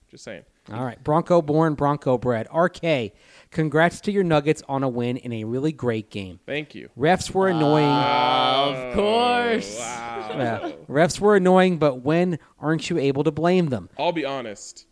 [SPEAKER 1] Just saying.
[SPEAKER 5] All right, Bronco born, Bronco bred. RK, congrats to your Nuggets on a win in a really great game.
[SPEAKER 1] Thank you.
[SPEAKER 5] Refs were annoying.
[SPEAKER 3] Of course.
[SPEAKER 5] Yeah. Refs were annoying, but when aren't you able to blame them?
[SPEAKER 1] I'll be honest.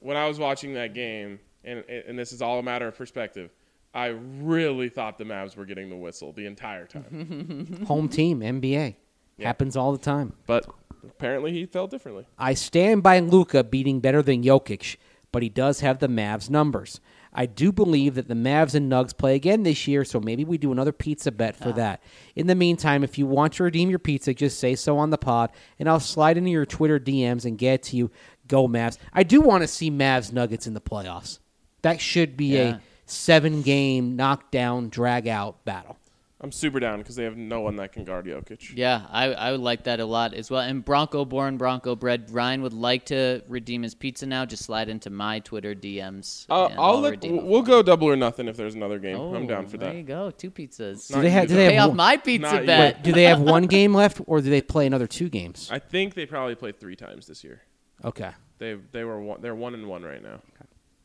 [SPEAKER 1] When I was watching that game, and and this is all a matter of perspective, I really thought the Mavs were getting the whistle the entire
[SPEAKER 3] Mm-hmm.
[SPEAKER 1] time.
[SPEAKER 5] Home team, NBA.
[SPEAKER 1] Yeah.
[SPEAKER 5] Happens all the time.
[SPEAKER 1] but apparently, he felt differently.
[SPEAKER 5] I stand by Luca beating better than Jokic, but he does have the Mavs numbers. I do believe that the Mavs and Nugs play again this year, so maybe we do another pizza bet for that. In the meantime, if you want to redeem your pizza, just say so on the pod, and I'll slide into your Twitter DMs and get to you. Go Mavs! I do want to see Mavs Nuggets in the playoffs. That should be
[SPEAKER 3] Yeah.
[SPEAKER 5] a seven-game knockdown, drag-out battle.
[SPEAKER 1] I'm super down because they have no one that can guard Jokic.
[SPEAKER 3] Yeah, I, I would like that a lot as well. And Bronco born, Bronco bred. Ryan would like to redeem his pizza now. Just slide into my Twitter DMs.
[SPEAKER 1] Uh,
[SPEAKER 3] and
[SPEAKER 1] I'll let,
[SPEAKER 3] redeem it.
[SPEAKER 1] we'll go double or nothing if there's another game.
[SPEAKER 3] Oh,
[SPEAKER 1] I'm down for
[SPEAKER 3] there
[SPEAKER 1] that.
[SPEAKER 3] you go. Two pizzas.
[SPEAKER 1] Not
[SPEAKER 5] they have-
[SPEAKER 1] you,
[SPEAKER 5] do
[SPEAKER 1] though.
[SPEAKER 5] they
[SPEAKER 3] Pay
[SPEAKER 5] have
[SPEAKER 3] off
[SPEAKER 5] one-
[SPEAKER 3] my pizza
[SPEAKER 1] Not you.
[SPEAKER 3] bet.
[SPEAKER 5] Do they have one game left, or do they play another two games?
[SPEAKER 1] I think they probably played three times this year.
[SPEAKER 5] Okay.
[SPEAKER 1] They they were one, they're one and one right now.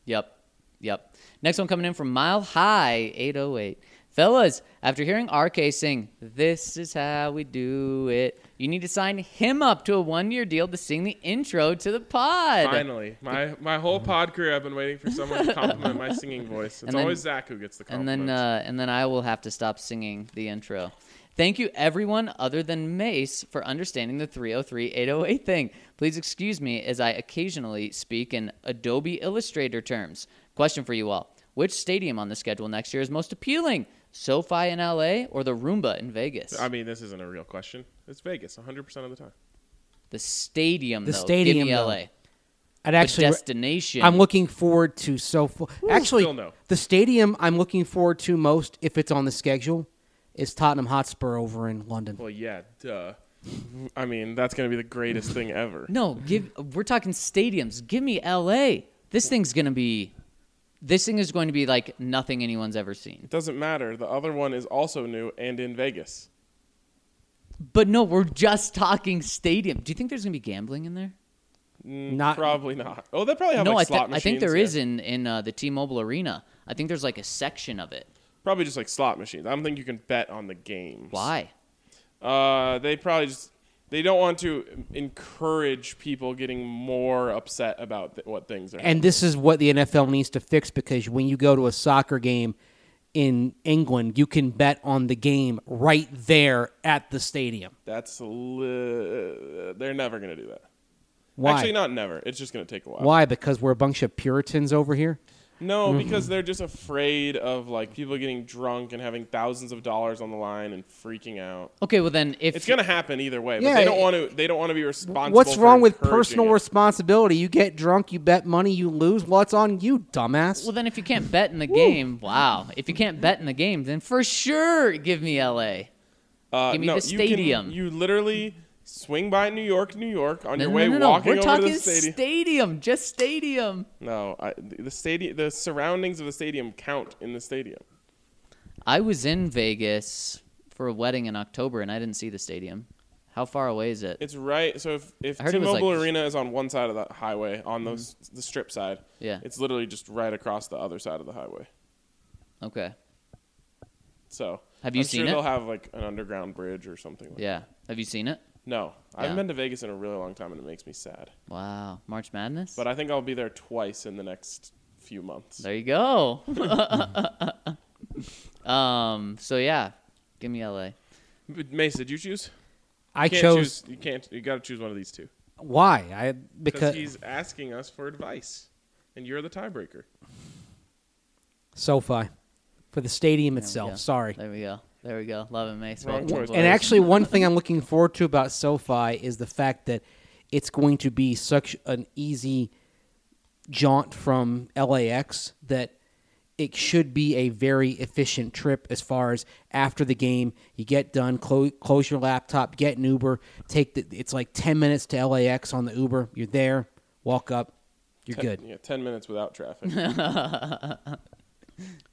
[SPEAKER 3] Yep. Yep. Next one coming in from Mile High 808. Fellas, after hearing RK sing, This is how we do it, you need to sign him up to a one year deal to sing the intro to the pod.
[SPEAKER 1] Finally, my my whole pod career, I've been waiting for someone to compliment my singing voice. It's
[SPEAKER 3] Mm-hmm. then-
[SPEAKER 1] always Zach who gets the
[SPEAKER 3] and
[SPEAKER 1] compliment.
[SPEAKER 3] then uh, and then I will have to stop singing the intro. Thank you, everyone other than Mace, for understanding the 303 808 thing. Please excuse me as I occasionally speak in Adobe Illustrator terms. Question for you all Which stadium on the schedule next year is most appealing? SoFi in LA or the Roomba in Vegas?
[SPEAKER 1] I mean, this isn't a real question. It's Vegas 100% of the time.
[SPEAKER 3] the stadium,
[SPEAKER 5] The
[SPEAKER 3] though.
[SPEAKER 5] stadium,
[SPEAKER 3] Give me
[SPEAKER 5] though.
[SPEAKER 3] LA.
[SPEAKER 5] I'd
[SPEAKER 3] Actually,
[SPEAKER 5] actually.
[SPEAKER 3] destination.
[SPEAKER 5] I'm looking forward to so far. Actually,
[SPEAKER 1] still no.
[SPEAKER 5] the stadium I'm looking forward to most, if it's on the schedule, is Tottenham Hotspur over in London.
[SPEAKER 1] Well, yeah, duh. I mean, that's going to be the greatest thing ever.
[SPEAKER 3] No, give. We're talking stadiums. Give me L.A. This thing's gonna be. This thing is going to be like nothing anyone's ever seen.
[SPEAKER 1] It doesn't matter. The other one is also new and in Vegas.
[SPEAKER 3] But no, we're just talking stadium. Do you think there's gonna be gambling in there?
[SPEAKER 5] Not-
[SPEAKER 1] Mm, probably not. Oh, they probably have
[SPEAKER 3] no,
[SPEAKER 1] like
[SPEAKER 3] I, thi-
[SPEAKER 1] slot
[SPEAKER 3] I
[SPEAKER 1] machines.
[SPEAKER 3] think there
[SPEAKER 1] yeah.
[SPEAKER 3] is in in uh, the T-Mobile Arena. I think there's like a section of it.
[SPEAKER 1] probably just like slot machines. I don't think you can bet on the games.
[SPEAKER 3] Why?
[SPEAKER 1] Uh, they probably just they don't want to encourage people getting more upset about th- what things are.
[SPEAKER 5] And this is what the NFL needs to fix because when you go to a soccer game in England, you can bet on the game right there at the stadium.
[SPEAKER 1] That's a li- they're never gonna do that.
[SPEAKER 5] Why?
[SPEAKER 1] Actually, not never. It's just gonna take a while.
[SPEAKER 5] Why? Because we're a bunch of Puritans over here?
[SPEAKER 1] No, because
[SPEAKER 5] Mm-hmm.
[SPEAKER 1] they're just afraid of like people getting drunk and having thousands of dollars on the line and freaking out.
[SPEAKER 3] Okay, well then if
[SPEAKER 1] It's gonna happen either way, but
[SPEAKER 5] Yeah,
[SPEAKER 1] they don't
[SPEAKER 5] it-
[SPEAKER 1] want to. They don't want to be responsible.
[SPEAKER 5] What's
[SPEAKER 1] for
[SPEAKER 5] wrong with
[SPEAKER 1] encouraging
[SPEAKER 5] personal
[SPEAKER 1] it.
[SPEAKER 5] responsibility? You get drunk, you bet money, you lose. Well, it's on you, dumbass.
[SPEAKER 3] well then if you can't bet in the game, wow. If you can't bet in the game, then for sure give me LA.
[SPEAKER 1] Uh,
[SPEAKER 3] Give me
[SPEAKER 1] no,
[SPEAKER 3] the
[SPEAKER 1] you can-
[SPEAKER 3] stadium.
[SPEAKER 1] You, literally swing by New York, New York on
[SPEAKER 3] No,
[SPEAKER 1] your
[SPEAKER 3] no,
[SPEAKER 1] way
[SPEAKER 3] no, no, no.
[SPEAKER 1] walking
[SPEAKER 3] We're
[SPEAKER 1] over
[SPEAKER 3] talking
[SPEAKER 1] to the stadium.
[SPEAKER 3] just stadium.
[SPEAKER 1] no, I, the stadium, the surroundings of the stadium count in the stadium.
[SPEAKER 3] I was in Vegas for a wedding in October and I didn't see the stadium. How far away is it?
[SPEAKER 1] It's right. So if if
[SPEAKER 3] I heard it was
[SPEAKER 1] T-Mobile
[SPEAKER 3] like- Mm-hmm.
[SPEAKER 1] Arena is on one side of the highway, on those the strip side,
[SPEAKER 3] Yeah.
[SPEAKER 1] it's literally just right across the other side of the highway.
[SPEAKER 3] okay.
[SPEAKER 1] So
[SPEAKER 3] Have you
[SPEAKER 1] I'm
[SPEAKER 3] seen
[SPEAKER 1] sure
[SPEAKER 3] it?
[SPEAKER 1] They'll have like an underground bridge or something. Like
[SPEAKER 3] Yeah. Have you seen it?
[SPEAKER 1] No, I haven't
[SPEAKER 3] Yeah.
[SPEAKER 1] been to Vegas in a really long time, and it makes me sad.
[SPEAKER 3] Wow. March Madness?
[SPEAKER 1] But I think I'll be there twice in the next few months.
[SPEAKER 3] there you go. um, so yeah. Give me LA.
[SPEAKER 1] But Mace, did you choose?
[SPEAKER 5] I
[SPEAKER 1] can't
[SPEAKER 5] chose
[SPEAKER 1] Choose, you can't. You got to choose one of these two
[SPEAKER 5] why? I
[SPEAKER 1] because
[SPEAKER 5] because
[SPEAKER 1] he's asking us for advice, and you're the tiebreaker.
[SPEAKER 5] SoFi for the stadium itself.
[SPEAKER 3] go.
[SPEAKER 5] Sorry.
[SPEAKER 3] There we go. There we go. Love it, Mace.
[SPEAKER 1] Wrong
[SPEAKER 3] Welcome
[SPEAKER 1] choice.
[SPEAKER 3] aboard.
[SPEAKER 5] And actually, one thing I'm looking forward to about SoFi is the fact that it's going to be such an easy jaunt from LAX that it should be a very efficient trip as far as after the game you get done clo- close your laptop get an uber take the it's like 10 minutes to lax on the uber you're there walk up you're
[SPEAKER 1] Ten-
[SPEAKER 5] good
[SPEAKER 1] Yeah, ten minutes without traffic.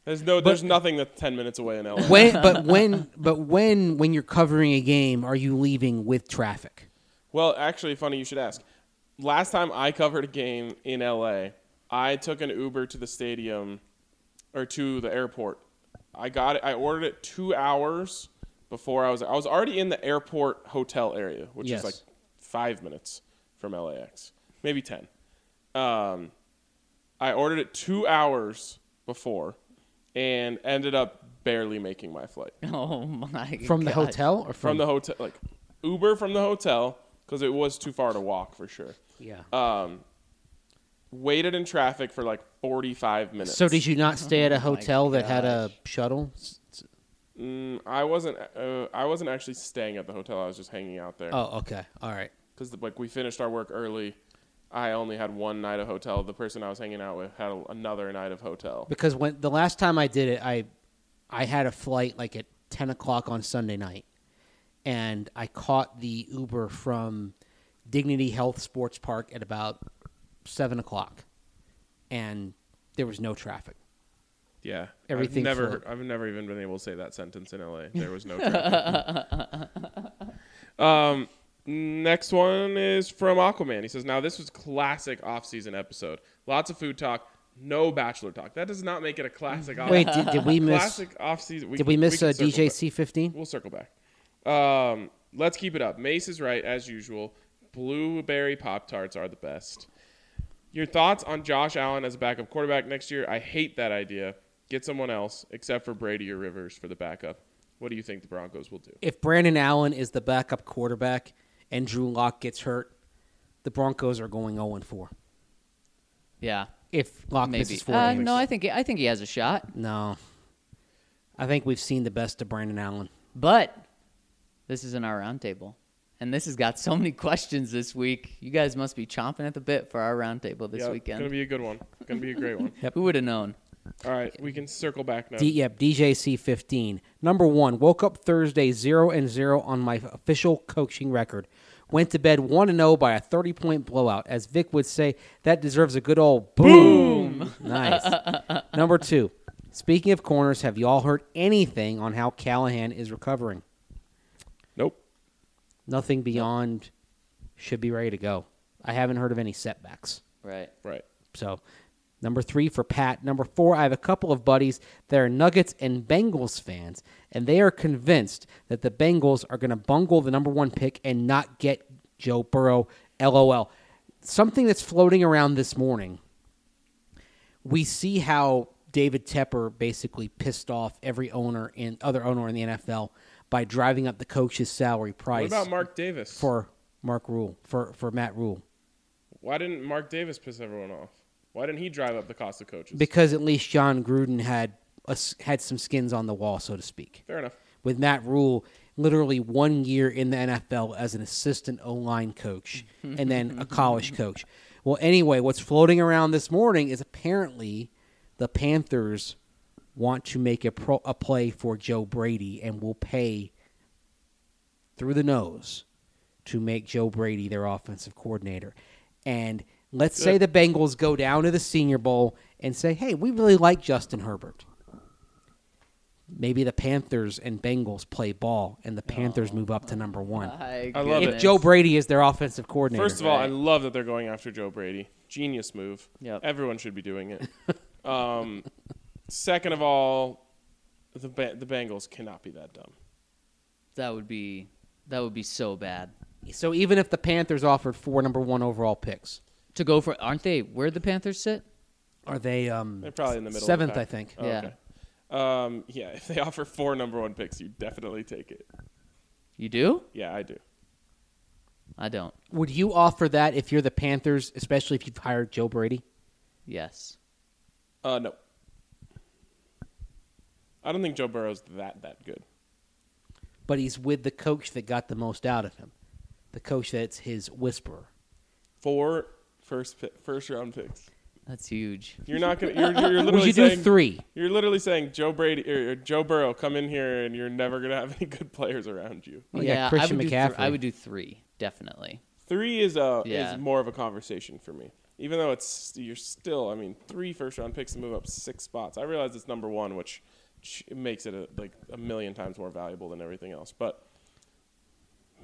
[SPEAKER 1] there's no. There's nothing that's ten minutes away in LA.
[SPEAKER 5] when but when but when when you're covering a game are you leaving with traffic
[SPEAKER 1] Well, actually, funny you should ask. Last time I covered a game in LA, I took an Uber to the stadium or to the airport. I got it. I ordered it two hours before I was. I was already in the airport hotel area, which
[SPEAKER 5] Yes.
[SPEAKER 1] is like five minutes from LAX, maybe ten. Um, I ordered it two hours before, and ended up barely making my flight
[SPEAKER 3] Oh my
[SPEAKER 5] from the
[SPEAKER 3] God.
[SPEAKER 5] hotel or
[SPEAKER 1] from
[SPEAKER 5] from,
[SPEAKER 1] the hotel, like Uber from the hotel, because it was too far to walk for sure.
[SPEAKER 5] yeah
[SPEAKER 1] uh, Waited in traffic for like 45 minutes.
[SPEAKER 5] So did you not stay
[SPEAKER 1] Oh
[SPEAKER 5] at a hotel that had a
[SPEAKER 3] gosh.
[SPEAKER 5] shuttle? S- s-
[SPEAKER 1] Mm, I wasn't. Uh, I wasn't actually staying at the hotel. I was just hanging out there
[SPEAKER 5] Oh, okay. All right.
[SPEAKER 1] because like we finished our work early. I only had one night of hotel. The person I was hanging out with had a, another night of hotel.
[SPEAKER 5] Because when the last time I did it, I I had a flight like at ten o'clock on Sunday night, and I caught the Uber from Dignity Health Sports Park at about seven o'clock, and there was no traffic.
[SPEAKER 1] Yeah,
[SPEAKER 5] Everything
[SPEAKER 1] I've never.
[SPEAKER 5] flowed.
[SPEAKER 1] I've never even been able to say that sentence in LA. There was no traffic. um, next one is from Aquaman. He says, "Now this was classic off-season episode. Lots of food talk, no bachelor talk. That does not make it a classic. off-
[SPEAKER 5] Wait, did, did we miss?
[SPEAKER 1] classic off-season?
[SPEAKER 5] Did we
[SPEAKER 1] can-
[SPEAKER 5] miss
[SPEAKER 1] can
[SPEAKER 5] uh,
[SPEAKER 1] circle
[SPEAKER 5] DJ
[SPEAKER 1] back.
[SPEAKER 5] C fifteen?
[SPEAKER 1] We'll circle back. Um, let's keep it up. Mace is right as usual. Blueberry Pop Tarts are the best. Your thoughts on Josh Allen as a backup quarterback next year? I hate that idea. Get someone else, except for Brady or Rivers, for the backup. What do you think the Broncos will do?
[SPEAKER 5] If Brandon Allen is the backup quarterback and Drew Lock gets hurt, the Broncos are going zero four.
[SPEAKER 3] Yeah.
[SPEAKER 5] If Lock
[SPEAKER 3] Maybe.
[SPEAKER 5] misses four
[SPEAKER 3] Uh,
[SPEAKER 5] games.
[SPEAKER 3] no, I think I think he has a shot.
[SPEAKER 5] No. I think we've seen the best of Brandon Allen.
[SPEAKER 3] But this is in our roundtable. And this has got so many questions this week. You guys must be chomping at the bit for our roundtable this
[SPEAKER 1] Yeah,
[SPEAKER 3] weekend.
[SPEAKER 1] Gonna be a good one. Gonna be a great one.
[SPEAKER 3] Who would have known?
[SPEAKER 1] All right, we can circle back now.
[SPEAKER 5] D- E yep, DJC 15. Number one, woke up Thursday 0 and 0 on my official coaching record. Went to bed 1 and 0 by a 30 point blowout. As Vic would say, that deserves a good old boom. nice. Number two, speaking of corners, have y'all heard anything on how Callahan is recovering?
[SPEAKER 1] nope.
[SPEAKER 5] Nothing beyond should be ready to go. I haven't heard of any setbacks.
[SPEAKER 3] Right.
[SPEAKER 1] Right.
[SPEAKER 5] So, number three for Pat. Number four, I have a couple of buddies that are Nuggets and Bengals fans, and they are convinced that the Bengals are going to bungle the number one pick and not get Joe Burrow. LOL. Something that's floating around this morning. We see how David Tepper basically pissed off every owner and other owner in the NFL by driving up the coach's salary
[SPEAKER 1] What
[SPEAKER 5] price
[SPEAKER 1] about Mark Davis?
[SPEAKER 5] for Mark Rule for for Matt Rule.
[SPEAKER 1] Why didn't Mark Davis piss everyone off? Why didn't he drive up the cost of coaches?
[SPEAKER 5] because at least John Gruden had a s had some skins on the wall, so to speak.
[SPEAKER 1] Fair enough.
[SPEAKER 5] With Matt Rule, literally one year in the NFL as an assistant O line coach and then a college coach. Well, anyway, what's floating around this morning is apparently the Panthers want to make a pro, a play for Joe Brady and will pay through the nose to make Joe Brady their offensive coordinator. And let's say the Bengals go down to the Senior Bowl and say, hey, we really like Justin Herbert. Maybe the Panthers and Bengals play ball and the Panthers move up to number one.
[SPEAKER 1] I love
[SPEAKER 5] if
[SPEAKER 1] it.
[SPEAKER 5] Joe Brady is their offensive coordinator.
[SPEAKER 1] First of all, I love that they're going after Joe Brady. Genius move.
[SPEAKER 3] Yep.
[SPEAKER 1] Everyone should be doing it. um, second of all, the ba- the Bengals cannot be that dumb.
[SPEAKER 3] That would be that would be so bad.
[SPEAKER 5] so even if the Panthers offered four number one overall picks,
[SPEAKER 3] To go for aren't they where the Panthers sit?
[SPEAKER 5] are they um
[SPEAKER 1] They're probably in the middle.
[SPEAKER 5] seventh,
[SPEAKER 1] of the
[SPEAKER 5] I
[SPEAKER 1] pack.
[SPEAKER 5] think.
[SPEAKER 1] Oh,
[SPEAKER 3] Yeah.
[SPEAKER 1] Okay. Um, yeah. If they offer four number one picks, you definitely take it.
[SPEAKER 3] You do?
[SPEAKER 1] Yeah, I do.
[SPEAKER 3] I don't.
[SPEAKER 5] Would you offer that if you're the Panthers, especially if you've hired Joe Brady?
[SPEAKER 3] Yes.
[SPEAKER 1] Uh, no. I don't think Joe Burrow's that that good.
[SPEAKER 5] but he's with the coach that got the most out of him, the coach that's his whisperer.
[SPEAKER 1] Four first pi- first round picks.
[SPEAKER 3] That's huge.
[SPEAKER 1] You're not gonna. You're, you're literally
[SPEAKER 5] Would you do
[SPEAKER 1] saying,
[SPEAKER 5] three?
[SPEAKER 1] You're literally saying Joe Brady or or Joe Burrow, come in here, and you're never gonna have any good players around you.
[SPEAKER 5] Well, yeah, Christian
[SPEAKER 3] I would Do
[SPEAKER 5] McCaffrey.
[SPEAKER 3] thr- I would do three, definitely.
[SPEAKER 1] Three is a
[SPEAKER 3] Yeah.
[SPEAKER 1] is more of a conversation for me, even though it's you're still. I mean, three first round picks to move up six spots. I realize it's number one, which ch- makes it a, like a million times more valuable than everything else. But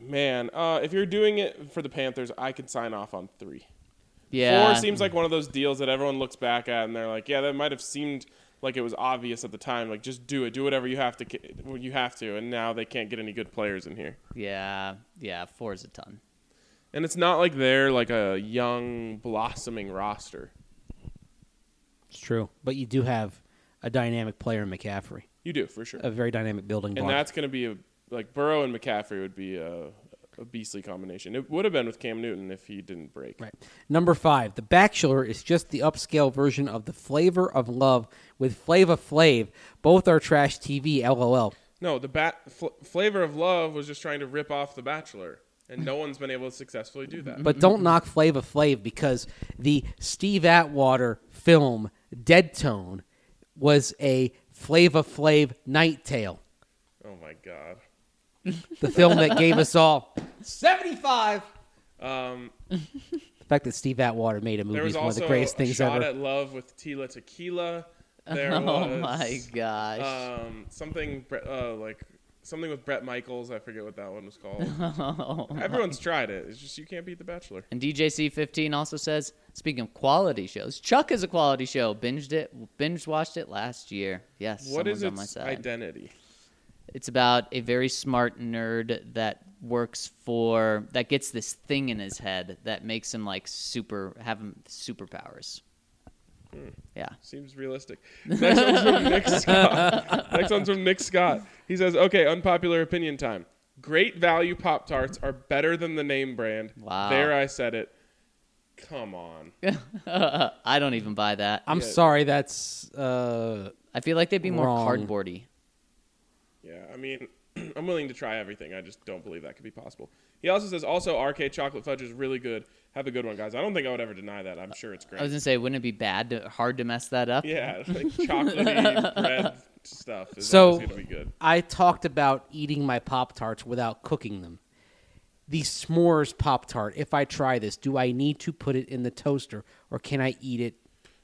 [SPEAKER 1] man, uh, if you're doing it for the Panthers, I could sign off on three.
[SPEAKER 3] Yeah.
[SPEAKER 1] Four seems like one of those deals that everyone looks back at and they're like, yeah, that might have seemed like it was obvious at the time. Like, just do it, do whatever you have to, ki- what you have to. And now they can't get any good players in here.
[SPEAKER 3] yeah. Yeah. Four is a ton.
[SPEAKER 1] And it's not like they're like a young blossoming roster.
[SPEAKER 5] It's true, but you do have a dynamic player in McCaffrey,
[SPEAKER 1] You do for sure.
[SPEAKER 5] a very dynamic building block.
[SPEAKER 1] and that's going to be a like Burrow and McCaffrey would be a, a beastly combination. It would have been with Cam Newton if he didn't break.
[SPEAKER 5] right. Number five, the Bachelor is just the upscale version of the Flavor of Love with Flava Flav. Both are trash TV. LOL.
[SPEAKER 1] No, the bat fl- flavor of love was just trying to rip off The Bachelor, and no one's been able to successfully do that.
[SPEAKER 5] But don't knock Flava Flav because the Steve Atwater film Dead Tone was a Flava Flav night tale.
[SPEAKER 1] oh my god.
[SPEAKER 5] the film that gave us all 75.
[SPEAKER 1] Um,
[SPEAKER 5] The fact that Steve Atwater made a movie
[SPEAKER 1] There was
[SPEAKER 5] is one of
[SPEAKER 1] also
[SPEAKER 5] the greatest
[SPEAKER 1] a
[SPEAKER 5] things
[SPEAKER 1] shot
[SPEAKER 5] ever.
[SPEAKER 1] at love with Tila Tequila. There
[SPEAKER 3] Oh
[SPEAKER 1] was,
[SPEAKER 3] my gosh.
[SPEAKER 1] Um, something Bre- uh, like something with Brett Michaels. I forget what that one was called.
[SPEAKER 3] Oh
[SPEAKER 1] Everyone's tried it. It's just you can't beat The Bachelor.
[SPEAKER 3] and DJC15 also says, speaking of quality shows, Chuck is a quality show. Binged it, binge watched it last year. Yes.
[SPEAKER 1] What is
[SPEAKER 3] someone's on my
[SPEAKER 1] its
[SPEAKER 3] side.
[SPEAKER 1] identity?
[SPEAKER 3] It's about a very smart nerd that works for that gets this thing in his head that makes him like super have him superpowers.
[SPEAKER 1] Hmm.
[SPEAKER 3] Yeah.
[SPEAKER 1] Seems realistic. Next one's from Nick Scott. Next one's from Nick Scott. He says, "Okay, unpopular opinion time. Great value Pop Tarts are better than the name brand.
[SPEAKER 3] Wow.
[SPEAKER 1] There, I said it. Come on.
[SPEAKER 3] I don't even buy that.
[SPEAKER 5] I'm
[SPEAKER 1] Yeah.
[SPEAKER 5] sorry, that's uh,
[SPEAKER 3] I feel like they'd be more
[SPEAKER 5] Wrong.
[SPEAKER 3] cardboardy.
[SPEAKER 1] Yeah, I mean, I'm willing to try everything. I just don't believe that could be possible. He also says, also, RK chocolate fudge is really good. Have a good one, guys. I don't think I would ever deny that. I'm sure it's great.
[SPEAKER 3] I was gonna say, wouldn't it be bad to, hard to mess that up?
[SPEAKER 1] yeah, like chocolatey bread stuff is
[SPEAKER 5] So-
[SPEAKER 1] always going to be good.
[SPEAKER 5] I talked about eating my Pop Tarts without cooking them. The s'mores Pop Tart, if I try this, do I need to put it in the toaster or can I eat it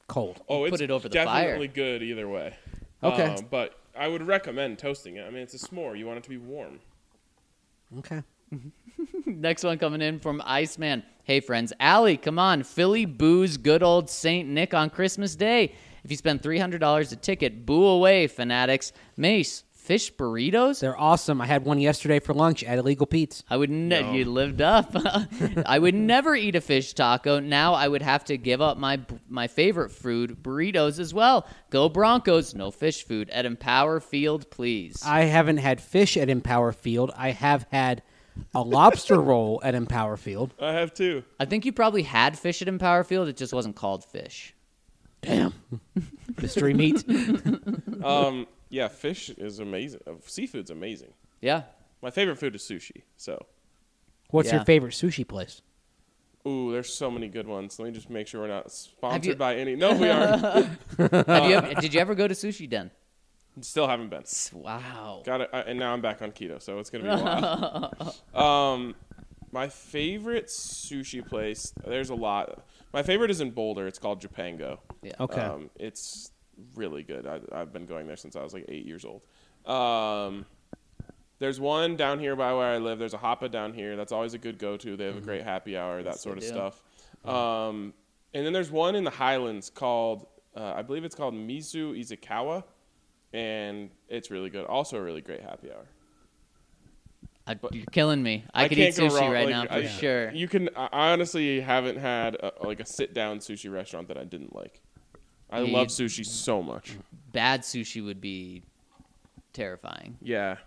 [SPEAKER 5] cold?
[SPEAKER 1] Oh, it's
[SPEAKER 3] put it over the fire.
[SPEAKER 1] definitely good either way.
[SPEAKER 5] Okay.
[SPEAKER 1] Um, but I would recommend toasting it. I mean, it's a s'more. You want it to be warm.
[SPEAKER 5] Okay.
[SPEAKER 3] Next one coming in from Iceman. Hey, friends. Allie, come on. Philly boos good old St. Nick on Christmas Day. If you spend $300 a ticket, boo away, fanatics. Mace, fish burritos?
[SPEAKER 5] They're awesome. I had one yesterday for lunch at Illegal Pete's.
[SPEAKER 3] I would ne- you lived up. I would never eat a fish taco. Now I would have to give up my my favorite food, burritos as well. Go Broncos, no fish food at Empower Field, please.
[SPEAKER 5] I haven't had fish at Empower Field. I have had a lobster roll at Empower Field.
[SPEAKER 1] I have two.
[SPEAKER 3] I think you probably had fish at Empower Field. It just wasn't called fish.
[SPEAKER 5] Mystery meat.
[SPEAKER 1] Um, yeah, fish is amazing. Uh, Seafood's amazing.
[SPEAKER 3] Yeah.
[SPEAKER 1] My favorite food is sushi. So,
[SPEAKER 5] What's
[SPEAKER 3] Yeah.
[SPEAKER 5] your favorite sushi place?
[SPEAKER 1] ooh, there's so many good ones. Let me just make sure we're not sponsored
[SPEAKER 3] you-
[SPEAKER 1] by any. No, we aren't.
[SPEAKER 3] Have you ever, did you ever go to Sushi Den?
[SPEAKER 1] Still haven't been.
[SPEAKER 3] Wow.
[SPEAKER 1] Got it. I, and now I'm back on keto, so it's gonna be a while. um, my favorite sushi place. There's a lot. My favorite is in Boulder. It's called Japango.
[SPEAKER 3] Yeah.
[SPEAKER 5] Okay.
[SPEAKER 1] Um, it's really good. I, I've been going there since I was like eight years old. Um, there's one down here by where I live. There's a Hoppa down here. That's always a good go-to. They have a great happy hour, that sort of
[SPEAKER 3] Mm-hmm. they do. Mm-hmm.
[SPEAKER 1] stuff. Um, and then there's one in the Highlands called, uh, I believe it's called Mizu Izakawa, and it's really good. Also a really great happy hour.
[SPEAKER 3] I, you're killing me. I, could eat
[SPEAKER 1] can't go
[SPEAKER 3] sushi
[SPEAKER 1] wrong,
[SPEAKER 3] right
[SPEAKER 1] like,
[SPEAKER 3] now for
[SPEAKER 1] I-
[SPEAKER 3] sure.
[SPEAKER 1] You can. I I honestly haven't had a, like a sit-down sushi restaurant that I didn't like. I
[SPEAKER 3] Yeah,
[SPEAKER 1] love
[SPEAKER 3] you-
[SPEAKER 1] sushi so much.
[SPEAKER 3] Bad sushi would be terrifying.
[SPEAKER 1] Yeah.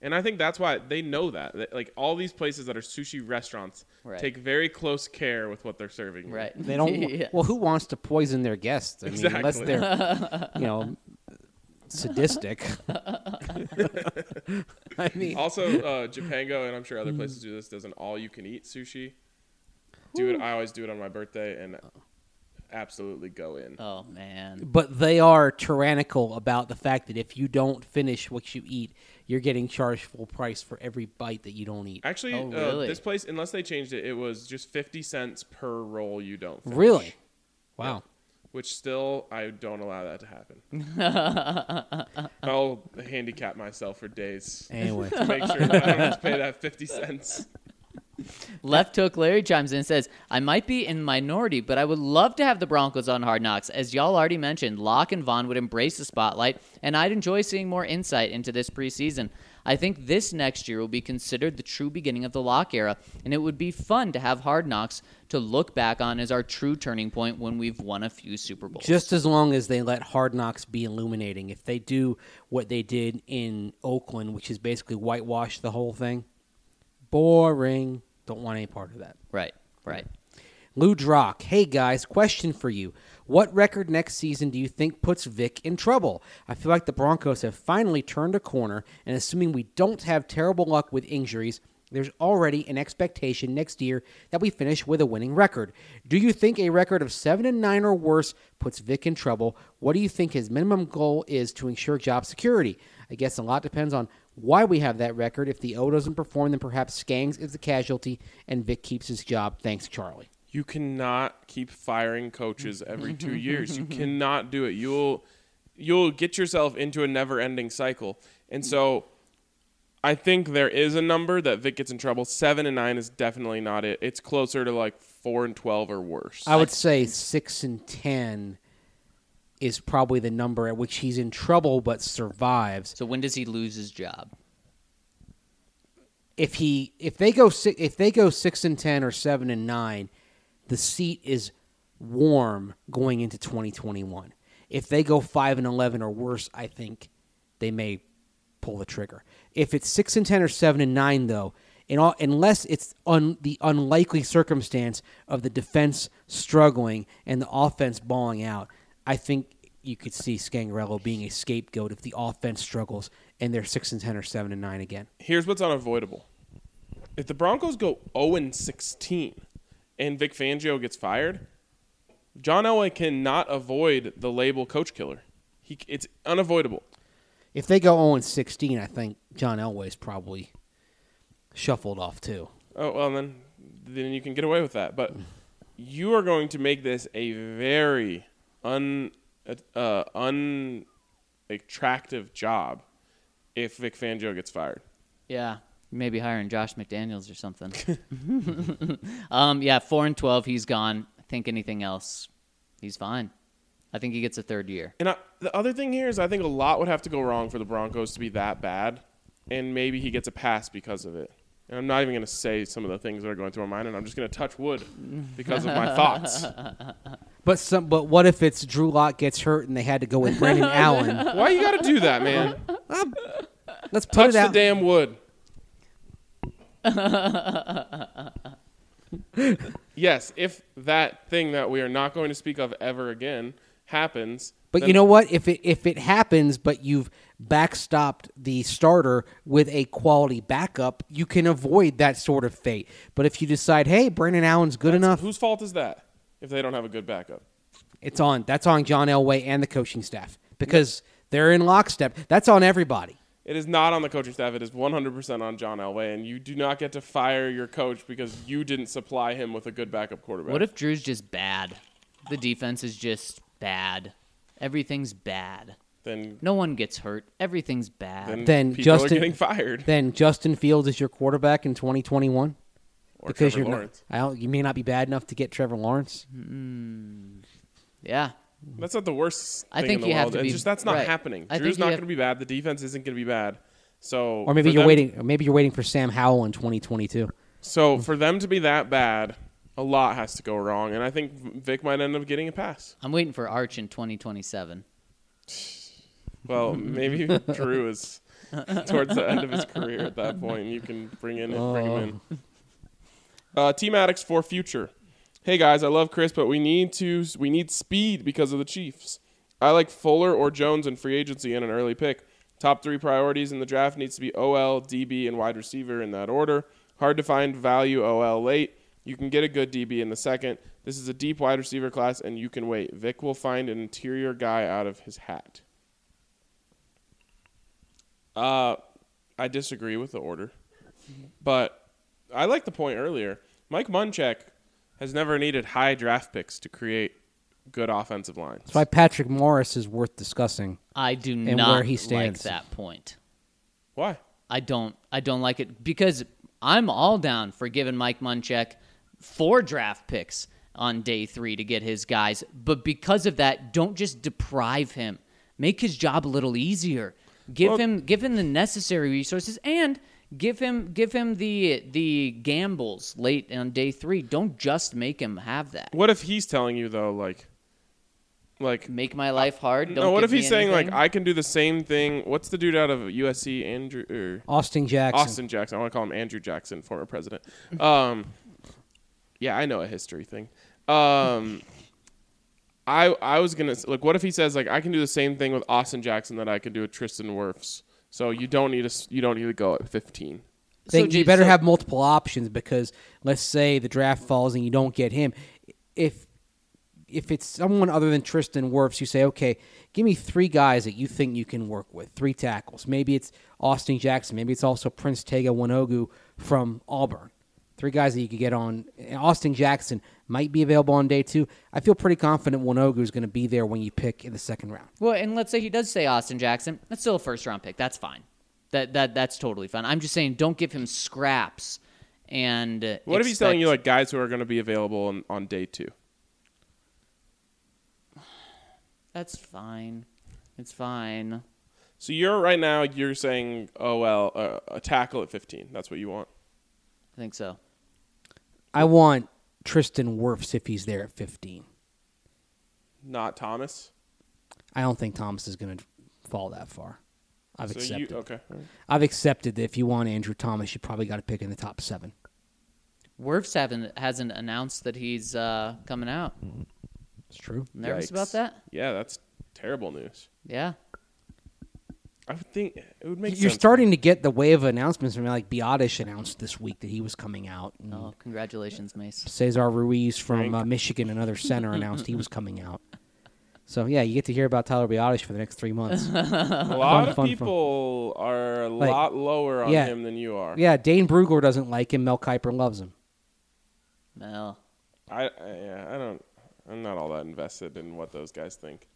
[SPEAKER 1] And I think that's why they know that. That, Like all these places that are sushi restaurants
[SPEAKER 3] Right.
[SPEAKER 1] take very close care with what they're serving. you.
[SPEAKER 3] Right.
[SPEAKER 5] They don't.
[SPEAKER 3] Yeah.
[SPEAKER 5] Well, who wants to poison their guests? I mean, unless they're, you know, sadistic. I mean,
[SPEAKER 1] Also, uh, Japango, and I'm sure other places do this, does an all-you-can-eat sushi. Do it. I always do it on my birthday, and absolutely go in.
[SPEAKER 3] Oh man.
[SPEAKER 5] but they are tyrannical about the fact that if you don't finish what you eat, you're getting charged full price for every bite that you don't eat.
[SPEAKER 1] Actually,
[SPEAKER 3] Oh,
[SPEAKER 1] uh,
[SPEAKER 3] really?
[SPEAKER 1] this place, unless they changed it, it was just 50 cents per roll you don't. finish.
[SPEAKER 5] Really? Wow.
[SPEAKER 1] Which still, I don't allow that to happen. I'll handicap myself for days
[SPEAKER 5] Anyway,
[SPEAKER 1] to make sure that I don't have to pay that 50 cents.
[SPEAKER 3] Left hook Larry chimes in and says, I might be in minority, but I would love to have the Broncos on hard knocks. As y'all already mentioned, Locke and Vaughn would embrace the spotlight, and I'd enjoy seeing more insight into this preseason. I think this next year will be considered the true beginning of the Locke era, and it would be fun to have hard knocks to look back on as our true turning point when we've won a few Super Bowls.
[SPEAKER 5] just as long as they let Hard Knocks be illuminating, if they do what they did in Oakland, which is basically whitewash the whole thing, boring. Don't want any part of that.
[SPEAKER 3] right, right.
[SPEAKER 5] Lou Drock, hey guys, question for you. What record next season do you think puts Vic in trouble? I feel like the Broncos have finally turned a corner, and assuming we don't have terrible luck with injuries, there's already an expectation next year that we finish with a winning record. Do you think a record of 7 and 9 or worse puts Vic in trouble? What do you think his minimum goal is to ensure job security? I guess a lot depends on why we have that record. If the O doesn't perform, then perhaps Skangs is the casualty and Vic keeps his job. Thanks, Charlie.
[SPEAKER 1] You cannot keep firing coaches every two years. You cannot do it. You'll you'll get yourself into a never-ending cycle. And so, I think there is a number that Vic gets in trouble. Seven and nine is definitely not it. It's closer to like four and twelve or worse.
[SPEAKER 5] I would say six and ten is probably the number at which he's in trouble but survives.
[SPEAKER 3] So when does he lose his job?
[SPEAKER 5] If he if they go six if they go six and ten or seven and nine, the seat is warm going into twenty twenty one. If they go five and eleven or worse, I think they may pull the trigger. If it's six and ten or seven and nine, though, in all, unless it's un, the unlikely circumstance of the defense struggling and the offense balling out, I think you could see Scangarello being a scapegoat if the offense struggles and they're six and ten or seven and nine again.
[SPEAKER 1] Here's what's unavoidable: if the Broncos go zero and sixteen, and Vic Fangio gets fired, John Elway cannot avoid the label coach killer. He, c- it's unavoidable.
[SPEAKER 5] If they go zero and sixteen, I think John Elway's probably shuffled off too.
[SPEAKER 1] Oh well, then then you can get away with that. But you are going to make this a very un uh, unattractive job if Vic Fangio gets fired.
[SPEAKER 3] Yeah. Maybe hiring Josh McDaniels or something. um, yeah, four and twelve. He's gone. I think anything else, he's fine. I think he gets a third year.
[SPEAKER 1] And I, the other thing here is, I think a lot would have to go wrong for the Broncos to be that bad, and maybe he gets a pass because of it. And I'm not even going to say some of the things that are going through my mind, and I'm just going to touch wood because of my thoughts.
[SPEAKER 5] But some, but what if it's Drew Lock gets hurt and they had to go with Brandon Allen?
[SPEAKER 1] Why you got to do that, man?
[SPEAKER 5] Let's put
[SPEAKER 1] Touch
[SPEAKER 5] it
[SPEAKER 1] the
[SPEAKER 5] out.
[SPEAKER 1] damn wood. yes, if that thing that we are not going to speak of ever again happens,
[SPEAKER 5] But
[SPEAKER 1] then
[SPEAKER 5] you know what? If it if it happens, but you've backstopped the starter with a quality backup, you can avoid that sort of fate. But if you decide, hey, Brandon Allen's good enough,
[SPEAKER 1] whose fault is that? If they don't have a good backup,
[SPEAKER 5] it's on. That's on John Elway and the coaching staff because they're in lockstep. That's on everybody.
[SPEAKER 1] it is not on the coaching staff. It is 100% on John Elway, and you do not get to fire your coach because you didn't supply him with a good backup quarterback.
[SPEAKER 3] What if Drew's just bad? The defense is just bad. Everything's bad.
[SPEAKER 1] then
[SPEAKER 3] No one gets hurt. Everything's bad.
[SPEAKER 1] then,
[SPEAKER 5] Then
[SPEAKER 1] people are
[SPEAKER 5] Justin-
[SPEAKER 1] getting fired?
[SPEAKER 5] Then Justin Fields is your quarterback in
[SPEAKER 1] Or
[SPEAKER 5] 2021 because
[SPEAKER 1] Trevor
[SPEAKER 5] you're
[SPEAKER 1] Lawrence. Hmm.
[SPEAKER 5] not. I don't, you may not be bad enough to get Trevor Lawrence.
[SPEAKER 3] yeah.
[SPEAKER 1] That's not the worst.
[SPEAKER 3] I
[SPEAKER 1] thing
[SPEAKER 3] think
[SPEAKER 1] in the
[SPEAKER 3] you have
[SPEAKER 1] world.
[SPEAKER 3] to
[SPEAKER 1] It's
[SPEAKER 3] be-
[SPEAKER 1] just that's not
[SPEAKER 3] right.
[SPEAKER 1] happening.
[SPEAKER 3] I
[SPEAKER 1] Drew's
[SPEAKER 3] think you
[SPEAKER 1] not
[SPEAKER 3] have-
[SPEAKER 1] going to be bad. The defense isn't going to be bad. So
[SPEAKER 5] Or maybe
[SPEAKER 1] for
[SPEAKER 5] you're
[SPEAKER 1] them-
[SPEAKER 5] waiting. Or maybe you're waiting for Sam Howell in 2022.
[SPEAKER 1] So for them to be that bad, a lot has to go wrong, and I think Vic might end up getting a pass.
[SPEAKER 3] I'm waiting for Arch in 2027.
[SPEAKER 1] Well, maybe Drew is towards the end of his career at that point. and You can bring in and bring him in. Uh, Team Addicts for future. Hey guys, I love Chris, but we need to we need speed because of the Chiefs. I like Fuller or Jones in free agency and an early pick. Top three priorities in the draft needs to be OL, DB, and wide receiver in that order. Hard to find value OL late. You can get a good DB in the second. This is a deep wide receiver class, and you can wait. Vic will find an interior guy out of his hat. Uh, I disagree with the order, but I like the point earlier. Mike Munchak has never needed high draft picks to create good offensive lines.
[SPEAKER 5] That's why Patrick Morris is worth discussing.
[SPEAKER 3] I do
[SPEAKER 5] And
[SPEAKER 3] not
[SPEAKER 5] where he stands.
[SPEAKER 3] like that point.
[SPEAKER 1] Why?
[SPEAKER 3] I don't. I don't like it because I'm all down for giving Mike Munchak four draft picks on day three to get his guys. But because of that, don't just deprive him. Make his job a little easier. Give
[SPEAKER 1] Well-
[SPEAKER 3] him give him the necessary resources and give him give him the the gambles late on day three. Don't just make him have that.
[SPEAKER 1] What if he's telling you though, like, like
[SPEAKER 3] Make my life hard. Don't
[SPEAKER 1] no? What
[SPEAKER 3] give
[SPEAKER 1] if
[SPEAKER 3] me
[SPEAKER 1] he's saying like
[SPEAKER 3] anything.
[SPEAKER 1] I can do the same thing? What's the dude out of USC, Andrew or
[SPEAKER 5] Austin Jackson.
[SPEAKER 1] Austin Jackson? I want to call him Andrew Jackson, former president. Um, yeah, I know a history thing. Um. I I was gonna like, what if he says like I can do the same thing with Austin Jackson that I can do with Tristan Wirfs. So you don't need to s- you don't need to go at fifteen.
[SPEAKER 5] They,
[SPEAKER 3] So
[SPEAKER 5] you
[SPEAKER 3] J-
[SPEAKER 5] better
[SPEAKER 3] so-
[SPEAKER 5] have multiple options because let's say the draft falls and you don't get him. If if it's someone other than Tristan Wirfs, you say, okay, give me three guys that you think you can work with, three tackles. Maybe it's Austin Jackson. Maybe it's also Prince Tega Winogu from Auburn. Three guys that you could get on. And Austin Jackson might be available on day two. I feel pretty confident Winogu is going to be there when you pick in the second round.
[SPEAKER 3] Well, and let's say he does say Austin Jackson. That's still a first round pick. That's fine. That that that's totally fine. I'm just saying, don't give him scraps. And uh,
[SPEAKER 1] What if he's
[SPEAKER 3] expect-
[SPEAKER 1] telling you like guys who are going to be available on, on day two?
[SPEAKER 3] that's fine? It's fine.
[SPEAKER 1] So you're right now you're saying oh well uh, a tackle at fifteen. That's what you want.
[SPEAKER 3] I think so.
[SPEAKER 5] I want Tristan Wirfs if he's there at 15.
[SPEAKER 1] Not Thomas.
[SPEAKER 5] I don't think Thomas is going to fall that far. I've
[SPEAKER 1] so
[SPEAKER 5] accepted.
[SPEAKER 1] you okay?
[SPEAKER 5] I've accepted that if you want Andrew Thomas, you probably got to pick in the top seven.
[SPEAKER 3] Werfs haven't hasn't announced that he's uh, coming out.
[SPEAKER 5] It's true.
[SPEAKER 3] Nervous
[SPEAKER 1] Yikes.
[SPEAKER 3] about that?
[SPEAKER 1] Yeah, that's terrible news.
[SPEAKER 3] Yeah.
[SPEAKER 1] I would think it would make.
[SPEAKER 5] You're
[SPEAKER 1] sense.
[SPEAKER 5] starting to get the wave of announcements from like Biotish announced this week that he was coming out. And
[SPEAKER 3] Oh, congratulations, Mace.
[SPEAKER 5] Cesar Ruiz from uh, Michigan, another center, announced he was coming out. So yeah, you get to hear about Tyler Biotish for the next three months.
[SPEAKER 1] A lot
[SPEAKER 5] Fun,
[SPEAKER 1] of
[SPEAKER 5] fun, fun.
[SPEAKER 1] people are a
[SPEAKER 5] Like-
[SPEAKER 1] lot lower on
[SPEAKER 5] Yeah.
[SPEAKER 1] him than you are.
[SPEAKER 5] yeah, Dane Brugler doesn't like him. Mel Kiper loves him.
[SPEAKER 3] Well,
[SPEAKER 1] I, I yeah, I don't. I'm not all that invested in what those guys think.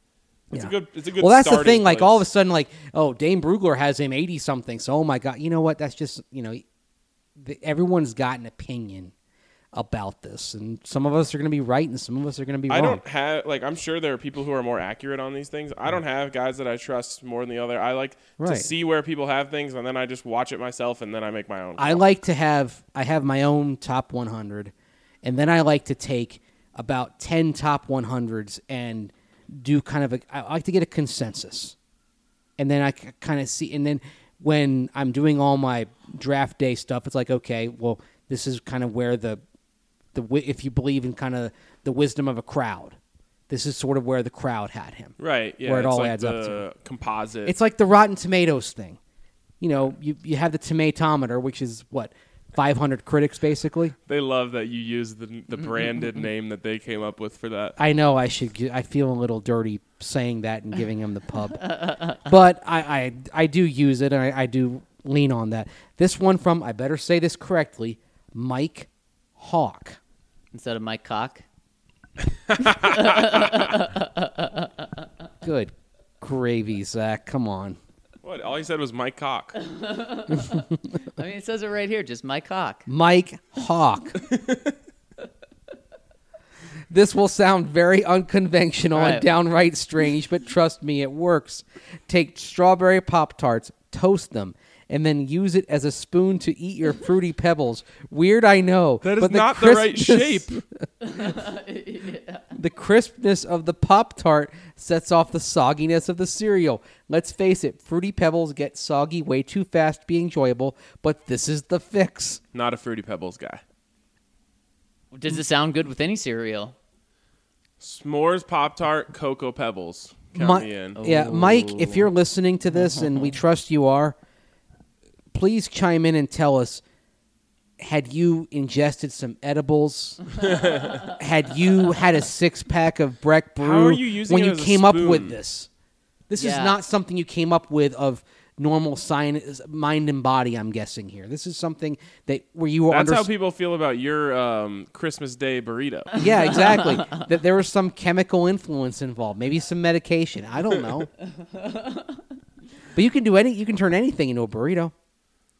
[SPEAKER 1] It's
[SPEAKER 5] Yeah.
[SPEAKER 1] a good. It's a good.
[SPEAKER 5] well, that's the
[SPEAKER 1] starting
[SPEAKER 5] thing. Like all of a
[SPEAKER 1] place.
[SPEAKER 5] sudden, like oh, Dane Brugler has him eighty something. So oh my god, you know what? That's just you know the, everyone's got an opinion about this, and some of us are going to be right, and some of us are going to be wrong.
[SPEAKER 1] I don't have like I'm sure there are people who are more accurate on these things. I don't have guys that I trust more than the other. I like to
[SPEAKER 5] Right.
[SPEAKER 1] see where people have things and then I just watch it myself and then I make my own.
[SPEAKER 5] I like to have I have my own top 100, and then I like to take about 10 top 100s and do kind of a I like to get a consensus, and then I kind of see and then when I'm doing all my draft day stuff, it's like okay, well this is kind of where the the wi- if you believe in kind of the wisdom of a crowd, this is sort of where the crowd had him.
[SPEAKER 1] right, yeah.
[SPEAKER 5] where it
[SPEAKER 1] it's
[SPEAKER 5] all
[SPEAKER 1] like
[SPEAKER 5] adds
[SPEAKER 1] the
[SPEAKER 5] up to.
[SPEAKER 1] composite.
[SPEAKER 5] It's like the Rotten Tomatoes thing. You know, you, you have the tomatometer, which is what, 500 critics basically?
[SPEAKER 1] they love that you use the the branded name that they came up with for that.
[SPEAKER 5] I know I should, gi- I feel a little dirty saying that and giving them the pub. but I, I, I do use it and I, I do lean on that. This one from, I better say this correctly, Mike Hawk.
[SPEAKER 3] instead of my cock.
[SPEAKER 5] Good gravy, Zach. Come on.
[SPEAKER 1] What? All he said was Mike Cock.
[SPEAKER 3] I mean, it says it right here, just my cock.
[SPEAKER 5] Mike Hawk. this will sound very unconventional
[SPEAKER 3] Right.
[SPEAKER 5] and downright strange, but trust me, it works. Take strawberry Pop Tarts, toast them. And then use it as a spoon to eat your fruity pebbles. Weird, I know.
[SPEAKER 1] That is
[SPEAKER 5] but the
[SPEAKER 1] not the right
[SPEAKER 5] crispness-
[SPEAKER 1] shape.
[SPEAKER 5] the crispness of the Pop Tart sets off the sogginess of the cereal. Let's face it, fruity pebbles get soggy way too fast to be enjoyable, but this is the fix.
[SPEAKER 1] Not a Fruity Pebbles guy.
[SPEAKER 3] Does it sound good with any cereal?
[SPEAKER 1] S'mores Pop Tart, Cocoa Pebbles. Count
[SPEAKER 5] Mi-
[SPEAKER 1] me in.
[SPEAKER 5] Yeah, Mike, if you're listening to this, and we trust you are, please chime in and tell us: Had you ingested some edibles? had you had a six pack of Breck Brew?
[SPEAKER 1] How are you using
[SPEAKER 5] when
[SPEAKER 1] it
[SPEAKER 5] you
[SPEAKER 1] as a
[SPEAKER 5] came up with
[SPEAKER 1] spoon?
[SPEAKER 5] this? This
[SPEAKER 3] Yeah.
[SPEAKER 5] is not something you came up with of normal science, mind and body. I'm guessing here. This is something that where you were
[SPEAKER 1] That's
[SPEAKER 5] under
[SPEAKER 1] how people feel about your um, Christmas Day burrito.
[SPEAKER 5] yeah, exactly. that there was some chemical influence involved, maybe some medication. I don't know. but you can do any. You can turn anything into a burrito.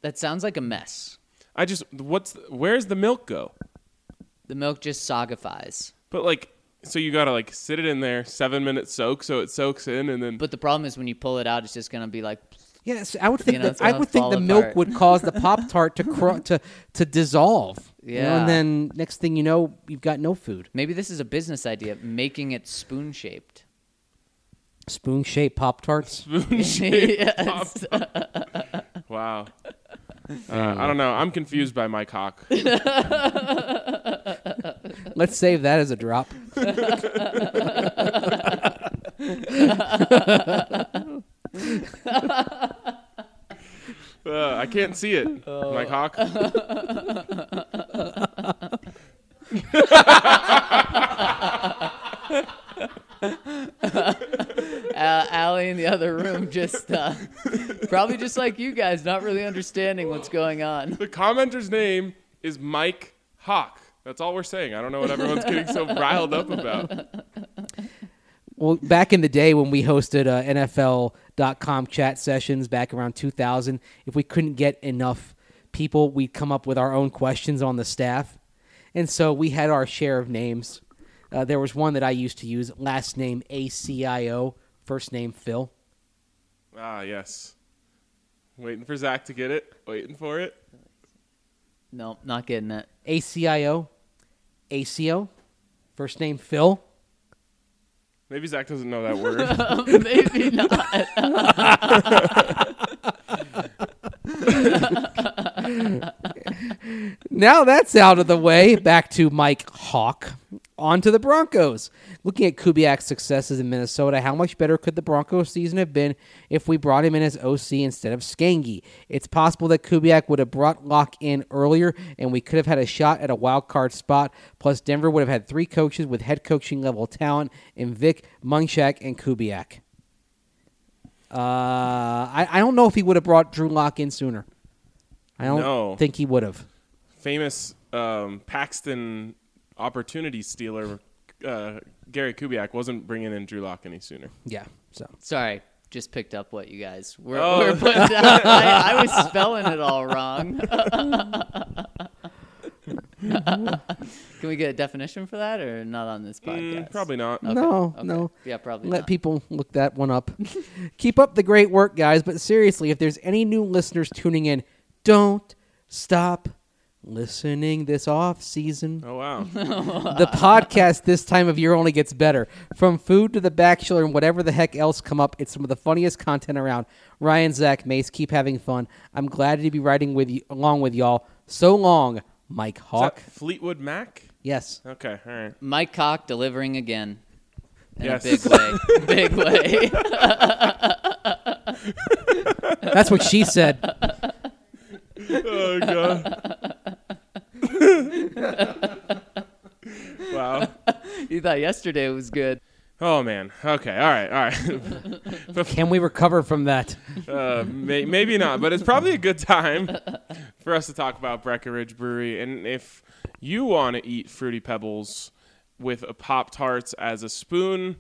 [SPEAKER 3] That sounds like a mess.
[SPEAKER 1] I just what's where's the milk go?
[SPEAKER 3] The milk just soggifies.
[SPEAKER 1] But like, so you gotta like sit it in there, seven minute soak, so it soaks in, and then
[SPEAKER 3] But the problem is when you pull it out, it's just going to be like,
[SPEAKER 5] Yes, I would think.
[SPEAKER 3] know,
[SPEAKER 5] that-
[SPEAKER 3] it's
[SPEAKER 5] I
[SPEAKER 3] gonna
[SPEAKER 5] would think
[SPEAKER 3] fall
[SPEAKER 5] the milk
[SPEAKER 3] apart.
[SPEAKER 5] would cause the pop tart to cr- to to dissolve. you know,
[SPEAKER 3] Yeah.
[SPEAKER 5] and then next thing you know, you've got no food.
[SPEAKER 3] maybe this is a business idea, making it spoon shaped.
[SPEAKER 5] Spoon shaped pop tarts.
[SPEAKER 3] yes.
[SPEAKER 1] wow. Uh, I don't know. I'm confused by my cock.
[SPEAKER 5] Let's save that as a drop.
[SPEAKER 1] Uh, I can't see it. My cock.
[SPEAKER 3] Al- Allie in the other room just uh, probably just like you guys, not really understanding what's going on.
[SPEAKER 1] The commenter's name is Mike Hawk. That's all we're saying. I don't know what everyone's getting so riled up about.
[SPEAKER 5] Well, back in the day when we hosted uh, NFL.com chat sessions back around 2000, if we couldn't get enough people, we'd come up with our own questions on the staff. And so we had our share of names. Uh, there was one that I used to use last name ACIO, first name Phil.
[SPEAKER 1] Ah, yes. Waiting for Zach to get it. Waiting for it.
[SPEAKER 3] Nope, not getting it.
[SPEAKER 5] ACIO, ACO, first name Phil.
[SPEAKER 1] Maybe Zach doesn't know that word.
[SPEAKER 3] Maybe not.
[SPEAKER 5] Now that's out of the way. Back to Mike Hawk. On to the Broncos. Looking at Kubiak's successes in Minnesota, how much better could the Broncos season have been if we brought him in as OC instead of Skangy? It's possible that Kubiak would have brought Locke in earlier and we could have had a shot at a wild card spot. Plus, Denver would have had three coaches with head coaching level talent in Vic, Munchak, and Kubiak. Uh, I, I don't know if he would have brought Drew Locke in sooner. I don't
[SPEAKER 1] No.
[SPEAKER 5] think he would have.
[SPEAKER 1] Famous um, Paxton opportunity stealer, uh, Gary Kubiak, wasn't bringing in Drew Lock any sooner.
[SPEAKER 5] Yeah. So
[SPEAKER 3] Sorry, just picked up what you guys were,
[SPEAKER 1] Oh.
[SPEAKER 3] were putting down. I, I was spelling it all wrong. Can we get a definition for that, or not on this
[SPEAKER 1] Mm,
[SPEAKER 3] podcast?
[SPEAKER 1] probably not.
[SPEAKER 3] Okay,
[SPEAKER 5] No,
[SPEAKER 3] okay.
[SPEAKER 5] no.
[SPEAKER 3] Yeah, probably.
[SPEAKER 5] Let
[SPEAKER 3] not.
[SPEAKER 5] people look that one up. Keep up the great work, guys. But seriously, if there's any new listeners tuning in, don't stop listening this off season.
[SPEAKER 1] Oh wow.
[SPEAKER 5] the podcast this time of year only gets better. From food to the bachelor and whatever the heck else come up, it's some of the funniest content around. Ryan, Zach, Mace, keep having fun. I'm glad to be riding with you, along with y'all. So long, Mike Hawk.
[SPEAKER 1] Is that Fleetwood Mac.
[SPEAKER 5] yes.
[SPEAKER 1] Okay. All right.
[SPEAKER 3] Mike Cock delivering again. In
[SPEAKER 1] Yes.
[SPEAKER 3] a big way. big way.
[SPEAKER 5] That's what she said.
[SPEAKER 1] Oh god. wow.
[SPEAKER 3] you thought yesterday was good.
[SPEAKER 1] Oh man. Okay. All right. All right.
[SPEAKER 5] Can we recover from that?
[SPEAKER 1] Uh, may, maybe not, but it's probably a good time for us to talk about Breckenridge Brewery. And if you want to eat fruity pebbles with a Pop Tarts as a spoon,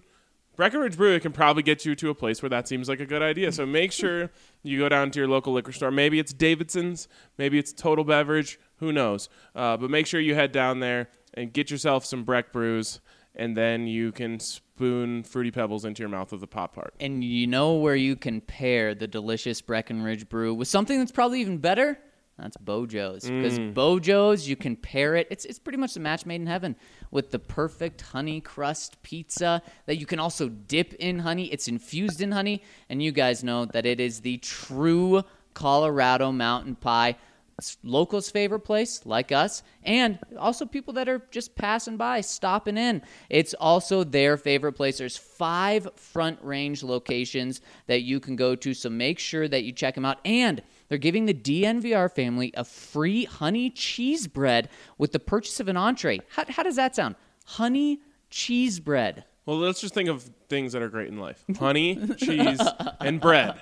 [SPEAKER 1] Breckenridge Brewery can probably get you to a place where that seems like a good idea. So make sure you go down to your local liquor store. Maybe it's Davidson's, maybe it's Total Beverage, who knows? Uh, but make sure you head down there and get yourself some Breck Brews, and then you can spoon fruity pebbles into your mouth with a Pop Tart.
[SPEAKER 3] And you know where you can pair the delicious Breckenridge brew with something that's probably even better? That's Bojo's. Because Bojo's, you can pair it. It's, it's pretty much the match made in heaven with the perfect honey crust pizza that you can also dip in honey. It's infused in honey. And you guys know that it is the true Colorado mountain pie. It's locals' favorite place, like us, and also people that are just passing by, stopping in. It's also their favorite place. There's five front range locations that you can go to, so make sure that you check them out. And they're giving the DNVR family a free honey cheese bread with the purchase of an entree. How, how does that sound? Honey cheese bread.
[SPEAKER 1] Well, let's just think of things that are great in life: honey, cheese, and bread.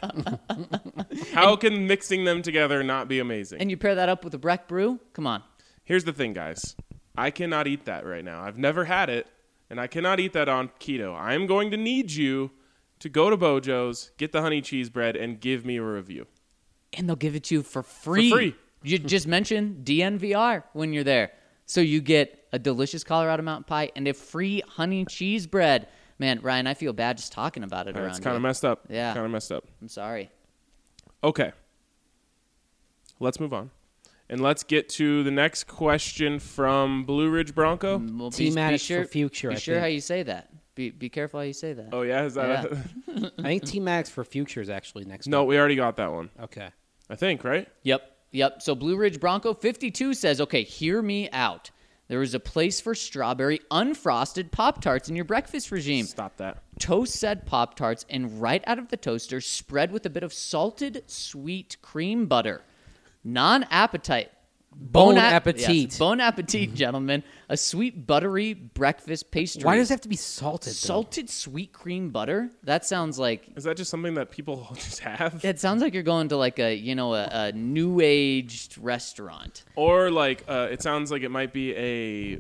[SPEAKER 1] How can mixing them together not be amazing?
[SPEAKER 3] And you pair that up with a Breck brew? Come on.
[SPEAKER 1] Here's the thing, guys: I cannot eat that right now. I've never had it, and I cannot eat that on keto. I am going to need you to go to Bojo's, get the honey cheese bread, and give me a review.
[SPEAKER 3] and they'll give it to you for free.
[SPEAKER 1] free.
[SPEAKER 3] You just mention DNVR when you're there. So you get a delicious Colorado mountain pie and a free honey cheese bread. Man, Ryan, I feel bad just talking about it around
[SPEAKER 1] That's kind
[SPEAKER 3] you.
[SPEAKER 1] of messed up.
[SPEAKER 3] Yeah.
[SPEAKER 1] kind of messed up.
[SPEAKER 3] I'm sorry.
[SPEAKER 1] Okay. Let's move on. And let's get to the next question from Blue Ridge Bronco.
[SPEAKER 3] Well,
[SPEAKER 5] Team Maddox for future,
[SPEAKER 3] Be
[SPEAKER 5] I
[SPEAKER 3] sure
[SPEAKER 5] think.
[SPEAKER 3] how you say that. Be be careful how you say that.
[SPEAKER 1] Oh yeah, is that? a-
[SPEAKER 3] Yeah.
[SPEAKER 5] I think T Max for Future is actually next.
[SPEAKER 1] no, we already got that one.
[SPEAKER 5] up. Okay.
[SPEAKER 1] I think right.
[SPEAKER 3] Yep. Yep. So Blue Ridge Bronco 52 says, okay, hear me out. There is a place for strawberry unfrosted Pop Tarts in your breakfast regime.
[SPEAKER 1] Stop that.
[SPEAKER 3] Toast said Pop Tarts and right out of the toaster, spread with a bit of salted sweet cream butter. Non appetite.
[SPEAKER 5] Bon appetit. Mm-hmm.
[SPEAKER 3] bon appetit, gentlemen. A sweet buttery breakfast pastry.
[SPEAKER 5] Why does it have to be salted? though?
[SPEAKER 3] salted sweet cream butter? That sounds like
[SPEAKER 1] Is that just something that people just have?
[SPEAKER 3] that sounds like you're going to like a you know a, a new aged restaurant.
[SPEAKER 1] Or like, uh, it sounds like it might be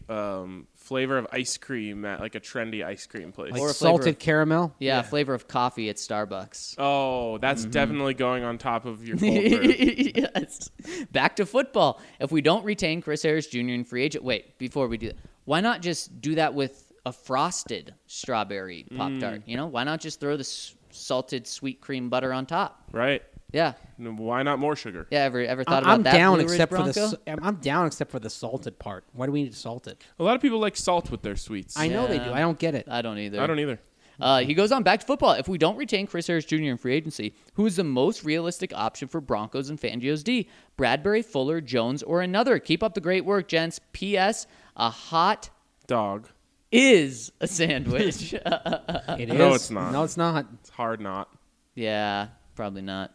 [SPEAKER 1] a um, flavor of ice cream at like a trendy ice cream place.
[SPEAKER 5] Like
[SPEAKER 3] Or a flavor
[SPEAKER 5] salted
[SPEAKER 3] of-
[SPEAKER 5] caramel?
[SPEAKER 3] Yeah, a flavor of coffee at Starbucks.
[SPEAKER 1] oh, that's definitely going on top of your cold brew.
[SPEAKER 3] yes. Back to football. If we don't retain Chris Harris Jr. in free agent, wait, before we do that, why not just do that with a frosted strawberry Pop
[SPEAKER 5] Mm.
[SPEAKER 3] Tart? You know, why not just throw the s- salted sweet cream butter on top?
[SPEAKER 1] right?
[SPEAKER 3] Yeah.
[SPEAKER 1] And Why not more sugar?
[SPEAKER 3] Yeah, ever, ever thought
[SPEAKER 5] I'm,
[SPEAKER 3] about
[SPEAKER 5] I'm
[SPEAKER 3] that?
[SPEAKER 5] down
[SPEAKER 3] Blue Ridge
[SPEAKER 5] except for the.
[SPEAKER 3] Bronco?
[SPEAKER 5] s- I'm I'm down except for the salted part. Why do we need to salt it?
[SPEAKER 1] A lot of people like salt with their sweets.
[SPEAKER 5] I know they do.
[SPEAKER 3] Yeah.
[SPEAKER 5] I don't e get it.
[SPEAKER 3] I don't either.
[SPEAKER 1] I don't either.
[SPEAKER 3] Uh, he goes on back to football. If we don't retain Chris Harris Jr. in free agency, who is the most realistic option for Broncos and Fangio's D? Bradbury, Fuller, Jones, or another? Keep up the great work, gents. P.S. A hot
[SPEAKER 1] Dog.
[SPEAKER 3] is a sandwich.
[SPEAKER 5] It is.
[SPEAKER 1] No, it's not.
[SPEAKER 5] No, it's not.
[SPEAKER 1] It's hard not.
[SPEAKER 3] yeah, probably not.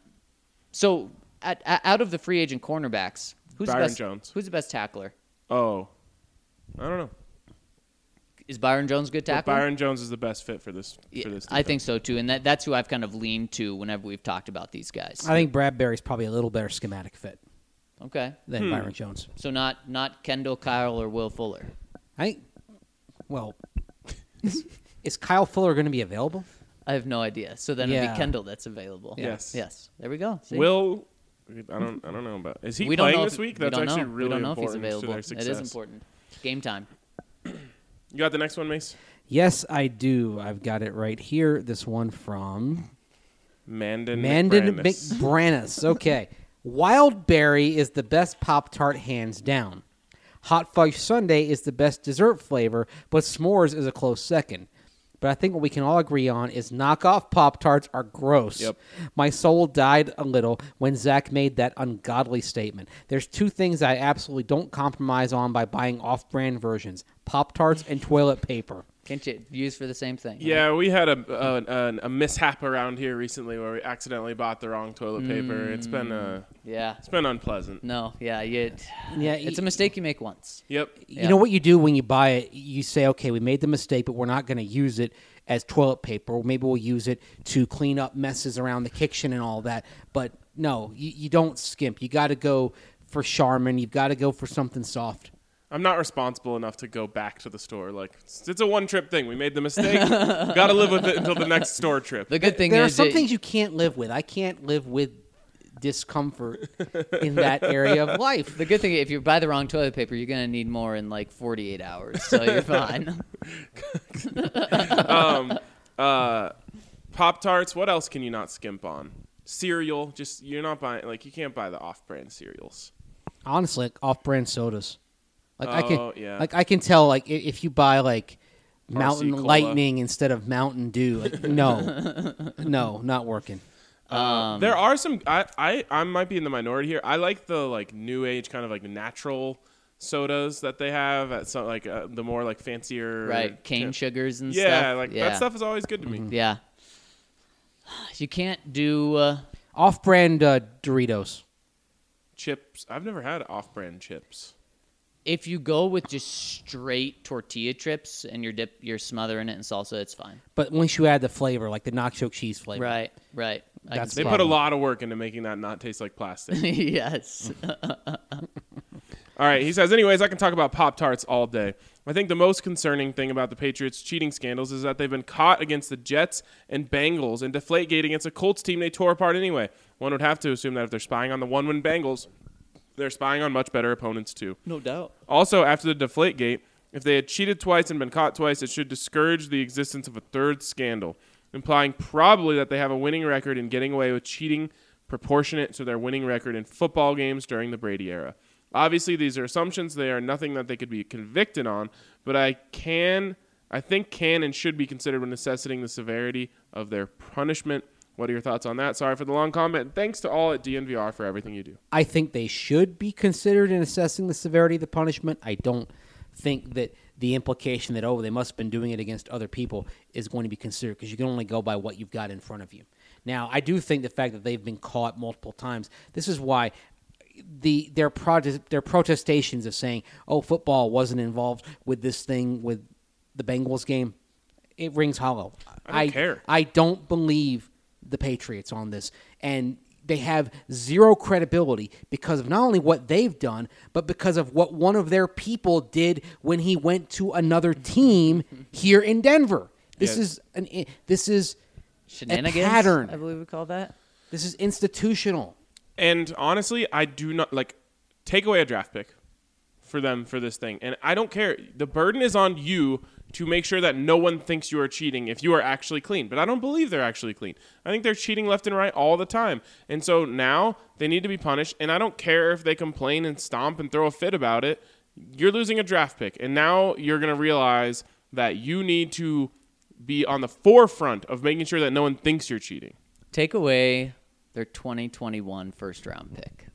[SPEAKER 3] So, at, at- out of the free agent cornerbacks, who's
[SPEAKER 1] Byron
[SPEAKER 3] the best,
[SPEAKER 1] Jones.
[SPEAKER 3] Who's the best tackler?
[SPEAKER 1] Oh, I don't know.
[SPEAKER 3] Is Byron Jones a good
[SPEAKER 1] But
[SPEAKER 3] tackler?
[SPEAKER 1] Byron Jones is the best fit for this. for this
[SPEAKER 3] I
[SPEAKER 1] defense.
[SPEAKER 3] think so too, and that, that's who I've kind of leaned to whenever we've talked about these guys.
[SPEAKER 5] I think Bradbury's probably a little better schematic fit
[SPEAKER 3] okay,
[SPEAKER 5] than Byron Jones.
[SPEAKER 3] so not not Kendall Kyle or Will Fuller.
[SPEAKER 5] I, well, is, is Kyle Fuller going to be available?
[SPEAKER 3] I have no idea. So then it'd
[SPEAKER 5] Yeah.
[SPEAKER 3] be Kendall that's available.
[SPEAKER 1] Yes.
[SPEAKER 3] Yes. There we go. See?
[SPEAKER 1] Will I don't I don't know about is he
[SPEAKER 3] we don't
[SPEAKER 1] playing
[SPEAKER 3] know
[SPEAKER 1] this
[SPEAKER 3] if-
[SPEAKER 1] week?
[SPEAKER 3] we
[SPEAKER 1] That's
[SPEAKER 3] don't
[SPEAKER 1] actually
[SPEAKER 3] know.
[SPEAKER 1] really
[SPEAKER 3] we don't know
[SPEAKER 1] important
[SPEAKER 3] if he's
[SPEAKER 1] to
[SPEAKER 3] available.
[SPEAKER 1] their success.
[SPEAKER 3] It is important. Game time.
[SPEAKER 1] You got the next one, Mace?
[SPEAKER 5] Yes, I do. I've got it right here. This one from
[SPEAKER 1] Mandan
[SPEAKER 5] Mandan
[SPEAKER 1] McBrandis.
[SPEAKER 5] McBranus. Okay. Wild berry is the best Pop Tart hands down. Hot fudge sundae is the best dessert flavor, but s'mores is a close second. But I think what we can all agree on is knockoff Pop Tarts are gross.
[SPEAKER 1] Yep.
[SPEAKER 5] My soul died a little when Zach made that ungodly statement. There's two things I absolutely don't compromise on by buying off brand versions Pop Tarts and toilet paper.
[SPEAKER 3] Can't you use for the same thing?
[SPEAKER 1] Yeah, we had a, a, a, a mishap around here recently where we accidentally bought the wrong toilet paper. It's been uh,
[SPEAKER 3] Yeah.
[SPEAKER 1] it's been unpleasant.
[SPEAKER 3] No. Yeah. You,
[SPEAKER 5] Yeah,
[SPEAKER 3] It's
[SPEAKER 5] y-
[SPEAKER 3] a mistake you make once.
[SPEAKER 1] Yep.
[SPEAKER 3] Yeah.
[SPEAKER 5] You know what you do when you buy it? You say, okay, we made the mistake, but we're not going to use it as toilet paper. Maybe we'll use it to clean up messes around the kitchen and all that. But no, you, you don't skimp. You got to go for Charmin. You've got to go for something soft.
[SPEAKER 1] I'm not responsible enough to go back to the store. Like it's, it's a one trip thing. We made the mistake. Got to live with it until the next store trip.
[SPEAKER 3] The good thing
[SPEAKER 5] there
[SPEAKER 3] is
[SPEAKER 5] are some
[SPEAKER 3] it-
[SPEAKER 5] things you can't live with. I can't live with discomfort in that area of life.
[SPEAKER 3] The good thing if you buy the wrong toilet paper, you're gonna need more in like 48 hours, so you're fine.
[SPEAKER 1] Uh, Pop tarts. What else can you not skimp on? Cereal. Just you're not buying. Like you can't buy the off-brand cereals.
[SPEAKER 5] honestly like off-brand sodas. Like I
[SPEAKER 1] Oh,
[SPEAKER 5] can,
[SPEAKER 1] yeah.
[SPEAKER 5] like I can tell, like i- if you buy like Mountain
[SPEAKER 1] Cola.
[SPEAKER 5] Lightning instead of Mountain Dew, like, no, no, not working.
[SPEAKER 3] Um,
[SPEAKER 1] there are some. I, I I might be in the minority here. I like the like new age kind of like natural sodas that they have at some like uh, the more like fancier
[SPEAKER 3] right, cane sugars and stuff. Mm-hmm.
[SPEAKER 1] Yeah, like that stuff is always good to me.
[SPEAKER 3] Yeah, you can't do. Uh,
[SPEAKER 5] Off-brand uh, Doritos.
[SPEAKER 1] Chips. I've never had off-brand chips.
[SPEAKER 3] if you go with just straight tortilla chips and you're dip, you're smothering it in salsa, it's fine.
[SPEAKER 5] But once you add the flavor, like the nacho cheese flavor,
[SPEAKER 3] Right, right. I can
[SPEAKER 5] That's
[SPEAKER 1] They
[SPEAKER 3] see-
[SPEAKER 1] put a lot of work into making that not taste like plastic.
[SPEAKER 3] yes.
[SPEAKER 1] all right, he says. Anyways, I can talk about Pop Tarts all day. I think the most concerning thing about the Patriots' cheating scandals is that they've been caught against the Jets and Bengals, and Deflategate against a Colts team they tore apart anyway. One would have to assume that if they're spying on the one-win Bengals, they're spying on much better opponents too.
[SPEAKER 3] no doubt.
[SPEAKER 1] Also, after the Deflategate, if they had cheated twice and been caught twice, it should discourage the existence of a third scandal, implying probably that they have a winning record in getting away with cheating proportionate to their winning record in football games during the Brady era. Obviously, these are assumptions. They are nothing that they could be convicted on, but I can, I think, can and should be considered when assessing the severity of their punishment. What are your thoughts on that? Sorry for the long comment. Thanks to all at DNVR for everything you do.
[SPEAKER 5] I think they should be considered in assessing the severity of the punishment. I don't think that the implication that oh they must have been doing it against other people is going to be considered because you can only go by what you've got in front of you. Now, I do think the fact that they've been caught multiple times. This is why the their protest their protestations of saying oh football wasn't involved with this thing with the Bengals game it rings hollow.
[SPEAKER 1] I don't care.
[SPEAKER 5] I don't believe the Patriots on this. And they have zero credibility because of not only what they've done, but because of what one of their people did when he went to another team here in Denver. This
[SPEAKER 1] Yeah.
[SPEAKER 5] is an i- this is
[SPEAKER 3] Shenanigans.
[SPEAKER 5] A pattern.
[SPEAKER 3] I believe we call that.
[SPEAKER 5] this is institutional.
[SPEAKER 1] And honestly, I do not like take away a draft pick for them for this thing. And I don't care. The burden is on you to make sure that no one thinks you are cheating if you are actually clean. But I don't believe they're actually clean. I think they're cheating left and right all the time. And so now they need to be punished. And I don't care if they complain and stomp and throw a fit about it. You're losing a draft pick. And now you're going to realize that you need to be on the forefront of making sure that no one thinks you're cheating.
[SPEAKER 3] Take away their 2021 first round pick.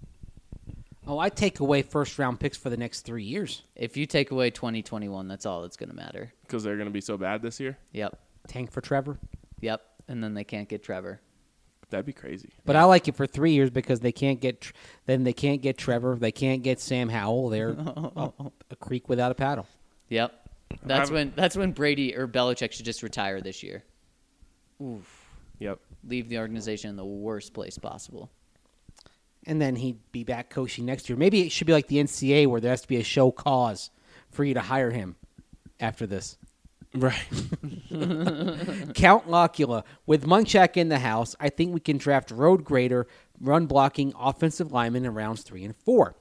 [SPEAKER 5] Oh, I take away first round picks for the next 3 years.
[SPEAKER 3] If you take away 2021, that's all that's going to matter.
[SPEAKER 1] Because they're going to be so bad this year.
[SPEAKER 3] Yep.
[SPEAKER 5] Tank for Trevor.
[SPEAKER 3] Yep. And then they can't get Trevor.
[SPEAKER 1] That'd be crazy.
[SPEAKER 5] But I like it for 3 years because they can't get tr- then they can't get Trevor, they can't get Sam Howell. They're up a creek without a paddle.
[SPEAKER 3] Yep. That's
[SPEAKER 1] I'm-
[SPEAKER 3] when that's when Brady or Belichick should just retire this year.
[SPEAKER 1] Yep.
[SPEAKER 3] Leave the organization in the worst place possible.
[SPEAKER 5] and then he'd be back coaching next year. Maybe it should be like the NCAA where there has to be a show cause for you to hire him after this.
[SPEAKER 1] Right.
[SPEAKER 5] Count Locula. With Munchak in the house, I think we can draft road grader, run blocking, offensive lineman in rounds three and four.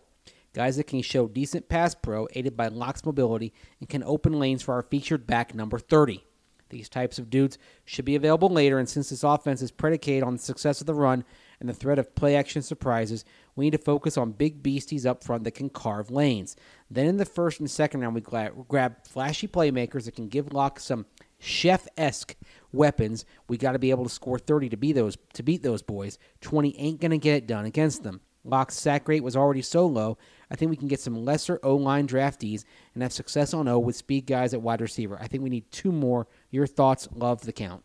[SPEAKER 5] Guys that can show decent pass pro, aided by Locke's mobility, and can open lanes for our featured back number 30. These types of dudes should be available later, and since this offense is predicated on the success of the run and the threat of play action surprises, we need to focus on big beasties up front that can carve lanes. Then in the first and second round, we gla- grab flashy playmakers that can give Locke some chef esque weapons. We got to be able to score 30 to be those to beat those boys. 20 ain't gonna get it done against them. Locke's sack rate was already so low. I think we can get some lesser O line draftees and have success on O with speed guys at wide receiver. I think we need two more. Your thoughts? Love the count.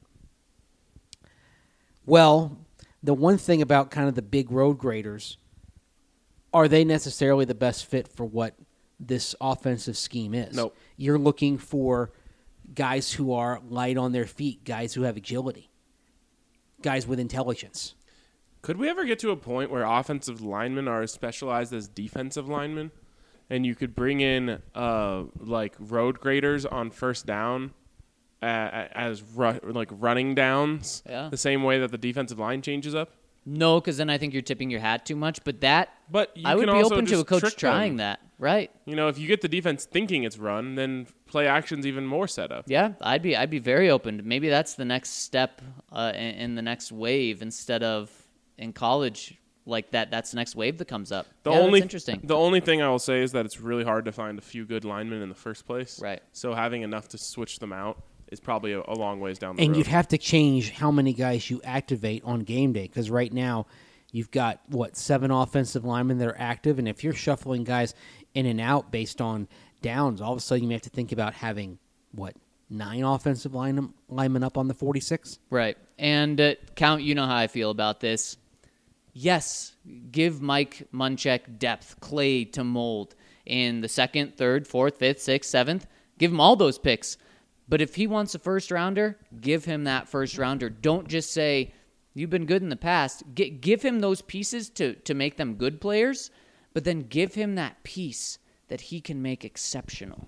[SPEAKER 5] Well, the one thing about kind of the big road graders are they necessarily the best fit for what this offensive scheme is?
[SPEAKER 1] Nope.
[SPEAKER 5] You're looking for guys who are light on their feet, guys who have agility, guys with intelligence.
[SPEAKER 1] Could we ever get to a point where offensive linemen are as specialized as defensive linemen, and you could bring in uh, like road graders on first down uh, as ru- like running downs,
[SPEAKER 3] Yeah.
[SPEAKER 1] the same way that the defensive line changes up?
[SPEAKER 3] No, because then I think you're tipping your hat too much. But that,
[SPEAKER 1] But you
[SPEAKER 3] I would
[SPEAKER 1] can
[SPEAKER 3] be
[SPEAKER 1] also
[SPEAKER 3] open to
[SPEAKER 1] just
[SPEAKER 3] a coach
[SPEAKER 1] trick
[SPEAKER 3] trying
[SPEAKER 1] them.
[SPEAKER 3] that. Right?
[SPEAKER 1] You know, if you get the defense thinking it's run, then play action's even more set up.
[SPEAKER 3] Yeah, I'd be, I'd be very open. Maybe that's the next step uh, in, in the next wave instead of in college like that. That's the next wave that comes up.
[SPEAKER 1] The
[SPEAKER 3] Yeah, that's
[SPEAKER 1] only
[SPEAKER 3] interesting.
[SPEAKER 1] The only thing I will say is that it's really hard to find a few good linemen in the first place.
[SPEAKER 3] Right.
[SPEAKER 1] So having enough to switch them out is probably a, a long ways down the
[SPEAKER 5] And
[SPEAKER 1] road.
[SPEAKER 5] you'd have to change how many guys you activate on game day because right now you've got, what, seven offensive linemen that are active. And if you're shuffling guys in and out based on downs, all of a sudden you may have to think about having, what, nine offensive line, linemen up on the 46?
[SPEAKER 3] Right. And uh, Count, you know how I feel about this. Yes, give Mike Munchak depth, clay to mold in the second, third, fourth, fifth, sixth, seventh. Give him all those picks. But if he wants a first rounder, give him that first rounder. Don't just say, you've been good in the past. Gi- give him those pieces to, to make them good players, but then give him that piece that he can make exceptional.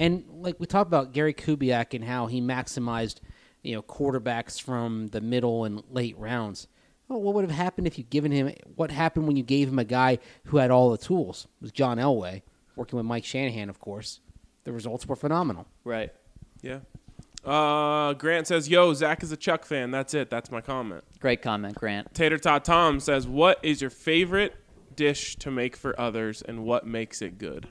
[SPEAKER 5] And like we talked about Gary Kubiak and how he maximized, you know, quarterbacks from the middle and late rounds. Well, what would have happened if you given him? What happened when you gave him a guy who had all the tools? It was John Elway working with Mike Shanahan, of course. The results were phenomenal.
[SPEAKER 3] Right.
[SPEAKER 1] yeah. Uh, Grant says, "Yo, Zach is a Chuck fan. That's it. That's my comment."
[SPEAKER 3] Great comment, Grant.
[SPEAKER 1] Tater Tot Tom says, "What is your favorite dish to make for others, and what makes it good?"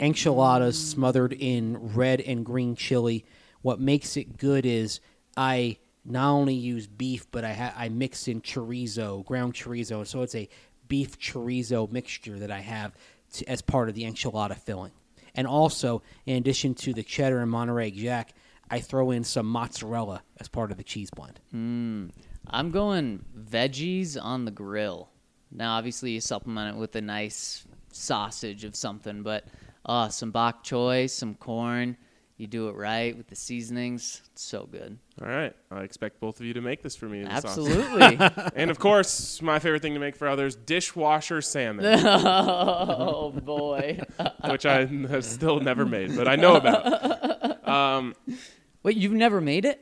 [SPEAKER 5] enchiladas smothered in red and green chili. What makes it good is I not only use beef, but I ha- I mix in chorizo, ground chorizo, so it's a beef chorizo mixture that I have to, as part of the enchilada filling. And also, in addition to the cheddar and Monterey Jack, I throw in some mozzarella as part of the cheese blend.
[SPEAKER 3] I'm going veggies on the grill. Now, obviously, you supplement it with a nice sausage of something, but uh, some bok choy, some corn. You do it right with the seasonings. It's so good.
[SPEAKER 1] All right, I expect both of you to make this for me. this offseason.
[SPEAKER 3] Absolutely.
[SPEAKER 1] and of course, my favorite thing to make for others: dishwasher salmon.
[SPEAKER 3] oh, boy.
[SPEAKER 1] which I n- have still never made, but I know about. Um,
[SPEAKER 3] Wait, you've never made it?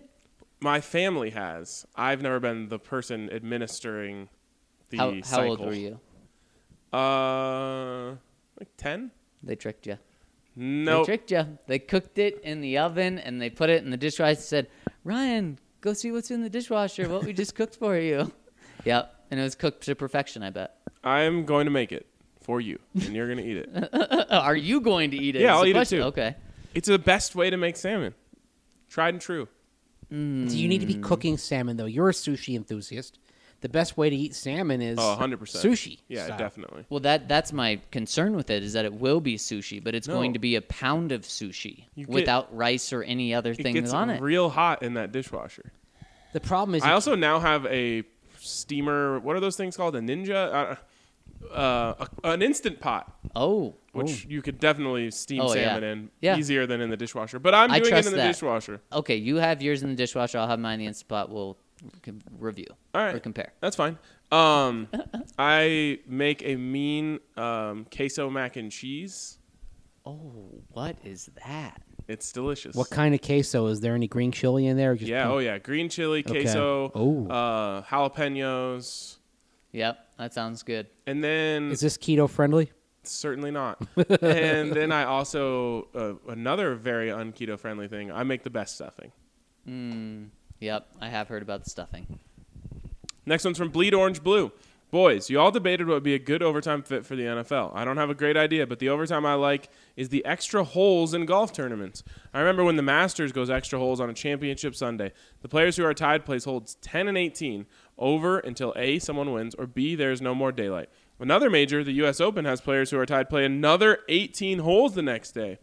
[SPEAKER 1] my family has. I've never been the person administering the
[SPEAKER 3] How, how
[SPEAKER 1] cycle.
[SPEAKER 3] old were you?
[SPEAKER 1] Uh, like ten.
[SPEAKER 3] They tricked you.
[SPEAKER 1] No,
[SPEAKER 3] They tricked you. They cooked it in the oven and they put it in the dishwasher. Said, Ryan, go see what's in the dishwasher. What we just cooked for you. Yep. And it was cooked to perfection, I bet.
[SPEAKER 1] I'm going to make it for you, and you're gonna eat it.
[SPEAKER 3] Oh, Are you going to eat it?
[SPEAKER 1] Yeah,
[SPEAKER 3] is
[SPEAKER 1] I'll
[SPEAKER 3] the
[SPEAKER 1] eat it
[SPEAKER 3] question.
[SPEAKER 1] too.
[SPEAKER 3] Okay.
[SPEAKER 1] it's the best way to make salmon, tried and true.
[SPEAKER 5] Do you need to be
[SPEAKER 1] Hmm.
[SPEAKER 5] cooking salmon though? You're a sushi enthusiast. The best way to eat salmon is
[SPEAKER 1] Oh, 100 percent
[SPEAKER 5] sushi.
[SPEAKER 1] Yeah,
[SPEAKER 5] style.
[SPEAKER 1] definitely.
[SPEAKER 3] Well, that that's my concern with it is that it will be sushi, but it's
[SPEAKER 1] No.
[SPEAKER 3] going to be a pound of sushi
[SPEAKER 1] You get-
[SPEAKER 3] without rice or any other
[SPEAKER 1] It
[SPEAKER 3] thing
[SPEAKER 1] gets
[SPEAKER 3] on it.
[SPEAKER 1] real hot in that dishwasher.
[SPEAKER 5] The problem is
[SPEAKER 1] I also now have a steamer. What are those things called? A ninja. Uh, uh, a, an instant pot.
[SPEAKER 3] oh,
[SPEAKER 1] which you could definitely steam
[SPEAKER 3] Oh, yeah.
[SPEAKER 1] salmon in
[SPEAKER 3] Yeah.
[SPEAKER 1] easier than in the dishwasher. But I'm
[SPEAKER 3] I
[SPEAKER 1] doing it
[SPEAKER 3] trust
[SPEAKER 1] in the
[SPEAKER 3] that.
[SPEAKER 1] dishwasher.
[SPEAKER 3] okay. You have yours in the dishwasher. I'll have mine in the Instapot. We'll com- review
[SPEAKER 1] All right,
[SPEAKER 3] or compare.
[SPEAKER 1] That's fine. Um, I make a mean um, queso mac and cheese.
[SPEAKER 3] Oh, what is that?
[SPEAKER 1] It's delicious.
[SPEAKER 5] What kind of queso? Is there any green chili in there? or just
[SPEAKER 1] Yeah.
[SPEAKER 5] plain-
[SPEAKER 1] Oh yeah. Green chili,
[SPEAKER 5] Okay.
[SPEAKER 1] queso,
[SPEAKER 5] Oh.
[SPEAKER 1] uh, jalapenos,
[SPEAKER 3] Yep, that sounds good.
[SPEAKER 1] and then
[SPEAKER 5] Is this keto friendly?
[SPEAKER 1] certainly not. and then I also uh, another very unketo friendly thing. I make the best stuffing.
[SPEAKER 3] Hmm. Yep, I have heard about the stuffing.
[SPEAKER 1] Next one's from Bleed Orange Blue. Boys, you all debated what would be a good overtime fit for the NFL. I don't have a great idea, but the overtime I like is the extra holes in golf tournaments. I remember when the Masters goes extra holes on a championship Sunday. The players who are tied plays holds 10 and 18 over until A, someone wins, or B, there is no more daylight. Another major, the U.S. Open, has players who are tied play another 18 holes the next day.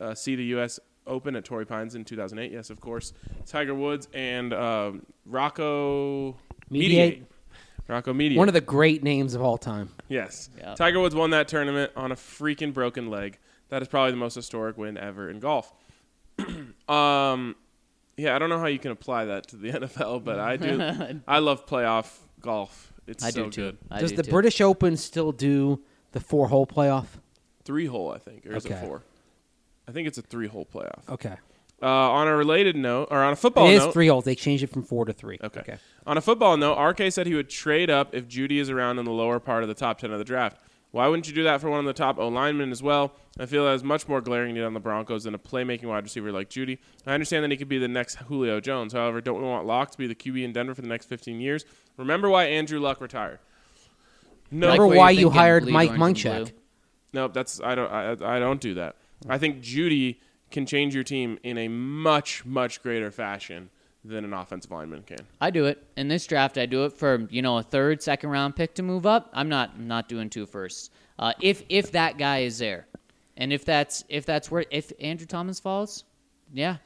[SPEAKER 1] Uh, see the U.S. Open at Torrey Pines in 2008. Yes, of course. Tiger Woods and um Rocco
[SPEAKER 5] Mediate.
[SPEAKER 1] Mediate. Rocco Mediate.
[SPEAKER 5] One of the great names of all time.
[SPEAKER 1] yes.
[SPEAKER 3] Yeah.
[SPEAKER 1] Tiger Woods won that tournament on a freaking broken leg. That is probably the most historic win ever in golf. um, yeah, I don't know how you can apply that to the NFL, but I do. I love playoff golf. It's
[SPEAKER 3] I
[SPEAKER 1] so
[SPEAKER 3] do too.
[SPEAKER 1] good.
[SPEAKER 3] I
[SPEAKER 5] Does
[SPEAKER 3] do
[SPEAKER 5] the
[SPEAKER 3] too.
[SPEAKER 5] British Open still do the four hole playoff?
[SPEAKER 1] Three hole, I think, or is it
[SPEAKER 5] Okay.
[SPEAKER 1] four? I think it's a three hole playoff.
[SPEAKER 5] Okay.
[SPEAKER 1] Uh, on a related note, or on a
[SPEAKER 5] It
[SPEAKER 1] football
[SPEAKER 5] is
[SPEAKER 1] note,
[SPEAKER 5] three holes. They changed it from four to three.
[SPEAKER 1] Oh, Okay. On a football note, RK said he would trade up if Judy is around in the lower part of the top 10 of the draft. Why wouldn't you do that for one of the top O linemen as well? I feel that is much more glaring need on the Broncos than a playmaking wide receiver like Judy. I understand that he could be the next Julio Jones. However, don't we want Locke to be the QB in Denver for the next 15 years? Remember why Andrew Luck retired. No,
[SPEAKER 5] Remember
[SPEAKER 3] what you're
[SPEAKER 5] why you
[SPEAKER 3] thinking,
[SPEAKER 5] hired
[SPEAKER 3] bleed
[SPEAKER 5] Mike
[SPEAKER 3] orange and
[SPEAKER 5] Munchak?
[SPEAKER 3] blue.
[SPEAKER 1] Nope, that's I don't I, I don't do that. I think Judy can change your team in a much much greater fashion than an offensive lineman can.
[SPEAKER 3] I do it in this draft. I do it for you know a third, second round pick to move up. I'm not I'm not doing two firsts. Uh, if if that guy is there, and if that's if that's where if Andrew Thomas falls, yeah,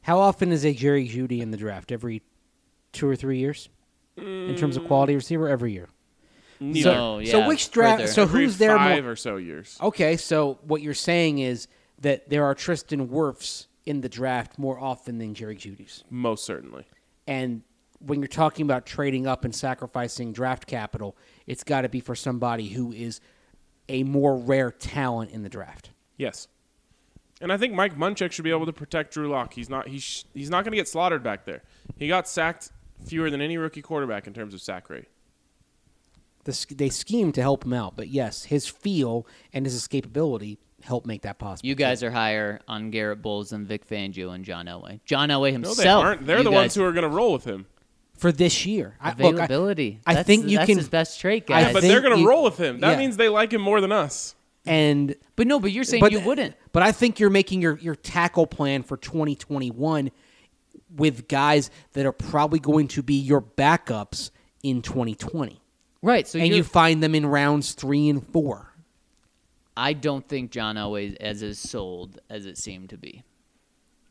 [SPEAKER 5] How often is a Jerry Judy in the draft? Every two or three years? In terms of quality
[SPEAKER 1] Mm.
[SPEAKER 5] receiver, every year.
[SPEAKER 1] Neither.
[SPEAKER 3] so yeah.
[SPEAKER 5] so which draft?
[SPEAKER 3] further.
[SPEAKER 5] So
[SPEAKER 1] Every
[SPEAKER 5] who's there?
[SPEAKER 1] five
[SPEAKER 5] More,
[SPEAKER 1] or so years?
[SPEAKER 5] okay, so what you're saying is that there are Tristan Wirfs in the draft more often than Jerry Judy's.
[SPEAKER 1] Most certainly.
[SPEAKER 5] And when you're talking about trading up and sacrificing draft capital, it's got to be for somebody who is a more rare talent in the draft.
[SPEAKER 1] Yes. And I think Mike Munchak should be able to protect Drew Lock. He's not he's sh- he's not going to get slaughtered back there. He got sacked fewer than any rookie quarterback in terms of sack rate.
[SPEAKER 5] The, sch- they scheme to help him out, but yes, his feel and his escapability help make that possible.
[SPEAKER 3] you guys are higher on Garrett Bowles than Vic Fangio and John Elway. John Elway
[SPEAKER 1] No,
[SPEAKER 3] himself.
[SPEAKER 1] they aren't. They're
[SPEAKER 3] you
[SPEAKER 1] the
[SPEAKER 3] guys-
[SPEAKER 1] ones who are going to roll with him.
[SPEAKER 5] for this year. I- look, I-
[SPEAKER 3] availability.
[SPEAKER 5] I,
[SPEAKER 3] That's-
[SPEAKER 5] think you
[SPEAKER 3] that's
[SPEAKER 5] can.
[SPEAKER 3] his best trait,
[SPEAKER 5] I
[SPEAKER 3] guys.
[SPEAKER 1] But
[SPEAKER 5] think
[SPEAKER 1] they're going to
[SPEAKER 5] you-
[SPEAKER 1] roll with him. That
[SPEAKER 5] yeah.
[SPEAKER 1] means they like him more than us.
[SPEAKER 5] and
[SPEAKER 3] But no, but you're saying
[SPEAKER 5] but
[SPEAKER 3] you wouldn't.
[SPEAKER 5] But I think you're making your your tackle plan for 2021 with guys that are probably going to be your backups in 2020,
[SPEAKER 3] Right. So
[SPEAKER 5] and
[SPEAKER 3] you're-
[SPEAKER 5] you find them in rounds three and four.
[SPEAKER 3] I don't think John Elway is as is sold as it seemed to be.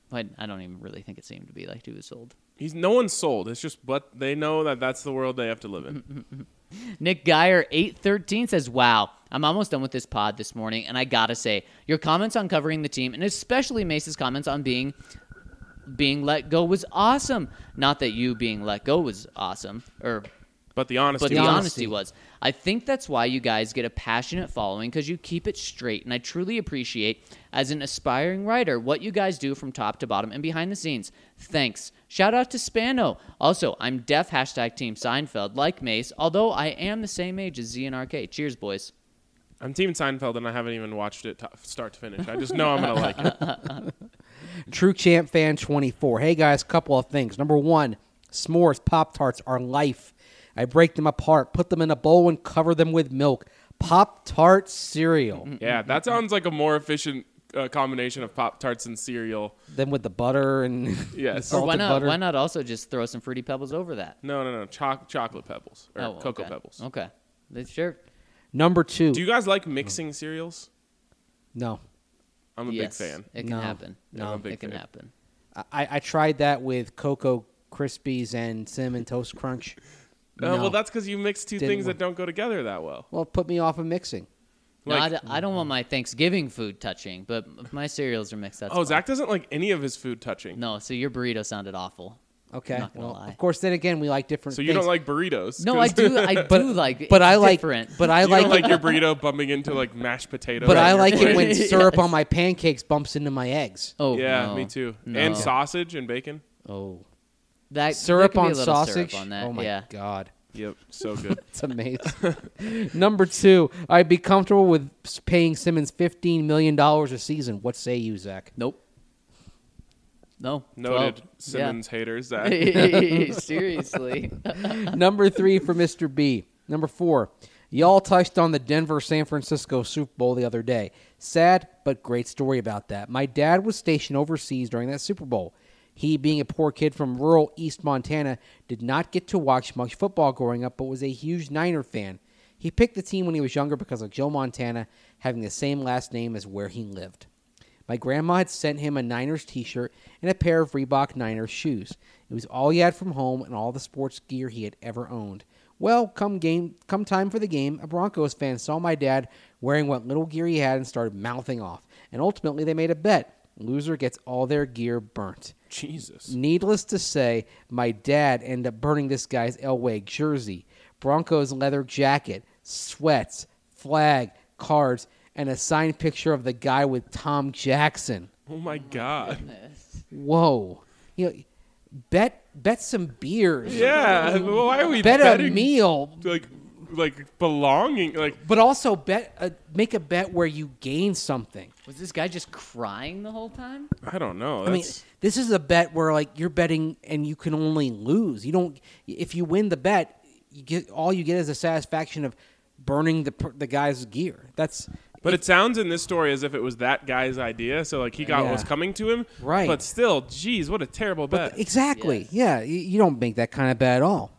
[SPEAKER 3] But I don't even really think it seemed to be like he was sold.
[SPEAKER 1] He's no one's sold. It's just but they know that that's the world they have to live in.
[SPEAKER 3] Nick Geyer, 813, says, Wow, I'm almost done with this pod this morning. And I got to say, your comments on covering the team, and especially Mace's comments on being being let go, was awesome. Not that you being let go was awesome, or
[SPEAKER 1] But the honesty.
[SPEAKER 3] but the
[SPEAKER 1] was-
[SPEAKER 3] honesty was. I think that's why you guys get a passionate following because you keep it straight, and I truly appreciate, as an aspiring writer, what you guys do from top to bottom and behind the scenes. Thanks. Shout out to Spano. Also, I'm deaf. Hashtag Team Seinfeld, like Mace. Although I am the same age as Z and RK. Cheers, boys.
[SPEAKER 1] I'm Team Seinfeld and I haven't even watched it to, start to finish. I just know I'm going to like it.
[SPEAKER 5] True Champ Fan 24. Hey guys, couple of things. Number one, s'mores, Pop Tarts are life. I break them apart, put them in a bowl, and cover them with milk. Pop Tart cereal.
[SPEAKER 1] Yeah, that sounds like a more efficient uh, combination of Pop Tarts and cereal.
[SPEAKER 5] then with the butter and
[SPEAKER 1] Yes.
[SPEAKER 5] the
[SPEAKER 1] Or
[SPEAKER 3] Or why
[SPEAKER 5] salted
[SPEAKER 3] not?
[SPEAKER 5] butter.
[SPEAKER 3] Why not also just throw some fruity pebbles over that?
[SPEAKER 1] No, no, no. Choc- chocolate pebbles or
[SPEAKER 3] Oh,
[SPEAKER 1] cocoa
[SPEAKER 3] okay.
[SPEAKER 1] pebbles.
[SPEAKER 3] Okay, That's- sure.
[SPEAKER 5] Number two.
[SPEAKER 1] Do you guys like mixing cereals?
[SPEAKER 5] no.
[SPEAKER 1] I'm a
[SPEAKER 3] yes,
[SPEAKER 1] big fan.
[SPEAKER 3] It can
[SPEAKER 5] No.
[SPEAKER 3] happen.
[SPEAKER 1] Yeah, I'm a big
[SPEAKER 3] it can
[SPEAKER 1] fan.
[SPEAKER 3] happen.
[SPEAKER 5] I, I tried that with Cocoa Krispies and Cinnamon Toast Crunch.
[SPEAKER 1] Uh,
[SPEAKER 5] No.
[SPEAKER 1] Well, that's because you mix two
[SPEAKER 5] Didn't
[SPEAKER 1] things
[SPEAKER 5] work.
[SPEAKER 1] that don't go together that well.
[SPEAKER 5] Well, it put me off of mixing.
[SPEAKER 3] No,
[SPEAKER 1] Like-
[SPEAKER 3] I d- I, don't want my Thanksgiving food touching, but my cereals are mixed. That's
[SPEAKER 1] oh,
[SPEAKER 3] fine.
[SPEAKER 1] Zach doesn't like any of his food touching.
[SPEAKER 3] No, so your burrito sounded awful.
[SPEAKER 5] Okay.
[SPEAKER 3] not gonna
[SPEAKER 5] well,
[SPEAKER 3] lie.
[SPEAKER 5] of course. Then again, we like different.
[SPEAKER 1] So you don't
[SPEAKER 5] things.
[SPEAKER 1] like burritos?
[SPEAKER 3] No, I
[SPEAKER 1] 'cause
[SPEAKER 3] do. I
[SPEAKER 5] But-
[SPEAKER 3] do like.
[SPEAKER 5] But
[SPEAKER 3] it's
[SPEAKER 5] I like.
[SPEAKER 3] different.
[SPEAKER 5] But I
[SPEAKER 1] you
[SPEAKER 5] like.
[SPEAKER 1] don't like your burrito bumping into like mashed potatoes.
[SPEAKER 5] but
[SPEAKER 1] on
[SPEAKER 5] I
[SPEAKER 1] your
[SPEAKER 5] like it
[SPEAKER 1] plate.
[SPEAKER 5] when
[SPEAKER 3] Yes.
[SPEAKER 5] syrup on my pancakes bumps into my eggs.
[SPEAKER 3] oh
[SPEAKER 1] yeah,
[SPEAKER 3] no.
[SPEAKER 1] me too.
[SPEAKER 3] No.
[SPEAKER 1] And sausage and bacon.
[SPEAKER 5] Oh,
[SPEAKER 3] That there
[SPEAKER 5] syrup
[SPEAKER 3] could be
[SPEAKER 5] on
[SPEAKER 3] a little
[SPEAKER 5] sausage.
[SPEAKER 3] Syrup on that.
[SPEAKER 5] Oh my
[SPEAKER 3] yeah.
[SPEAKER 5] god,
[SPEAKER 1] Yep, so good.
[SPEAKER 5] it's amazing. Number two, I'd be comfortable with paying Simmons fifteen million dollars a season. What say you, Zach?
[SPEAKER 3] Nope. No.
[SPEAKER 1] Noted
[SPEAKER 3] 12.
[SPEAKER 1] Simmons haters.
[SPEAKER 3] Yeah.
[SPEAKER 1] That
[SPEAKER 3] Seriously.
[SPEAKER 5] Number three for Mr. B. Number four, y'all touched on the Denver San Francisco Super Bowl the other day. Sad but great story about that. My dad was stationed overseas during that Super Bowl. He, being a poor kid from rural East Montana, did not get to watch much football growing up, but was a huge Niner fan. He picked the team when he was younger because of Joe Montana having the same last name as where he lived. My grandma had sent him a Niners t shirt and a pair of Reebok Niners shoes. It was all he had from home and all the sports gear he had ever owned. Well, come game come time for the game, a Broncos fan saw my dad wearing what little gear he had and started mouthing off. And ultimately they made a bet. Loser gets all their gear burnt.
[SPEAKER 1] Jesus.
[SPEAKER 5] Needless to say, my dad ended up burning this guy's Elway jersey, Broncos leather jacket, sweats, flag, cards, and a signed picture of the guy with Tom Jackson.
[SPEAKER 1] Oh my god.
[SPEAKER 5] Whoa. You know, bet bet some beers.
[SPEAKER 1] Yeah. Why are we
[SPEAKER 5] Bet a
[SPEAKER 1] betting,
[SPEAKER 5] meal.
[SPEAKER 1] Like, like belonging. Like
[SPEAKER 5] But also bet a, make a bet where you gain something.
[SPEAKER 3] Was this guy just crying the whole time?
[SPEAKER 1] I don't know.
[SPEAKER 5] I mean,
[SPEAKER 1] That's,
[SPEAKER 5] this is a bet where like you're betting and you can only lose. You don't if you win the bet, you get all you get is the satisfaction of burning the per- the guy's gear. That's
[SPEAKER 1] but it sounds in this story as if it was that guy's idea. So like he got what was
[SPEAKER 5] Yeah.
[SPEAKER 1] coming to him.
[SPEAKER 5] Right.
[SPEAKER 1] But still, geez, what a terrible bet.
[SPEAKER 5] exactly.
[SPEAKER 3] Yes.
[SPEAKER 5] Yeah, you, you don't make that kind of bet at all.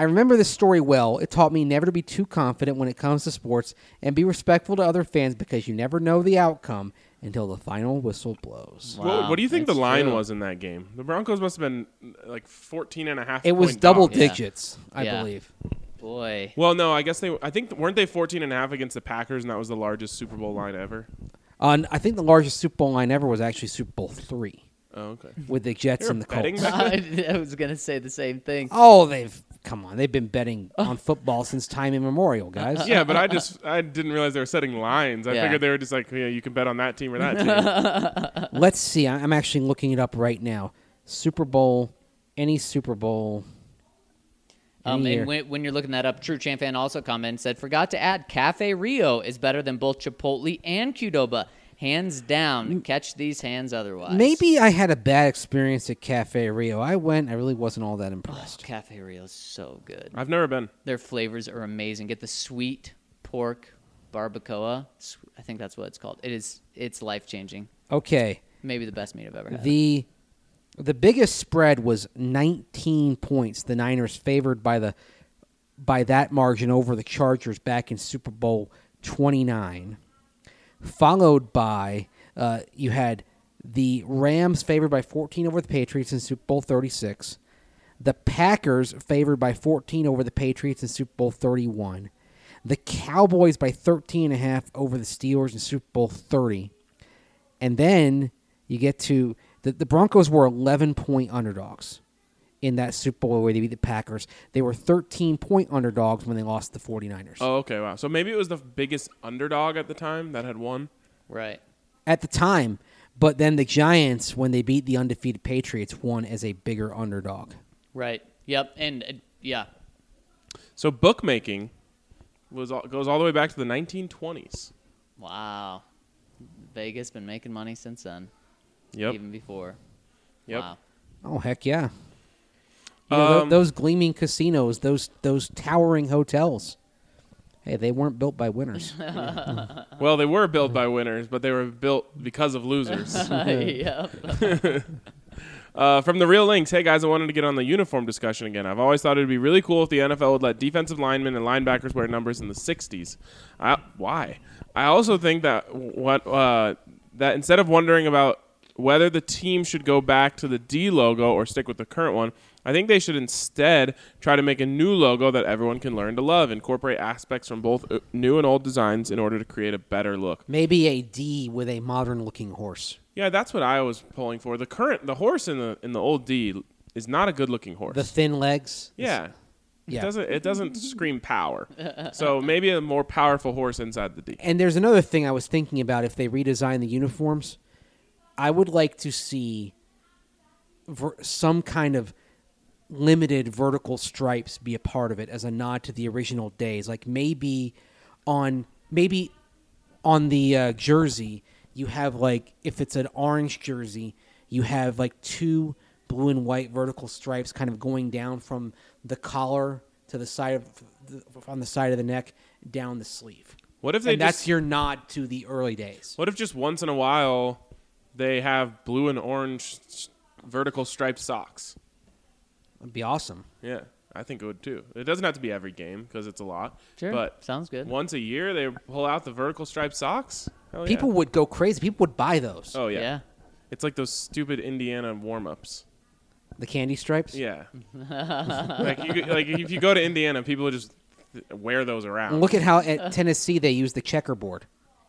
[SPEAKER 5] I remember this story well. It taught me never to be too confident when it comes to sports and be respectful to other fans because you never know the outcome until the final whistle blows.
[SPEAKER 1] What,
[SPEAKER 3] Wow,
[SPEAKER 1] what do you think the
[SPEAKER 3] that's
[SPEAKER 1] line
[SPEAKER 3] true.
[SPEAKER 1] was in that game? The Broncos must have been like 14 and a half.
[SPEAKER 5] It was
[SPEAKER 1] point
[SPEAKER 5] double
[SPEAKER 1] down.
[SPEAKER 3] Yeah.
[SPEAKER 5] digits, I
[SPEAKER 3] Yeah.
[SPEAKER 5] believe.
[SPEAKER 3] Boy.
[SPEAKER 1] Well, no, I guess they. I think weren't they 14 and a half against the Packers, and that was the largest Super Bowl line ever.
[SPEAKER 5] On I think the largest Super Bowl line ever was actually Super Bowl 3.
[SPEAKER 1] Oh, okay.
[SPEAKER 5] with the Jets
[SPEAKER 1] They were
[SPEAKER 5] and the
[SPEAKER 1] betting
[SPEAKER 5] Colts.
[SPEAKER 1] back
[SPEAKER 3] I, I was gonna say the same thing.
[SPEAKER 5] Oh, they've come on. They've been betting on football since time immemorial, guys.
[SPEAKER 1] Yeah, but I just I didn't realize they were setting lines. I
[SPEAKER 3] Yeah.
[SPEAKER 1] figured they were just like, yeah, you can bet on that team or that team.
[SPEAKER 5] Let's see. I- I'm actually looking it up right now. Super Bowl, any Super Bowl.
[SPEAKER 3] Um,
[SPEAKER 5] any year.
[SPEAKER 3] and when, when you're looking that up, True Champ fan also commented and said, "Forgot to add, Cafe Rio is better than both Chipotle and Qdoba, hands down. Catch these hands otherwise."
[SPEAKER 5] Mm. Maybe I had a bad experience at Cafe Rio. I went. I really wasn't all that
[SPEAKER 3] Oh,
[SPEAKER 5] impressed.
[SPEAKER 3] Cafe Rio is so good.
[SPEAKER 1] I've never been.
[SPEAKER 3] Their flavors are amazing. Get the sweet pork barbacoa. S- I think that's what it's called. It is. It's life changing.
[SPEAKER 5] Okay.
[SPEAKER 3] Maybe the best meat I've ever had.
[SPEAKER 5] The the biggest spread was 19 points. The Niners favored by the by that margin over the Chargers back in Super Bowl 29. Followed by uh, you had the Rams favored by 14 over the Patriots in Super Bowl 36. The Packers favored by 14 over the Patriots in Super Bowl 31. The Cowboys by 13 and a half over the Steelers in Super Bowl 30 and then you get to the, the Broncos were 11 point underdogs in that Super Bowl where they beat the Packers. They were 13 point underdogs when they lost to the 49ers.
[SPEAKER 1] Oh, okay, wow. So maybe it was the biggest underdog at the time that had won.
[SPEAKER 3] right.
[SPEAKER 5] At the time, but then the Giants when they beat the undefeated Patriots won as a bigger underdog.
[SPEAKER 3] Right. Yep. And uh, yeah.
[SPEAKER 1] So bookmaking was all, goes all the way back to the 1920s.
[SPEAKER 3] Wow. Vegas been making money since then.
[SPEAKER 1] Yep.
[SPEAKER 3] Even before.
[SPEAKER 1] Yep.
[SPEAKER 3] Wow.
[SPEAKER 5] Oh heck yeah. You know, tho-
[SPEAKER 1] Um,
[SPEAKER 5] those gleaming casinos, those those towering hotels. Hey, they weren't built by winners.
[SPEAKER 1] Well, they were built by winners, but they were built because of losers.
[SPEAKER 3] yep.
[SPEAKER 1] Uh, from the Real Links, hey guys, I wanted to get on the uniform discussion again. I've always thought it would be really cool if the NFL would let defensive linemen and linebackers wear numbers in the 60s. I, why? I also think that what uh, that instead of wondering about whether the team should go back to the D logo or stick with the current one, I think they should instead try to make a new logo that everyone can learn to love. Incorporate aspects from both uh, new and old designs in order to create a better look.
[SPEAKER 5] Maybe a D with a modern looking horse.
[SPEAKER 1] Yeah, that's what I was pulling for. The current the horse in the in the old D is not a good looking horse.
[SPEAKER 5] The thin legs.
[SPEAKER 1] yeah.
[SPEAKER 5] Yeah.
[SPEAKER 1] It doesn't it doesn't scream power. So maybe a more powerful horse inside the D.
[SPEAKER 5] And there's another thing I was thinking about if they redesign the uniforms. I would like to see ver- some kind of limited vertical stripes be a part of it as a nod to the original days. Like maybe on maybe on the uh, jersey you have like if it's an orange jersey you have like two blue and white vertical stripes kind of going down from the collar to the side of the, on the side of the neck down the sleeve.
[SPEAKER 1] What if they
[SPEAKER 5] And that's
[SPEAKER 1] just-
[SPEAKER 5] your nod to the early days.
[SPEAKER 1] What if just once in a while they have blue and orange s- vertical striped socks?
[SPEAKER 5] That'd be awesome.
[SPEAKER 1] Yeah, I think it would too. It doesn't have to be every game because it's a lot.
[SPEAKER 3] Sure,
[SPEAKER 1] but
[SPEAKER 3] sounds good.
[SPEAKER 1] Once a year, they pull out the vertical striped socks. Hell oh, yeah.
[SPEAKER 5] People would go crazy. People would buy those.
[SPEAKER 1] Oh yeah.
[SPEAKER 3] yeah.
[SPEAKER 1] It's like those stupid Indiana warm ups.
[SPEAKER 5] The candy stripes.
[SPEAKER 1] Yeah. like you, could- like if you go to Indiana, people would just wear those around.
[SPEAKER 5] And look at how at Tennessee they use the checkerboard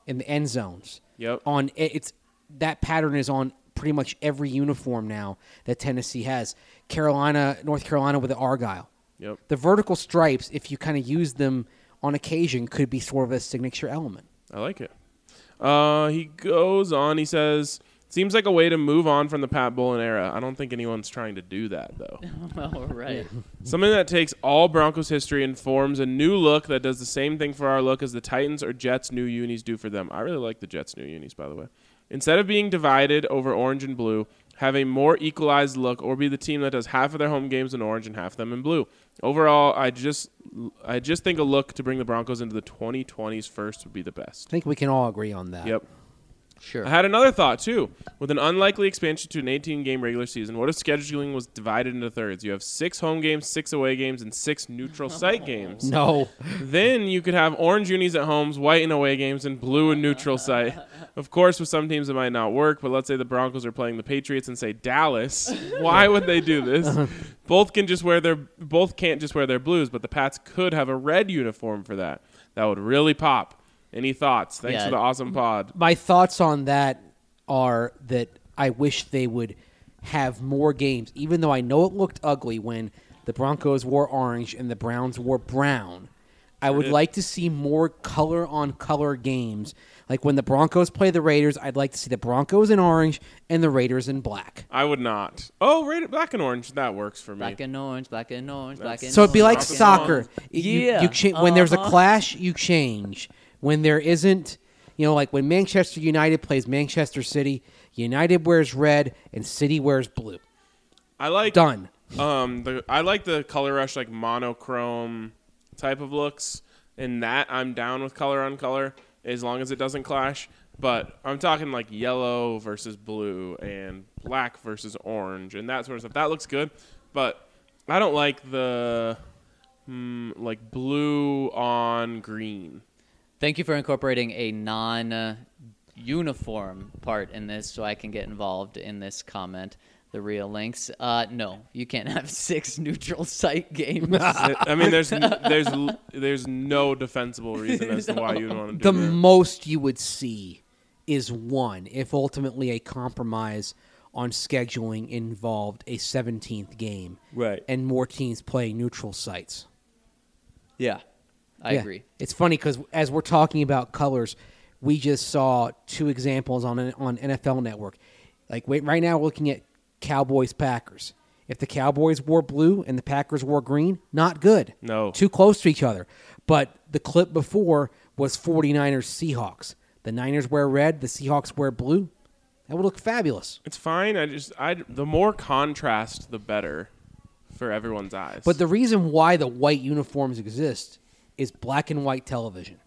[SPEAKER 5] in the end zones.
[SPEAKER 1] Yep.
[SPEAKER 5] On it- it's that pattern is on pretty much every uniform now that Tennessee has. Carolina, North Carolina with the Argyle.
[SPEAKER 1] Yep.
[SPEAKER 5] The vertical stripes, if you kind of use them on occasion, could be sort of a signature element.
[SPEAKER 1] I like it. Uh, he goes on. He says, "Seems like a way to move on from the Pat Bullen era. I don't think anyone's trying to do that though.
[SPEAKER 3] All right.
[SPEAKER 1] Something that takes all Broncos history and forms a new look that does the same thing for our look as the Titans or Jets new unis do for them. I really like the Jets new unis, by the way. Instead of being divided over orange and blue, have a more equalized look, or be the team that does half of their home games in orange and half of them in blue. Overall, I just, I just think a look to bring the Broncos into the 2020s first would be the best.
[SPEAKER 5] I think we can all agree on that.
[SPEAKER 1] Yep.
[SPEAKER 3] Sure.
[SPEAKER 1] I had another thought too. With an unlikely expansion to an 18 game regular season, what if scheduling was divided into thirds? You have six home games, six away games, and six neutral site games.
[SPEAKER 5] No.
[SPEAKER 1] Then you could have orange unis at homes, white and away games, and blue and neutral site. Of course, with some teams it might not work, but let's say the Broncos are playing the Patriots and say Dallas. Why would they do this? Both can just wear their both can't just wear their blues, but the Pats could have a red uniform for that. That would really pop. Any thoughts? Thanks
[SPEAKER 3] Yeah.
[SPEAKER 1] for the awesome pod.
[SPEAKER 5] my thoughts on that are that I wish they would have more games, even though I know it looked ugly when the Broncos wore orange and the Browns wore brown. I would
[SPEAKER 1] did.
[SPEAKER 5] like to see more color on color games. Like when the Broncos play the Raiders, I'd like to see the Broncos in orange and the Raiders in black.
[SPEAKER 1] I would not. Oh, right, black and orange. That works for me.
[SPEAKER 3] Black and orange, black and orange, black and
[SPEAKER 5] So it'd be like
[SPEAKER 1] Drop
[SPEAKER 3] orange.
[SPEAKER 1] it
[SPEAKER 5] soccer. You-
[SPEAKER 3] Yeah.
[SPEAKER 5] You, cha- when there's a
[SPEAKER 3] Uh-huh.
[SPEAKER 5] clash, you change. When there isn't, you know, like when Manchester United plays Manchester City, United wears red and City wears blue.
[SPEAKER 1] I like
[SPEAKER 5] Done.
[SPEAKER 1] um the I like the color rush like monochrome type of looks. And that I'm down with color on color as long as it doesn't clash. But I'm talking like yellow versus blue and black versus orange and that sort of stuff. That looks good, but I don't like the mm, like blue on green.
[SPEAKER 3] Thank you for incorporating a non uh, uniform part in this so I can get involved in this comment. The real links. Uh, no, you can't have six neutral site games.
[SPEAKER 1] I mean, there's n- there's l- there's no defensible reason as to why you would want to do
[SPEAKER 5] The
[SPEAKER 1] that.
[SPEAKER 5] most you would see is one if ultimately a compromise on scheduling involved a 17th game.
[SPEAKER 1] Right.
[SPEAKER 5] And more teams playing neutral sites.
[SPEAKER 3] yeah, I
[SPEAKER 5] Yeah.
[SPEAKER 3] agree.
[SPEAKER 5] It's funny because as we're talking about colors, we just saw two examples on on NFL Network. Like wait, right now, we're looking at Cowboys Packers. If the Cowboys wore blue and the Packers wore green, not good.
[SPEAKER 1] No.
[SPEAKER 5] Too close to each other. But the clip before was 49ers Seahawks. The Niners wear red, the Seahawks wear blue. That would look fabulous.
[SPEAKER 1] It's fine. I just I the more contrast the better for everyone's eyes.
[SPEAKER 5] But the reason why the white uniforms exist is black and white television.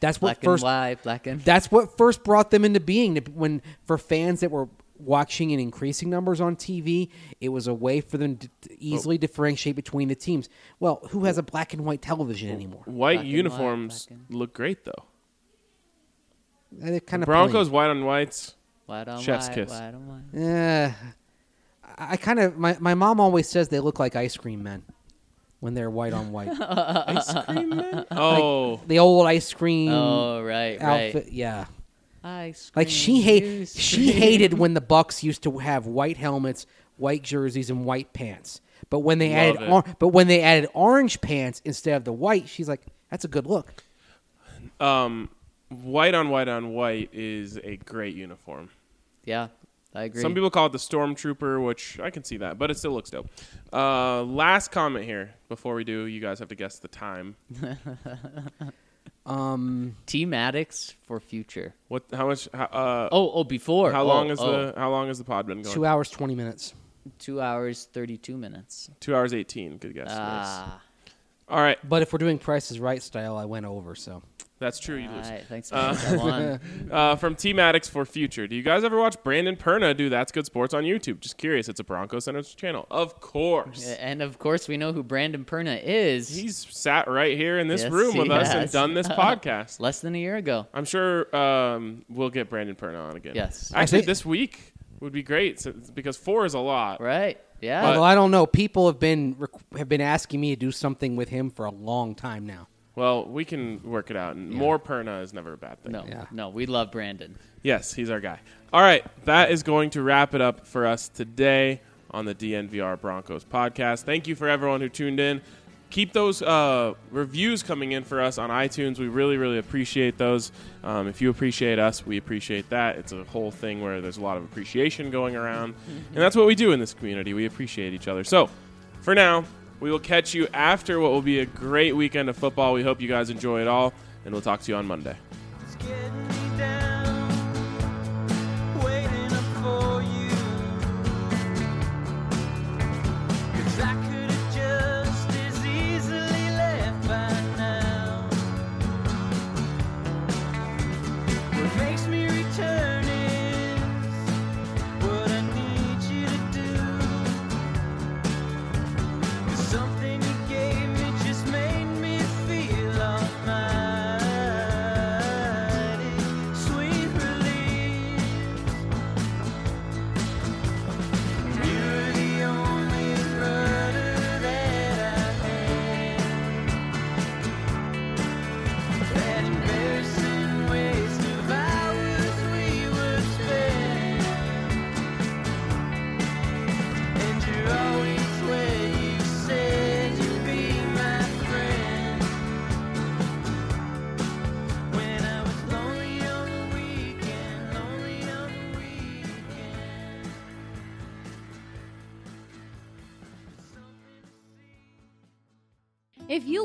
[SPEAKER 5] That's what
[SPEAKER 3] Black
[SPEAKER 5] first
[SPEAKER 3] and white, black and
[SPEAKER 5] that's what first brought them into being to- when for fans that were watching in increasing numbers on TV it was a way for them to
[SPEAKER 3] Oh.
[SPEAKER 5] to easily differentiate between the teams well who has a black and white television anymore
[SPEAKER 1] white
[SPEAKER 3] Black and white,
[SPEAKER 1] uniforms
[SPEAKER 3] black and-
[SPEAKER 1] look great though.
[SPEAKER 5] they kind of
[SPEAKER 1] Broncos white on whites.
[SPEAKER 3] white on
[SPEAKER 1] Chef's
[SPEAKER 3] white,
[SPEAKER 1] kiss.
[SPEAKER 3] white on white.
[SPEAKER 5] yeah Eh, I kind of my, my mom always says they look like ice cream men when they're white on white
[SPEAKER 1] Ice cream men? Oh,
[SPEAKER 5] the old ice cream
[SPEAKER 3] Oh right, right.
[SPEAKER 5] Mm. outfit yeah
[SPEAKER 3] Ice
[SPEAKER 5] Like
[SPEAKER 3] cream,
[SPEAKER 5] she
[SPEAKER 3] you
[SPEAKER 5] hate she
[SPEAKER 3] scream.
[SPEAKER 5] hated when the Bucks used to have white helmets, white jerseys and white pants. But when they
[SPEAKER 1] Love
[SPEAKER 5] added,
[SPEAKER 1] it.
[SPEAKER 5] or, but when they added orange pants instead of the white, she's like, "That's a good look."
[SPEAKER 1] Um, white on white on white is a great uniform.
[SPEAKER 3] Yeah, I agree.
[SPEAKER 1] Some people call it the stormtrooper, which I can see that, but it still looks dope. Uh, last comment here before we do, you guys have to guess the time.
[SPEAKER 5] Um,
[SPEAKER 3] T-Matics for future.
[SPEAKER 1] What? How much? How, uh,
[SPEAKER 3] Oh, oh, before.
[SPEAKER 1] how
[SPEAKER 3] Oh,
[SPEAKER 1] long is
[SPEAKER 3] oh,
[SPEAKER 1] the How long has the pod been going?
[SPEAKER 5] two hours twenty minutes.
[SPEAKER 3] Two hours, 32 minutes.
[SPEAKER 1] Two hours eighteen. Good guess. Nice.
[SPEAKER 3] Ah,
[SPEAKER 1] All right,
[SPEAKER 5] But if we're doing Price is Right style, I went over. So
[SPEAKER 1] that's true. You
[SPEAKER 3] all
[SPEAKER 1] lose.
[SPEAKER 3] right. Thanks, man. I won.
[SPEAKER 1] Uh, from T Maddox for Future. Do you guys ever watch Brandon Perna do That's Good Sports on YouTube? Just curious. It's a Broncos Center's channel. Of course.
[SPEAKER 3] And of course, we know who Brandon Perna is.
[SPEAKER 1] He's sat right here in this
[SPEAKER 3] Yes,
[SPEAKER 1] room
[SPEAKER 3] he
[SPEAKER 1] with us and
[SPEAKER 3] has.
[SPEAKER 1] done this podcast.
[SPEAKER 3] less than a year ago.
[SPEAKER 1] I'm sure um, we'll get Brandon Perna on again.
[SPEAKER 3] Yes.
[SPEAKER 1] Actually,
[SPEAKER 5] think-
[SPEAKER 1] this week would be great so- because four is a lot.
[SPEAKER 3] Right? Yeah.
[SPEAKER 1] But-
[SPEAKER 5] although I don't know, people have been requ- have been asking me to do something with him for a long time now.
[SPEAKER 1] Well, we can work it out. And more Perna is never a bad thing.
[SPEAKER 3] no,
[SPEAKER 5] yeah.
[SPEAKER 3] no, we love Brandon.
[SPEAKER 1] Yes, he's our guy. All right, that is going to wrap it up for us today on the DNVR Broncos podcast. Thank you for everyone who tuned in. Keep those uh, reviews coming in for us on iTunes. We really, really appreciate those. Um, if you appreciate us, we appreciate that. It's a whole thing where there's a lot of appreciation going around. And that's what we do in this community. We appreciate each other. So, for now, we will catch you after what will be a great weekend of football. We hope you guys enjoy it all, and we'll talk to you on Monday.
[SPEAKER 2] It's getting me down, waiting up for you. 'Cause I could have just as easily left by now. What makes me return is what I need you to do. 'Cause something you gave me just made me feel almighty. Sweet relief. You were the only brother that I had. That embarrassing waste of hours we would spend. And you're always where you said you'd be my friend. When I was lonely on the weekend, lonely on the weekend.
[SPEAKER 7] If you